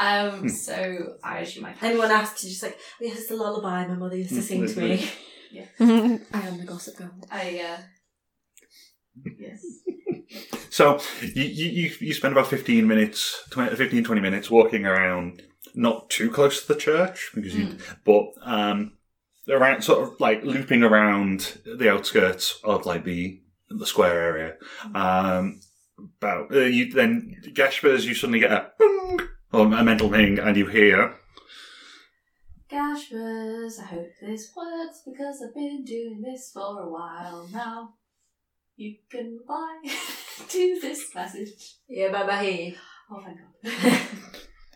um, so I assume I can.
Hmm. Anyone asks, you're just like, oh, yeah, it's a lullaby my mother used to sing to me.
[LAUGHS]
I am the gossip girl.
[LAUGHS] I, uh, yes.
So you, you, you- you spend about 15 minutes, 20, 15, 20 minutes walking around, not too close to the church, because you,
Hmm.
but um, around sort of like looping around the outskirts of like the, the square area. Um, about uh, you then, Gaspers, you suddenly get a bing, or a mental ping, and you hear.
Gashers, I hope this works because I've been doing this for a while now. You can reply [LAUGHS] to this message. [LAUGHS]
Yeah, Baba He.
Oh my god.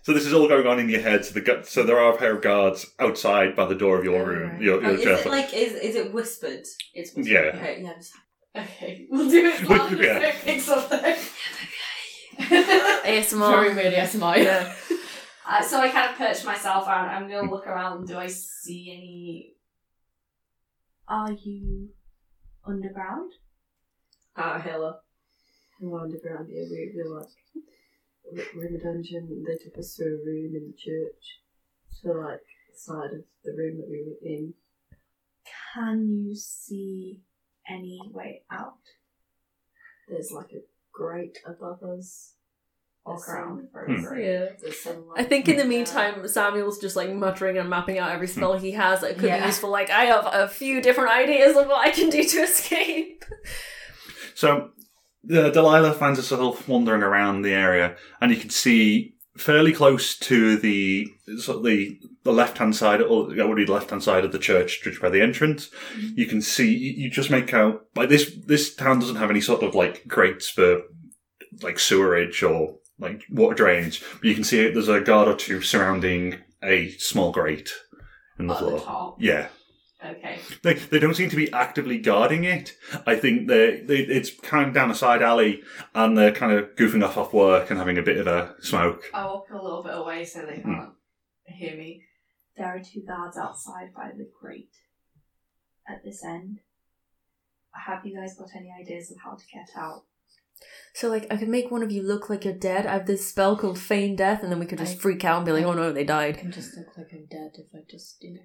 So this is all going on in your head. So the gu- so there are a pair of guards outside by the door of your room. Your, your
Oh, is
church.
it like is is it whispered?
it's
yeah.
Okay, yeah, I'm just
[LAUGHS]
Okay, we'll do it while you
Yeah.
don't pick something.
ASMR.
weird ASMR.
Yeah.
uh, so I kind of perch myself and I'm gonna look around. Do I see any? Are you underground?
Ah, hello. Hello underground, yeah, we we like we're in a dungeon. They took us to a room in the church, to like the side of the room that we were in.
Can you see any way out?
There's like a grate above us.
Or
There's
ground
some-
Hmm.
Yeah.
there's some
I
light
think in the
there.
meantime, Samuel's just like muttering and mapping out every spell he has that could
Yeah.
be useful. Like, I have a few different ideas of what I can do to [LAUGHS] escape.
So the Delilah finds herself wandering around the area, and you can see fairly close to the sort of the the left hand side, or that would be the left hand side of the church, judged by the entrance. You can see you you just make out like this. This town doesn't have any sort of like grates for like sewerage or like water drains, but you can see there's a guard or two surrounding a small grate in
Oh,
the
At
floor.
the top.
Yeah.
Okay.
They, they don't seem to be actively guarding it. I think they, they it's kind of down a side alley, and they're kind of goofing off off work and having a bit of a smoke.
I walk a little bit away so they
Hmm.
can't hear me.
There are two guards outside by the grate at this end. Have you guys got any ideas of how to get out?
So, like, I could make one of you look like you're dead. I have this spell called Feign Death, and then we could just
I-
freak out and be like, oh no, they
I
died.
can just look like I'm dead if I just, you know.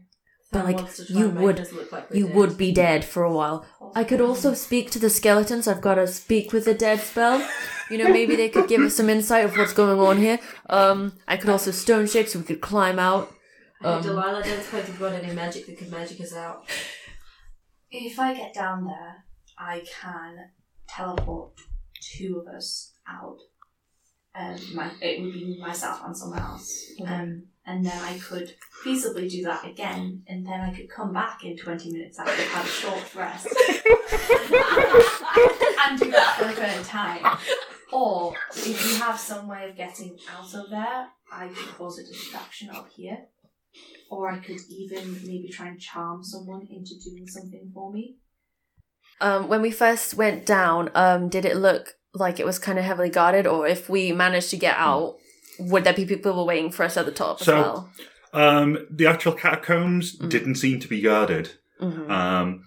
But,
Someone
like,
wants to try
you
and make
would-
us look like we're
You
dead.
would be dead for a while. I could also speak to the skeletons. I've got a speak with the dead spell. You know, maybe they could give us some insight of what's going on here. Um, I could also stone shake so we could climb out.
I think
Um,
Delilah don't suppose you've got any magic that could magic us out.
If I get down there, I can teleport two of us out. Um, my, it would be myself and someone else. Um, and then I could feasibly do that again, and then I could come back in 20 minutes after I've had a short rest. and do that for a third time. Or if you have some way of getting out of there, I could cause a distraction up here. Or I could even maybe try and charm someone into doing something for me.
Um, when we first went down, um, did it look like it was kind of heavily guarded, or if we managed to get out, would there be people who were waiting for us at the top
So-
as well?
Um, the actual catacombs
Mm.
didn't seem to be guarded.
Mhm.
Um,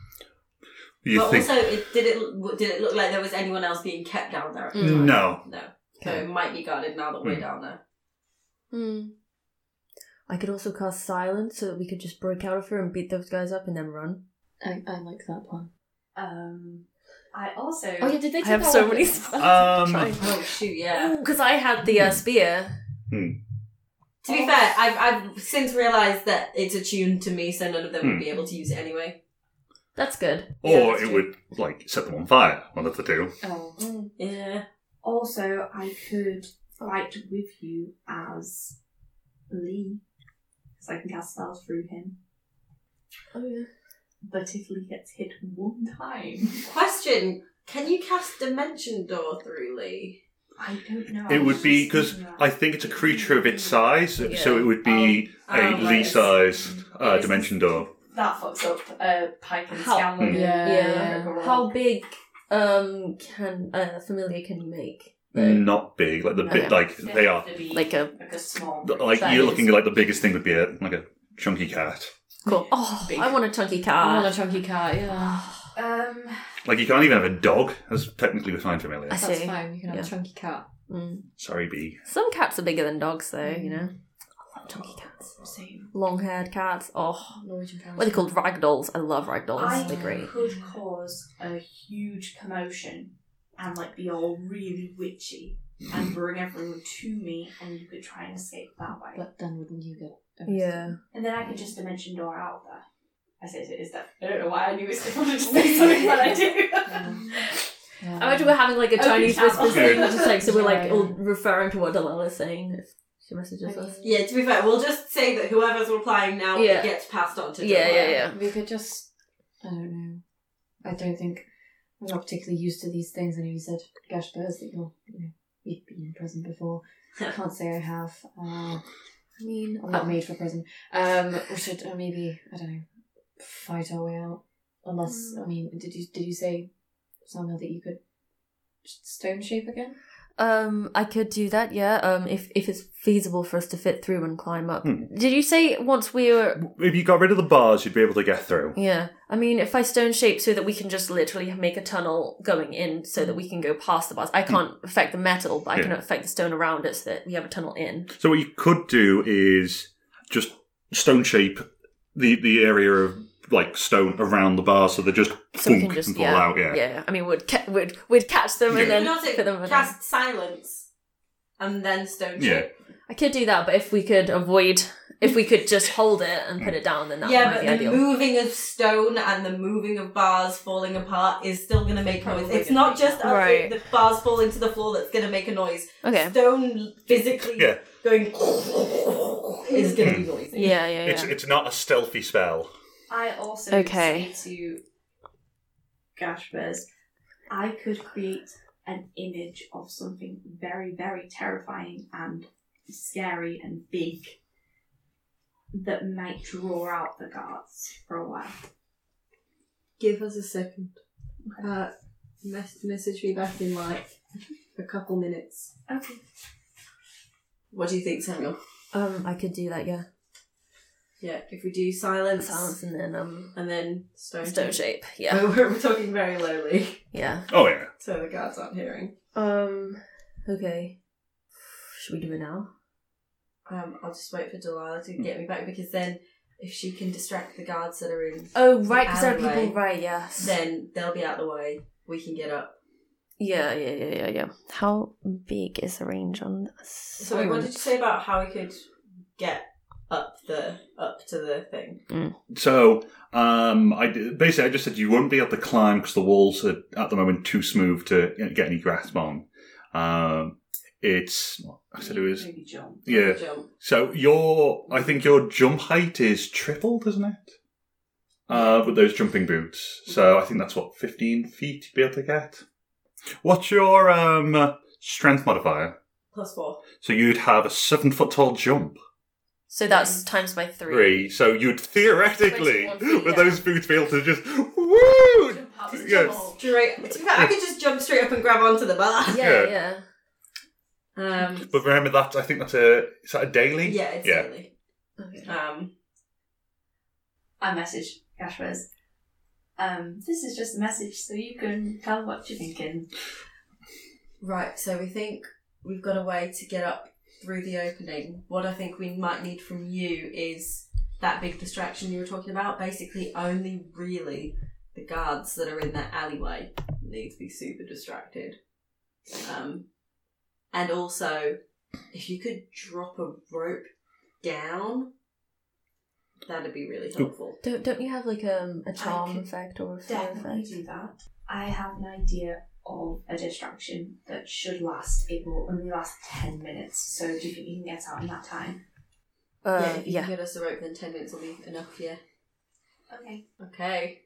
you
Mm. but
think
also, it, did it did it look like there was anyone else being kept down there? at the time?
no?
no. So it might be guarded now that we're
Hmm.
down there.
Hmm. I could also cast silence so that we could just break out of here and beat those guys up and then run.
I, I like that one.
Um, I also
Oh, yeah, did they
I have
take our
so
weapons?
many spells.
Um,
Oh shoot! [GASPS] Yeah.
Because I had the
Hmm.
uh, spear.
To be fair, I've, I've since realised that it's attuned to me, so none of them
Hmm.
would be able to use it anyway.
That's good.
Or
that's
it
true.
would like set them on fire. One of the two.
um,
Yeah.
also I could fight with you as Lee, because I can cast spells through him.
Oh, yeah.
But if Lee gets hit one time,
Question: Can you cast Dimension Door through Lee?
I don't know. I
It
was
would be
just
because
thinking that.
I think it's a creature of its size, so it would be
Oh.
a
Oh, right.
Lee size uh,
Yes.
dimension door.
that fucks up uh, Pike and
How-
Scanlan.
Yeah. Uh,
How big um can uh, familiar can you make?
Hmm. Not big, like the
No.
bit like they are
Like a-
like a small.
The- like
That
you're
is-
looking at like the biggest thing would be a, like a chunky cat.
Cool. Oh,
Big.
I want a chunky
I
cat.
want a chunky cat, yeah.
Um,
Like you can't even have a dog. That's technically defined familiar.
I
That's
see.
fine, you can have
Yeah.
a chunky cat.
Mm.
Sorry, B.
Some cats are bigger than dogs, though. You know, I love chunky cats,
Same.
long-haired cats. Oh,
Norwegian Palace.
what are they called? Ragdolls. I love ragdolls.
I
They're great.
could cause a huge commotion and like be all really witchy and bring everyone to me, and you could try and escape that way.
But then wouldn't you get
Yeah.
and then I could just dimension door out there. I said it is that. I don't know why [LAUGHS] I knew it's different to say something, but I do. [LAUGHS]
I imagine we're having like a
Open
Chinese
chat.
whispers thing,
Okay.
just like so we're like
Yeah.
all referring to what Delilah's saying if she messages us.
Yeah. To be fair, we'll just say that whoever's replying now
Yeah.
gets passed on to.
Yeah, yeah,
Delilah.
yeah.
We could just. I don't know. I don't think we're not particularly used to these things. I know you said Gash Burrs that you're, you know, you've been in prison before.
[LAUGHS]
I can't say I have. Uh,
I mean,
I'm not made for prison. Um, we should uh, maybe I don't know fight our way out.
Mm.
Unless I mean, did you did you say Samuel that you could stone shape again?
Um, I could do that. Yeah. Um, if if it's feasible for us to fit through and climb up.
Hmm.
Did you say once we were?
If you got rid of the bars, you'd be able to get through.
Yeah. I mean, if I stone shape so that we can just literally make a tunnel going in, so that we can go past the bars. I can't affect the metal, but I can
Hmm. Yeah.
affect the stone around it, so that we have a tunnel in.
So what you could do is just stone shape the the area of like stone around the bar, so they just
So we
thunk
can just
and fall
yeah,
out. Yeah.
I mean, we'd ca- we'd we'd catch them and
Yeah.
then
Hypnotic
put them in.
cast silence and then stone
Yeah.
shape.
I could do that, but if we could avoid, if we could just hold it and put it down, then that
yeah,
might
but
be
the
ideal.
moving of stone and the moving of bars falling apart is still going to make noise.
Probably
It's
gonna
not
make
just us-
Right.
the bars falling to the floor that's going to make a noise.
okay.
Stone physically
Yeah. Hmm.
going is going to be noisy.
Yeah, yeah, yeah.
it's not a stealthy spell.
I also
Okay.
say to Gashbers, I could create an image of something very, very terrifying and scary and big that might draw out the guards for a while.
Give us a second. Uh, mes- message me back in like a couple minutes.
Okay.
What do you think, Samuel?
um, I could do that. Yeah,
Yeah, if we do silence,
silence and then um,
and then stone,
stone shape.
[LAUGHS] Oh.
Yeah,
We're, we're talking very lowly,
yeah.
Oh yeah.
so the guards aren't hearing.
Um, okay. Should we do it now?
Um, I'll just wait for Delilah
Hmm.
to get me back because then if she can distract the guards that are in,
Oh, right, because there are
Alleyway.
people. Right, yes.
then they'll be out of the way. We can get up.
yeah, yeah, yeah, yeah, yeah. How big is the range on this?
So wait, what did you say about how we could get up the up to the thing?
So um, I d- basically I just said you won't be able to climb because the walls are at the moment too smooth to you know, get any grasp on. Um, it's I said it was
Maybe John.
yeah.
Jump.
So your I think your jump height is tripled, isn't it? Uh, with those jumping boots. So I think that's what fifteen feet you'd be able to get. What's your um, strength modifier?
Plus four.
So you'd have a seven foot tall jump.
So that's times by three.
Three. So you'd theoretically,
21 feet,
with
yeah.
those boots, be able to just woo. Yes.
Straight. to be fair,
[LAUGHS]
I could just jump straight up and grab onto the bar.
Yeah,
Yeah.
yeah.
Um,
But remember that I think that's a is that a daily?
yeah, it's
Yeah.
silly.
Okay.
Um,
I message Gashbers. Um, this is just a message so you can tell what you're thinking.
right. So we think we've got a way to get up through the opening. What I think we might need from you is that big distraction you were talking about. Basically, only really the guards that are in that alleyway need to be super distracted. Um, and also, if you could drop a rope down, that'd be really helpful.
Don't don't you have like um a charm
could
effect or a fear
Definitely
effect?
do that. I have an idea of a distraction that should last. It will only last 10 minutes, so do you think you can get out in that time?
yeah,
Uh,
if you
yeah.
can get us a rope, then 10 minutes will be enough, yeah.
Okay.
Okay.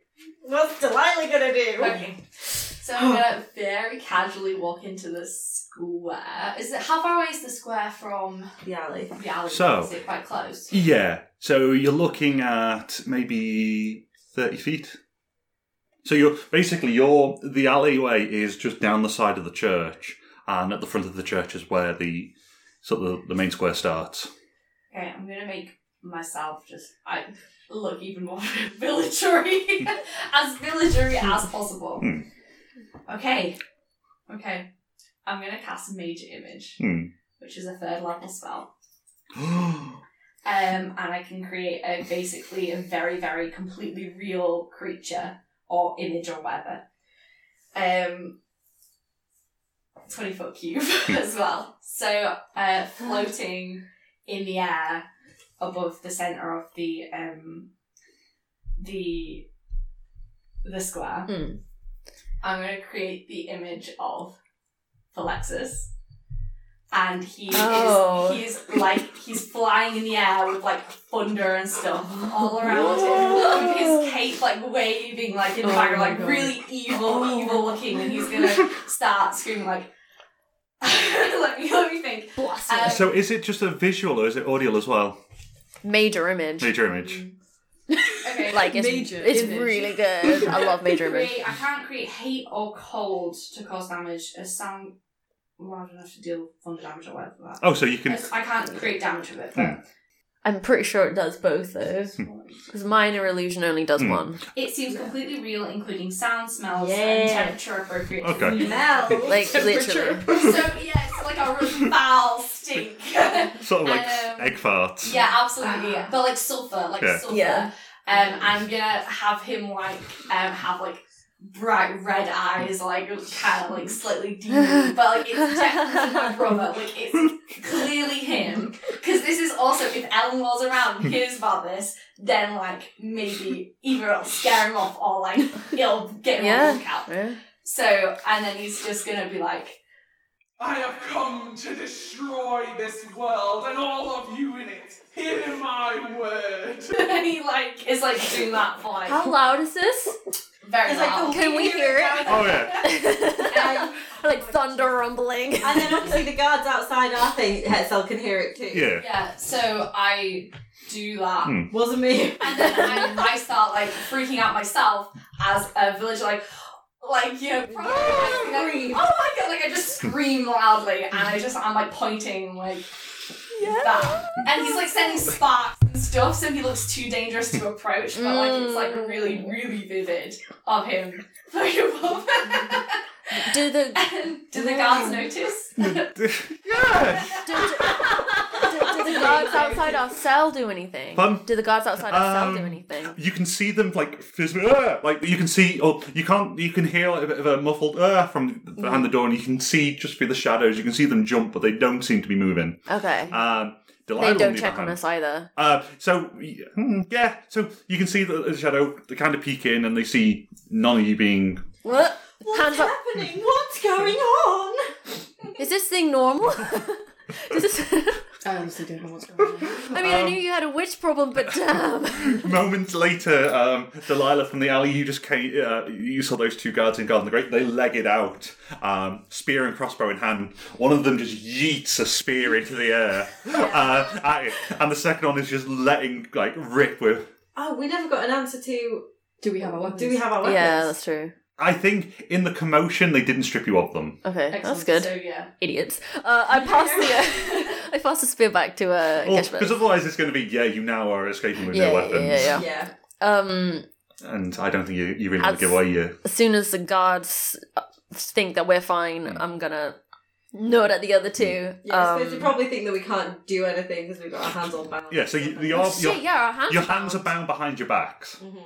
What's Delilah gonna do?
Okay. So I'm gonna very casually walk into the square. Is it how far away is the square from
The alley.
the alley?
So-
is it quite close?
Yeah. So you're looking at maybe thirty feet. So you're basically your the alleyway is just down the side of the church, and at the front of the church is where the sort of the, the main
[GASPS]
square starts.
Okay, I'm gonna make myself just I look even more [LAUGHS] villagery [LAUGHS] as villagery
[LAUGHS]
as possible.
Hmm.
Okay. Okay. I'm gonna cast Mage Image,
Hmm.
which is a third level spell. Um, and I can create a basically a very, very completely real creature or image or whatever. Um, 20 foot cube [LAUGHS] as well. So, uh, floating in the air above the center of the um, the the square.
Mm.
I'm going to create the image of Phylexis. And he
Oh.
is he is like he's flying in the air with like thunder and stuff all around him. With his cape like waving like in the
Oh
background,
my
like
God.
really evil, evil looking, and he's gonna start screaming like [LAUGHS] let me let me think.
Blast
Um,
So is it just a visual or is it audio as well?
major image.
Major
Mm.
image.
Okay.
Like it's,
Major
it's
image.
really [LAUGHS] good. I love major image.
create, I can't create hate or cold to cause damage. A sound large enough to deal thunder damage or whatever that.
Oh, so you can.
Yes, I can't create damage with it.
Hmm.
But
I'm pretty sure it does both though, because minor illusion only does
Hmm.
one.
it seems completely real, including sound, smells,
Yeah.
and temperature appropriate to
Okay.
smell.
[LAUGHS] Like literally,
so yeah, it's like a real foul stink.
[LAUGHS]
[LAUGHS]
Sort of like
Um,
egg farts.
yeah, absolutely. But like sulfur, like
Yeah.
sulfur.
Ah. Yeah.
Um, I'm gonna have him like um have like bright red eyes, like kind of like slightly
[LAUGHS]
demon, but like it's definitely my brother. Like it's clearly him. Because this is also if Ellen was around, and hears about this, then like maybe either it'll scare him off or like it'll get him
Yeah.
on the lookout.
Yeah.
So and then he's just gonna be like, [LAUGHS]
I have come to destroy this world and all of you in it. Hear my word.
and he like is like doing that for like
how loud is this?
very
It's like,
loud.
can we hear it?
Oh yeah.
[LAUGHS] like thunder rumbling.
And then obviously the guards outside our thing, Hetzel can hear it too.
Yeah. [LAUGHS]
Yeah, so I do that.
Hmm.
Wasn't me.
And then I, I start like freaking out myself as a villager, like, like you know, probably,
scream.
like, oh my god, like I just scream loudly, and I just I'm like pointing like that, and he's like sending sparks and stuff, so he looks too dangerous to approach, but like it's like really, really vivid of him. [LAUGHS] Like, above.
Do the
and do the guards notice?
yeah.
do, do- do the guards [LAUGHS] outside our cell do anything?
Pardon?
Do the guards outside our cell do
Um,
anything?
You can see them like fizz- "Ah!" like you can see or you can't you can hear like, a bit of a muffled ah from behind the door and you can see just through the shadows you can see them jump but they don't seem to be moving.
Okay.
Um, Delilah,
they
on
don't
the
check
other
on
hand-
us either.
Uh, so hmm, yeah, so you can see the, the shadow. They kind of peek in and they see none of you being.
What?
What's
Hands up.
happening? What's going on?
Is this thing normal? [LAUGHS] Does this-
I honestly don't know what's going on.
I mean, I knew you had a witch problem,
[LAUGHS]
but damn.
Moments later, um, Delilah from the alley, you just came. Uh, you saw those two guards in Garden of the Great. They leg it out, um, spear and crossbow in hand. One of them just yeets a spear into the air, uh, at it, and the second one is just letting like rip with.
Oh, we never got an answer to
Do we have our weapons?
do we have our weapons?
yeah, that's true.
I think in the commotion they didn't strip you of them.
Okay, that's
Excellent.
good.
[LAUGHS] So yeah.
Idiots. Uh, I passed
[LAUGHS]
the [LAUGHS] I passed the spear back to uh,
Because
Geshbert.
otherwise it's going to be yeah, you now are escaping with
yeah,
no
yeah,
weapons.
yeah, yeah.
Yeah.
Um,
And I don't think you, you really want
As-
to give away your
as soon as the guards uh, think that we're fine,
Hmm.
I'm gonna nod at the other two.
Yeah, I suppose
Um,
you probably think that we can't do anything because we've got our hands all bound.
Yeah, so you, the
oh,
arm, your,
shit, yeah, our hands.
your hands are bound behind your backs.
Mm-hmm.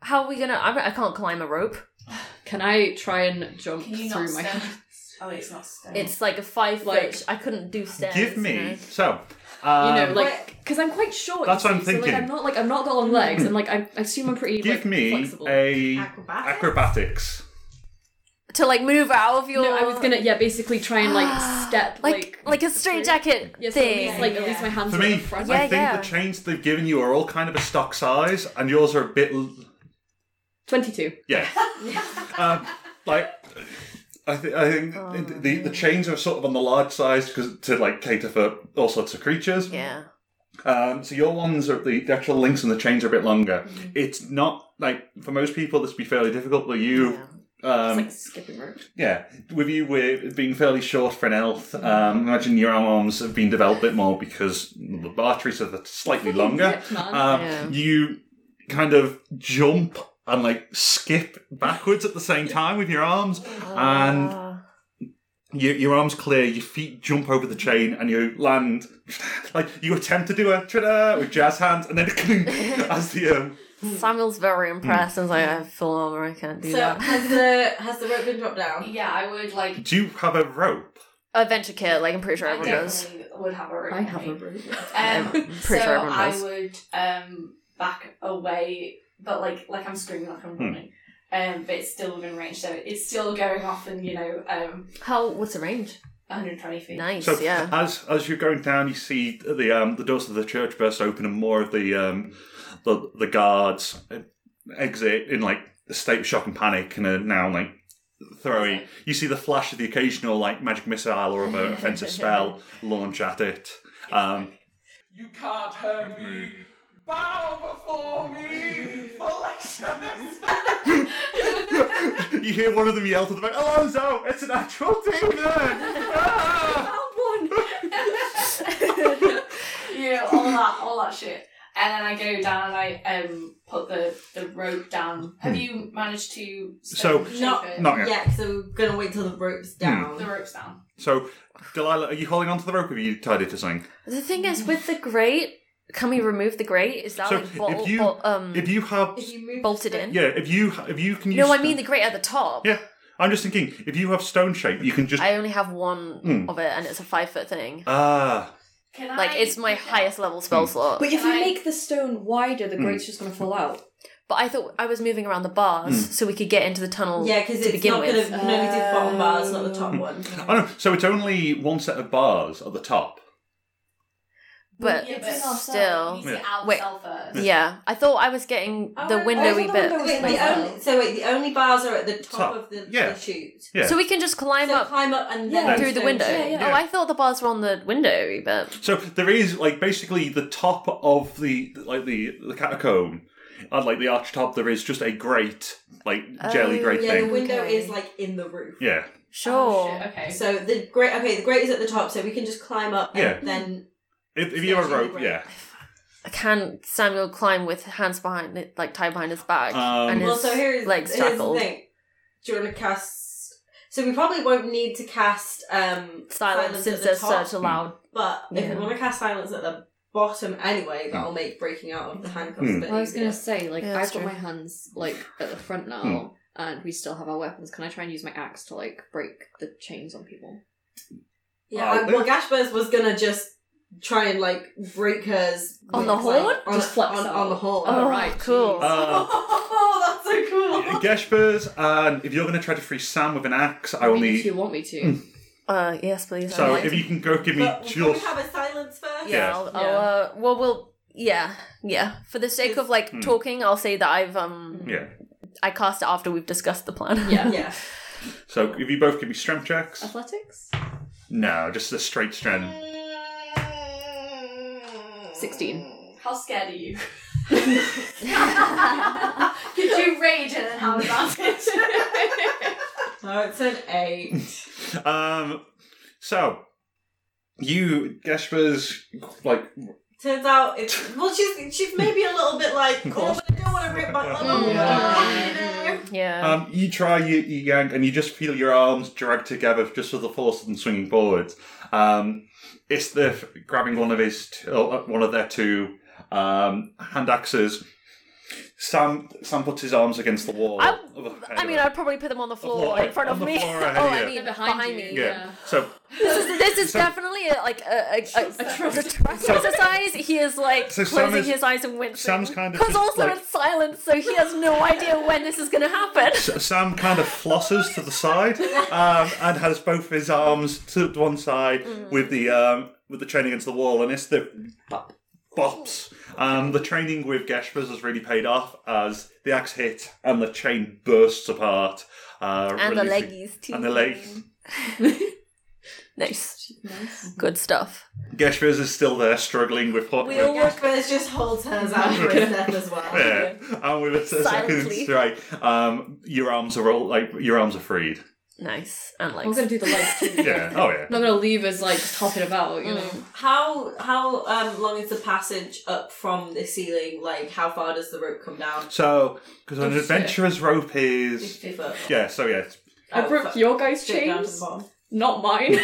How are we gonna? I, I can't climb a rope.
Can I try and
[LAUGHS]
jump
Can you
through
not
my?
stand? Oh, it's not stone.
It's like a five
Like-
foot. I couldn't do stairs.
Hmm. Give
you
me
know.
so.
[LAUGHS] you
Um,
know, like because I'm quite short.
That's
you
what I'm
see, So,
thinking.
like I'm not like I've not got long legs, and like I, I assume I'm pretty.
give
like,
me
flexible.
a
Acrobatics?
acrobatics.
to like move out of your.
No, I was gonna yeah, basically try
[GASPS]
and like step
like like
like
a straight jacket
yeah, so at
thing.
least like at least my hands
For
are in
me,
front.
I
Yeah,
think
yeah.
the chains they've given you are all kind of a stock size, and yours are a bit. l-
Twenty two.
Yeah. um, like. I, th- I think
Oh,
the, the the chains are sort of on the large size because to like cater for all sorts of creatures.
yeah.
Um, so your ones are the, the actual links and the chains are a bit longer. It's not like for most people this would be fairly difficult, but you, um,
it's like skipping rope.
yeah, with you we're being fairly short for an elf. Um, imagine your arms have been developed a bit more because the arteries are
[LAUGHS]
slightly longer.
Ripped, man.
Um,
Yeah.
You kind of jump and like skip backwards at the same time with your arms, and
Ah.
your, your arms clear, your feet jump over the chain, and you land. [LAUGHS] Like you attempt to do a ta with jazz hands, and then [LAUGHS] as the um,
Samuel's very impressed. and was like, I have full armor. I can't do
So
that. [LAUGHS]
has the has the rope been dropped down?
yeah, I would like.
do you have a rope?
A venture kit. Like I'm pretty sure
I
everyone does.
definitely would have a ring.
I have a rope.
Um,
I'm pretty
so
sure everyone
I
does.
would um back away, but like like I'm screaming like I'm
Hmm.
running. Um, but it's still within range, so it's still going off and you know um [LAUGHS]
How? What's the range?
120 feet.
Nice.
So
yeah.
as as you're going down, you see the um, the doors of the church burst open, and more of the um, the the guards uh, exit in like a state of shock and panic, and are now like throwing. You see the flash of the occasional like magic missile or of an
[LAUGHS]
offensive spell launch at it. Um,
You can't hurt me. Bow before me, foolishness.
[LAUGHS] you hear one of them yell to the back, Alonso, it's a natural
[LAUGHS]
demon! Ah!
you know, all that, all that shit. And then I go down and I um put the, the rope down. Have you managed to
So-
stone shape
Not,
it?
Not yet. Hmm.
yet, so we're going to wait till the rope's down.
The rope's down.
So, Delilah, are you holding onto the rope or are you tied it to something?
The thing is, with the grate, can we remove the grate? Is that
So,
like bottle,
if you-
bo- um,
If you have.
bolted in?
Yeah, if you if you can use.
No, I mean the grate at the top.
Yeah, I'm just thinking, if you have stone shape, you can just.
I only have one
Hmm.
of it, and it's a five foot thing.
Ah.
like it's my highest level
Hmm.
spell slot.
But if you make the stone wider,
Hmm.
the grate's just going to fall
Oh,
out.
But I thought I was moving around the bars
Mm.
so we could get into the tunnel.
Yeah, 'cause
to
it's
begin
not
with.
gonna- no, we did bottom bars, not the top one.
I don't know. Oh, So it's only one set of bars at the top.
But
Yeah, but
still,
we need to Yeah.
wait,
outsell first.
yeah. I thought Oh, I was getting the windowy
Wait,
bit.
Oh, the only- so wait, the only bars are at the top, of the,
yeah.
the chute.
Yeah.
So we can just climb up,
climb up and then
through the
stone
window.
shape.
Oh, I thought the bars were on the window bit.
So there is like basically the top of the like the the catacomb and like the arch top. There is just a grate, like
Oh,
jelly grate
yeah,
thing.
the window is like in the roof.
Yeah.
Sure.
okay. So the grate. Okay, the grate is at the top, so we can just climb up
Yeah.
and then.
If, if you have a
Snatching the
[LAUGHS]
rope, yeah.
Can Samuel climb with hands behind, it, like tied behind his back,
Um,
and his
well, so here's
legs
here's
shackled?
the thing. Do you want to cast? So we probably won't need to cast um,
Silence,
at
since
the
there's
top,
such a loud.
But if
Yeah.
we want to cast silence at the bottom anyway, that'll make breaking out of the handcuffs.
Hmm.
A bit
Well, I was
easier.
gonna say, like,
Yeah,
I've
that's
got
true.
my hands like at the front now,
Hmm.
and we still have our weapons. Can I try and use my axe to like break the chains on people?
Yeah,
Oh,
I, well, Gashbers was gonna just try and like break hers
On the
like,
horn?
on,
Just flex
on,
out.
on the horn.
Oh, right,
cool.
Uh,
Oh, [LAUGHS] that's so cool.
[LAUGHS]
Um, Geshpers, and if you're going to try to free Sam with an axe, I will
mean,
need. Hmm.
if you want me to.
Uh, yes, please.
So
I'd like
if
to-
you can go give me
But we
just.
have a silence first.
yeah, I'll, I'll uh, well, we'll, yeah, yeah. For the sake of like
Hmm.
talking, I'll say that I've um,
Yeah.
I cast it after we've discussed the plan.
Yeah,
yeah.
So if you both give me strength checks,
Athletics.
no, just the straight strength.
Sixteen.
How scared are [LAUGHS] you? Could you rage and then have advantage? [LAUGHS]
No, it's an
[LAUGHS]
eight.
Um, so you Geshpers, like
Turns out it's well, she's she's maybe a little bit like, oh, but I don't want to rip my oh,
[LAUGHS] Yeah.
Um, you try, you, you yank, and you just feel your arms dragged together just for the force of them swinging forward. Um, it's the f- grabbing one of his, t- uh, one of their two um, hand axes. Sam Sam puts his arms against the wall.
I,
of the-
I mean, I'd probably put them on the floor
floor,
in front
on
of
the
me.
floor
[LAUGHS] oh,
ahead of
I
you.
mean,
behind
behind
you,
me.
yeah. So
This is, this is definitely a, like a, a, a, a trust exercise. He is like
So Sam
closing
is-
his eyes and wincing.
Sam's kind of
because
just,
also
like-
it's silent, so he has no idea when this is going to happen.
S- Sam kind of flosses to the side um, and has both his arms to one side with the um, with the train against the wall, and it's the bops. Um, the training with Geshpers has really paid off as the axe hit and the chain bursts apart. Uh,
And the
releasing-
leggies too.
And the leg.
Nice. Good stuff.
Geshpers is still there, struggling with what.
we all watch, but it just holds hers out for a step as well.
yeah. And with a s- second
Silently.
strike, um, your arms are all like your arms are freed.
Nice. And like.
I'm gonna do the legs too.
[LAUGHS] Yeah. Oh
[LAUGHS]
yeah.
I'm not gonna leave us like just hopping about, you know.
Hmm. How how um long is the passage up from the ceiling? Like, how far does the rope come down?
So, because an
Oh, shit.
adventurer's rope is.
Fifty foot.
Yeah, so yeah. it's-
I broke your guys'
Straight down to the
chains,
bottom.
not
[LAUGHS]
mine.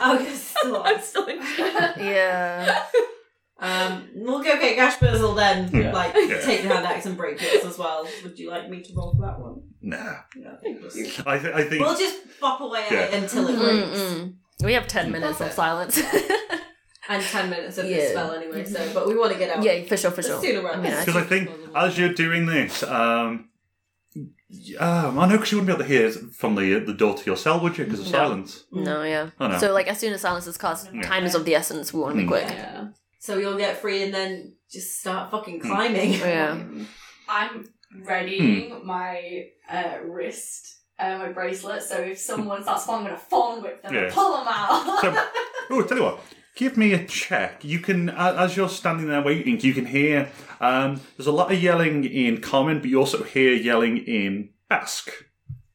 Oh, yes, [LAUGHS] I'm
still in
Yeah.
Um, we'll go get Gash Bizzle then,
Yeah.
like,
Yeah.
take the hand axe and break yours as well. Would you like me to roll for that one?
Nah.
No.
I, th- I think.
We'll just bop away at it
Yeah.
until it
Mm,
breaks.
mm. We have 10 minutes of [LAUGHS] silence.
And 10 minutes of
Yeah.
this spell anyway, so, but we want to get out.
Yeah, for sure, for
The
sure.
sooner rather
I mean,
than
I
Because I think as you're doing this, um, y- um, I know because you wouldn't be able to hear from the the door to your cell, would you? Because of
No.
silence.
No, yeah.
Oh, no.
So, like, as soon as silence is cast,
Yeah.
time is of the essence. We want to be
Mm.
quick.
So you'll get free and then just start fucking
Hmm.
climbing.
[LAUGHS] Yeah.
I'm readying
Hmm.
my uh, wrist, uh, my bracelet. So if someone starts falling, I'm gonna fawn whip them
Yeah.
and pull them out. [LAUGHS]
So, oh, tell you what. Give me a check. You can, a- as you're standing there waiting, you can hear. Um, there's a lot of yelling in common, but you also hear yelling in Basque.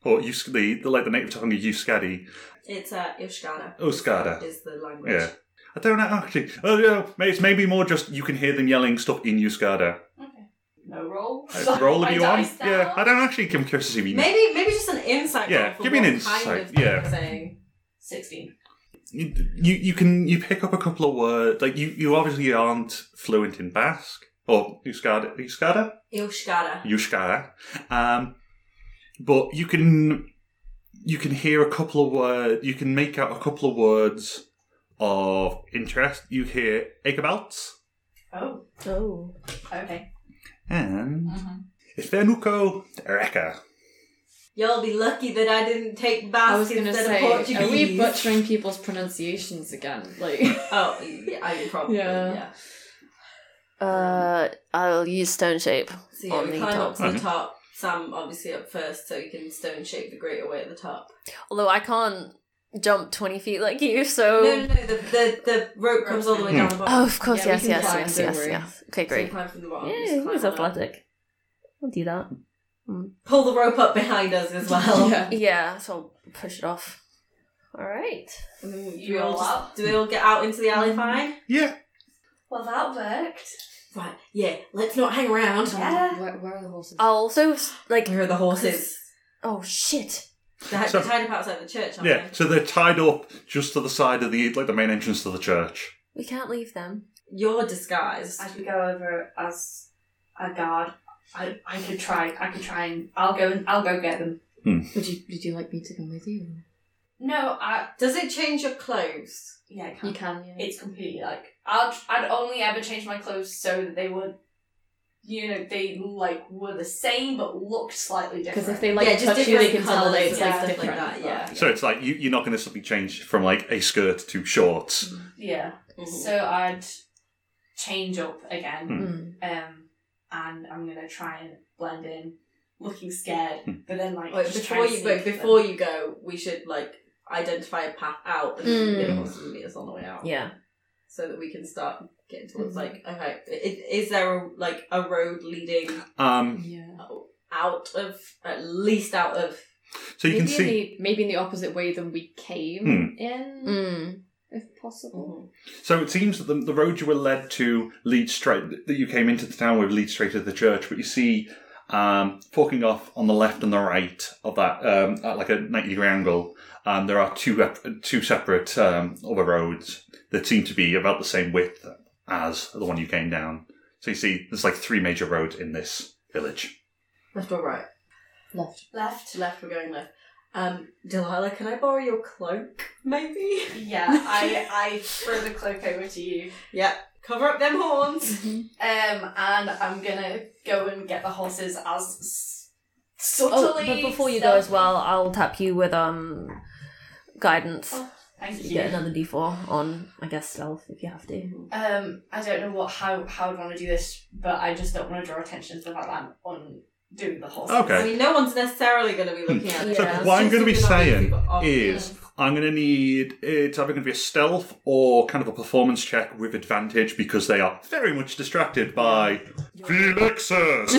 or Eus- the, the like the native tongue of Euskadi.
It's uh, Euskara.
Euskara.
Is the language.
Yeah, I don't know actually. Oh yeah, may- it's maybe more just you can hear them yelling stuff in Euskada.
No
[LAUGHS]
roll.
Uh,
[LAUGHS]
roll if
My
you want.
dice
Yeah, I don't actually. I'm curious to see. if you-
Maybe maybe just an insight.
Yeah,
roll for
give me an
what Kind
insight,
of thing
yeah.
you're saying.
Sixteen.
you you you can you pick up a couple of words like you you obviously aren't fluent in Basque or Euskara Euskara
Euskara.
Euskara, um, but you can you can hear a couple of words you can make out a couple of words of interest. You hear Egabalts
Oh.
Oh.
Okay.
and
Mm-hmm.
Ifenuko Ereka.
Y'all be lucky that I didn't take
I
Basque
was gonna
instead
say,
of Portuguese.
are we butchering people's pronunciations again? [LAUGHS] Like,
oh, yeah, I probably
Yeah.
yeah.
Uh, I'll use stone shape
So yeah,
on the
we climb up
top.
to the top. Sam obviously up first, so you can stone shape the greater way at the top.
Although I can't jump twenty feet like you, so
No, no, no. The, the, the rope comes all the way down the bottom.
Oh, of course,
Yeah, we
yes,
can
yes,
climb,
yes,
don't
yes,
worry.
yes. Okay,
So
great.
climb from the bottom,
yeah,
just
he
climb
was
up.
athletic. I'll do that.
Pull the rope up behind us as well.
Yeah. so I'll push it off. All right.
[LAUGHS] You all up? Do we all get out into the alley fine?
Yeah.
Well, that worked.
Right. Yeah. Let's not hang around. [LAUGHS]
Yeah.
Where, where are the horses?
I'll also s- like.
Where are the horses?
Oh shit!
They're,
So-
they're tied up outside the church, aren't
Yeah, so they're tied up just to the side of the like the main entrance to the church.
We can't leave them.
they? You're disguised.
I could go over as a guard. I, I could try. I could try and I'll go and I'll go get them.
Would you would you like me to come with you?
No, I
Does it change your clothes?
yeah. I can.
You can, yeah.
It's completely like I'd I'd only ever change my clothes so that they would, you know, they like were the same but looked slightly different.
Because if they like touch you, they can tell that it's like
Yeah.
different.
So it's like you, you're not going to suddenly change from like a skirt to shorts.
Yeah.
Mm-hmm.
So I'd change up again. Um, and I'm gonna try and blend in, looking scared, but then like
Wait,
just
before
try and
you wait,
sneak
before
them.
you go, we should like identify a path out and
Mm.
the other horses will meet us on the way out.
Yeah.
So that we can start getting towards
Mhm.
like okay, i- i- is there a, like a road leading
Um,
out of at least out of
So you
maybe
can see.
in the, maybe in the opposite way than we came
Hmm.
in,
Mm.
Mm.
if possible.
So it seems that the, the road you were led to leads straight. That you came into the town with leads straight to the church, but you see, um, forking off on the left and the right of that, um, at like a ninety degree angle, um, there are two ep- two separate um, other roads that seem to be about the same width as the one you came down. So you see, there's like three major roads in this village.
left or right?
Left.
Left.
Left. We're going left. Um, Delilah, can I borrow your cloak, maybe?
Yeah, I I throw the cloak over to you.
yeah. Cover up them horns.
Um, and I'm gonna go and get the horses as s- subtly.
Oh, but before you go as well, I'll tap you with um guidance.
Oh, thank
So
you.
Get another D4 on, I guess, stealth if you have to.
Um, I don't know what how how I'd want to do this, but I just don't want to draw attention to the fact that I'm on doing the horses.
Okay.
I mean, no one's necessarily going to be looking at it.
So what I'm going to be saying
obvious.
is I'm going to need eh, it's either going to be a stealth or kind of a performance check with advantage because they are very much distracted by Felixus.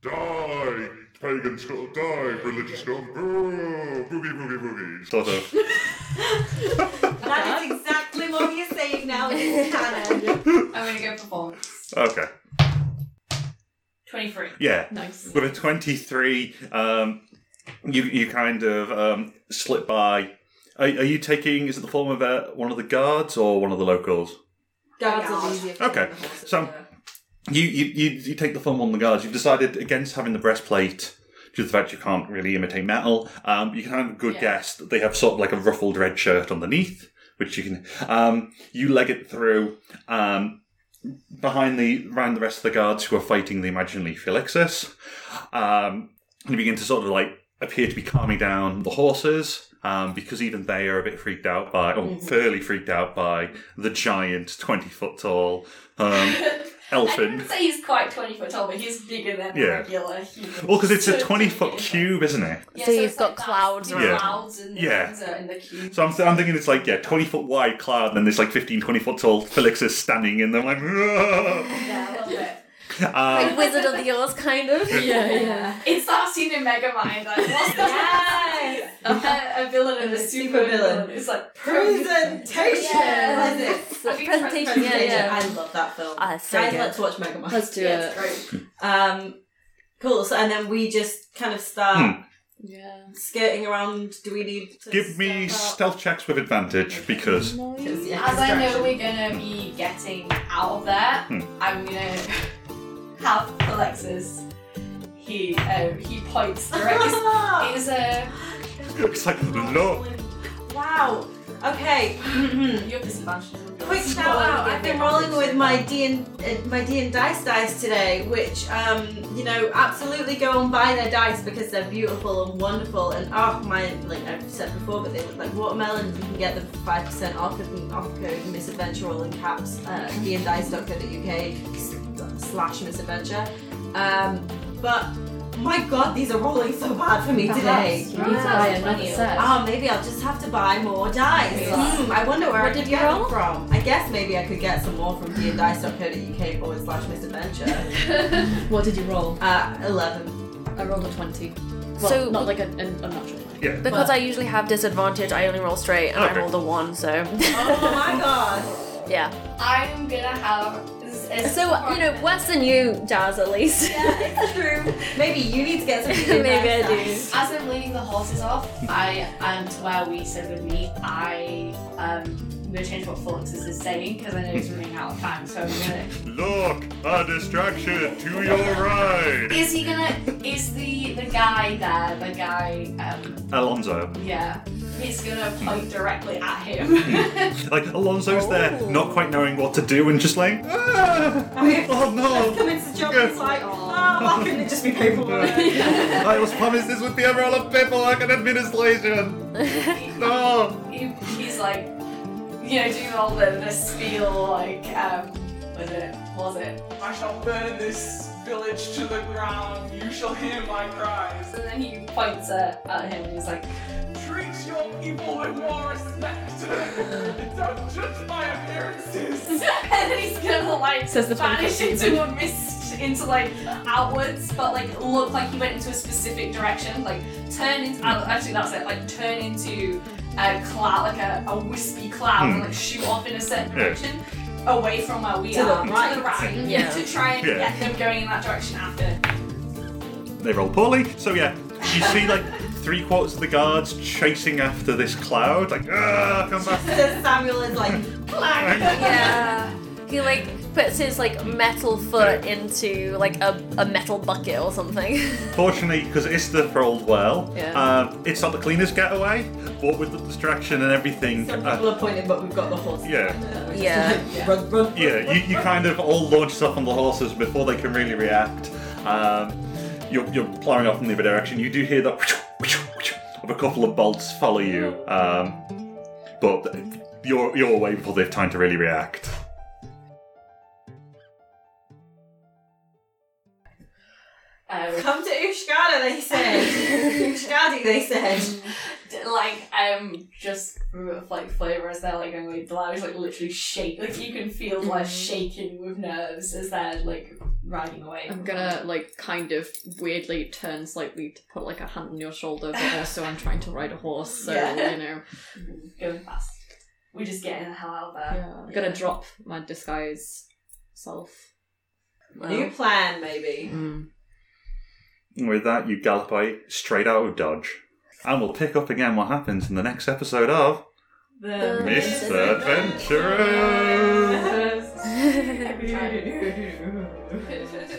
Die, pagan scum, die, religious scum, boo, boogie, boogie, boogie.
sort of.
That is exactly what you're saying now. It's canon.
I'm gonna go performance.
Okay.
Twenty three.
Yeah.
Nice.
With a 23, um, you you kind of um, slip by. Are, are you taking? Is it the form of uh, one of the guards or one of the locals?
Guards are easier. for
Okay, so you, you you you take the form on the guards. You've decided against having the breastplate due to the fact you can't really imitate metal. Um, you can have a good guess that they have sort of like a ruffled red shirt underneath, which you can um, you leg it through um, behind the around the rest of the guards who are fighting the imaginary Felixus. Um, and you begin to sort of like appear to be calming down the horses. Um, because even they are a bit freaked out by, or
Mhm.
fairly freaked out by, the giant, twenty foot tall um,
[LAUGHS] I
elfin.
would say he's quite twenty foot tall, but he's bigger than a
Yeah.
regular human.
Well, because it's a
So-
20 foot cube, isn't it?
Yeah,
so
so
you've
it's
got
like
clouds around.
Yeah.
Clouds and
Yeah.
things are in the cube.
So I'm, I'm thinking it's like, yeah, 20 foot wide cloud, and then there's like 15, 20 foot tall Felixes standing in them, like, [LAUGHS] uh, "Whoa."
[LAUGHS]
Yeah, a little bit.
um,
like Wizard of the Oz, kind of.
It's that scene in Megamind. Like, what's the yes! [LAUGHS] a, a villain and a super villain. It's like
Presentation!
Yeah.
That's it.
I think it's
Presentation.
presentation, yeah.
I love that film.
Ah, it's so
Guys,
good.
let's watch Megamind.
Let's do
Yeah,
it.
it's great. Um, cool. So, and then we just kind of start
Yeah.
skirting around. Do we need to
Hmm. Give me stealth checks with advantage because
As I know we're gonna be getting out of there,
Hmm.
I'm gonna [LAUGHS] have Alexis. He um, he points
[LAUGHS]
directly. it is a
it's like no.
Wow. Okay.
you have disadvantage.
Quick shout out! I've been rolling with my D and uh, my D and dice dice today, which um, you know, absolutely go and buy their dice because they're beautiful and wonderful. And oh my, like I've said before, but they look like watermelons. You can get them for five percent off with an off code misadventure all in caps uh, dnddice.co.uk slash misadventure. Um, but my god, these are rolling so bad for me
Perhaps
today.
you need to buy another set.
Oh, maybe I'll just have to buy more dice.
Yeah.
Hmm, I wonder where
What
I
did
could
you
get them
roll?
from. I guess maybe I could get some more from dndice.co.uk forward slash misadventure.
[LAUGHS] What did you roll?
Uh, 11.
I rolled a 20. Well,
So-
not like a, an unnatural 20.
Yeah.
Because I usually have disadvantage, I only roll straight and
Okay.
I rolled a one, so.
oh [LAUGHS] my god!
yeah.
I'm gonna have. This is
[LAUGHS] So, you know, worse than you, Jazz, at least.
True. Maybe you need to get
[LAUGHS]
some D&D
Maybe I do.
dice.
As I'm leading the horses off, I and to where we said would meet, I um I'm gonna change what Felix is saying because I know he's running out of time, so I'm gonna
Look, a distraction to your right.
Is he gonna is the the guy there, the guy um
Alonso.
yeah. He's gonna point directly at him.
Like Alonso's there, not quite knowing what to do, and just like, ah, oh no.
Commence the job, it's like, oh, why couldn't it just be paperwork?
[LAUGHS] I was promised this would be a roll of paperwork and administration. No.
[LAUGHS] he, he's like you know, doing all the, the spiel like um was it was it?
I shall burn this village to the ground. You shall hear my cries.
And then he points at, at him and he's like
Treat your people with more respect. [LAUGHS] Don't judge my appearances.
[LAUGHS] and then he's gonna like
Says the
vanish
funny
into a mist, into like outwards, but like look like he went into a specific direction, like turn into. uh, Actually, that's it. Like turn into a cloud, like a, a wispy cloud, and
Hmm.
like shoot off in a certain
Yeah.
direction, away from where we
To the
are, to
right.
the right,
Yeah.
to try and
Yeah.
get them going in that direction after.
They roll poorly, so yeah, you see like three quarters of the guards chasing after this cloud, like, ah, come back.
So Samuel is like, clack!
[LAUGHS] Yeah. He, like, puts his, like, metal foot into, like, a, a metal bucket or something. [LAUGHS]
Fortunately, because it's the rolled well,
Yeah.
um, it's not the cleanest getaway, but with the distraction and everything,
Some
uh,
people are pointing, but we've got the horse.
yeah,
yeah.
Run, run.
yeah, you, you kind of all launch off on the horses before they can really react. Um, you're, you're ploughing off in the other direction. You do hear that of a couple of bolts follow you, um, but you're you're away before they have time to really react.
Um,
Come to Ushkada, they
[LAUGHS]
said. Ushkadi, they said.
d- like um, just for, like flavour as they're like going like the lounge like literally shake. Like you can feel like shaking with nerves as they're like riding away.
I'm gonna like kind of weirdly turn slightly to put like a hand on your shoulder, but also I'm trying to ride a horse, so
Yeah.
you know.
going fast. We're just getting the hell out of there.
Yeah. I'm gonna drop my disguise self.
New plan, maybe.
And with that, you gallop away straight out of dodge, and we'll pick up again what happens in the next episode of
The
Mr. Adventurous.
Every time.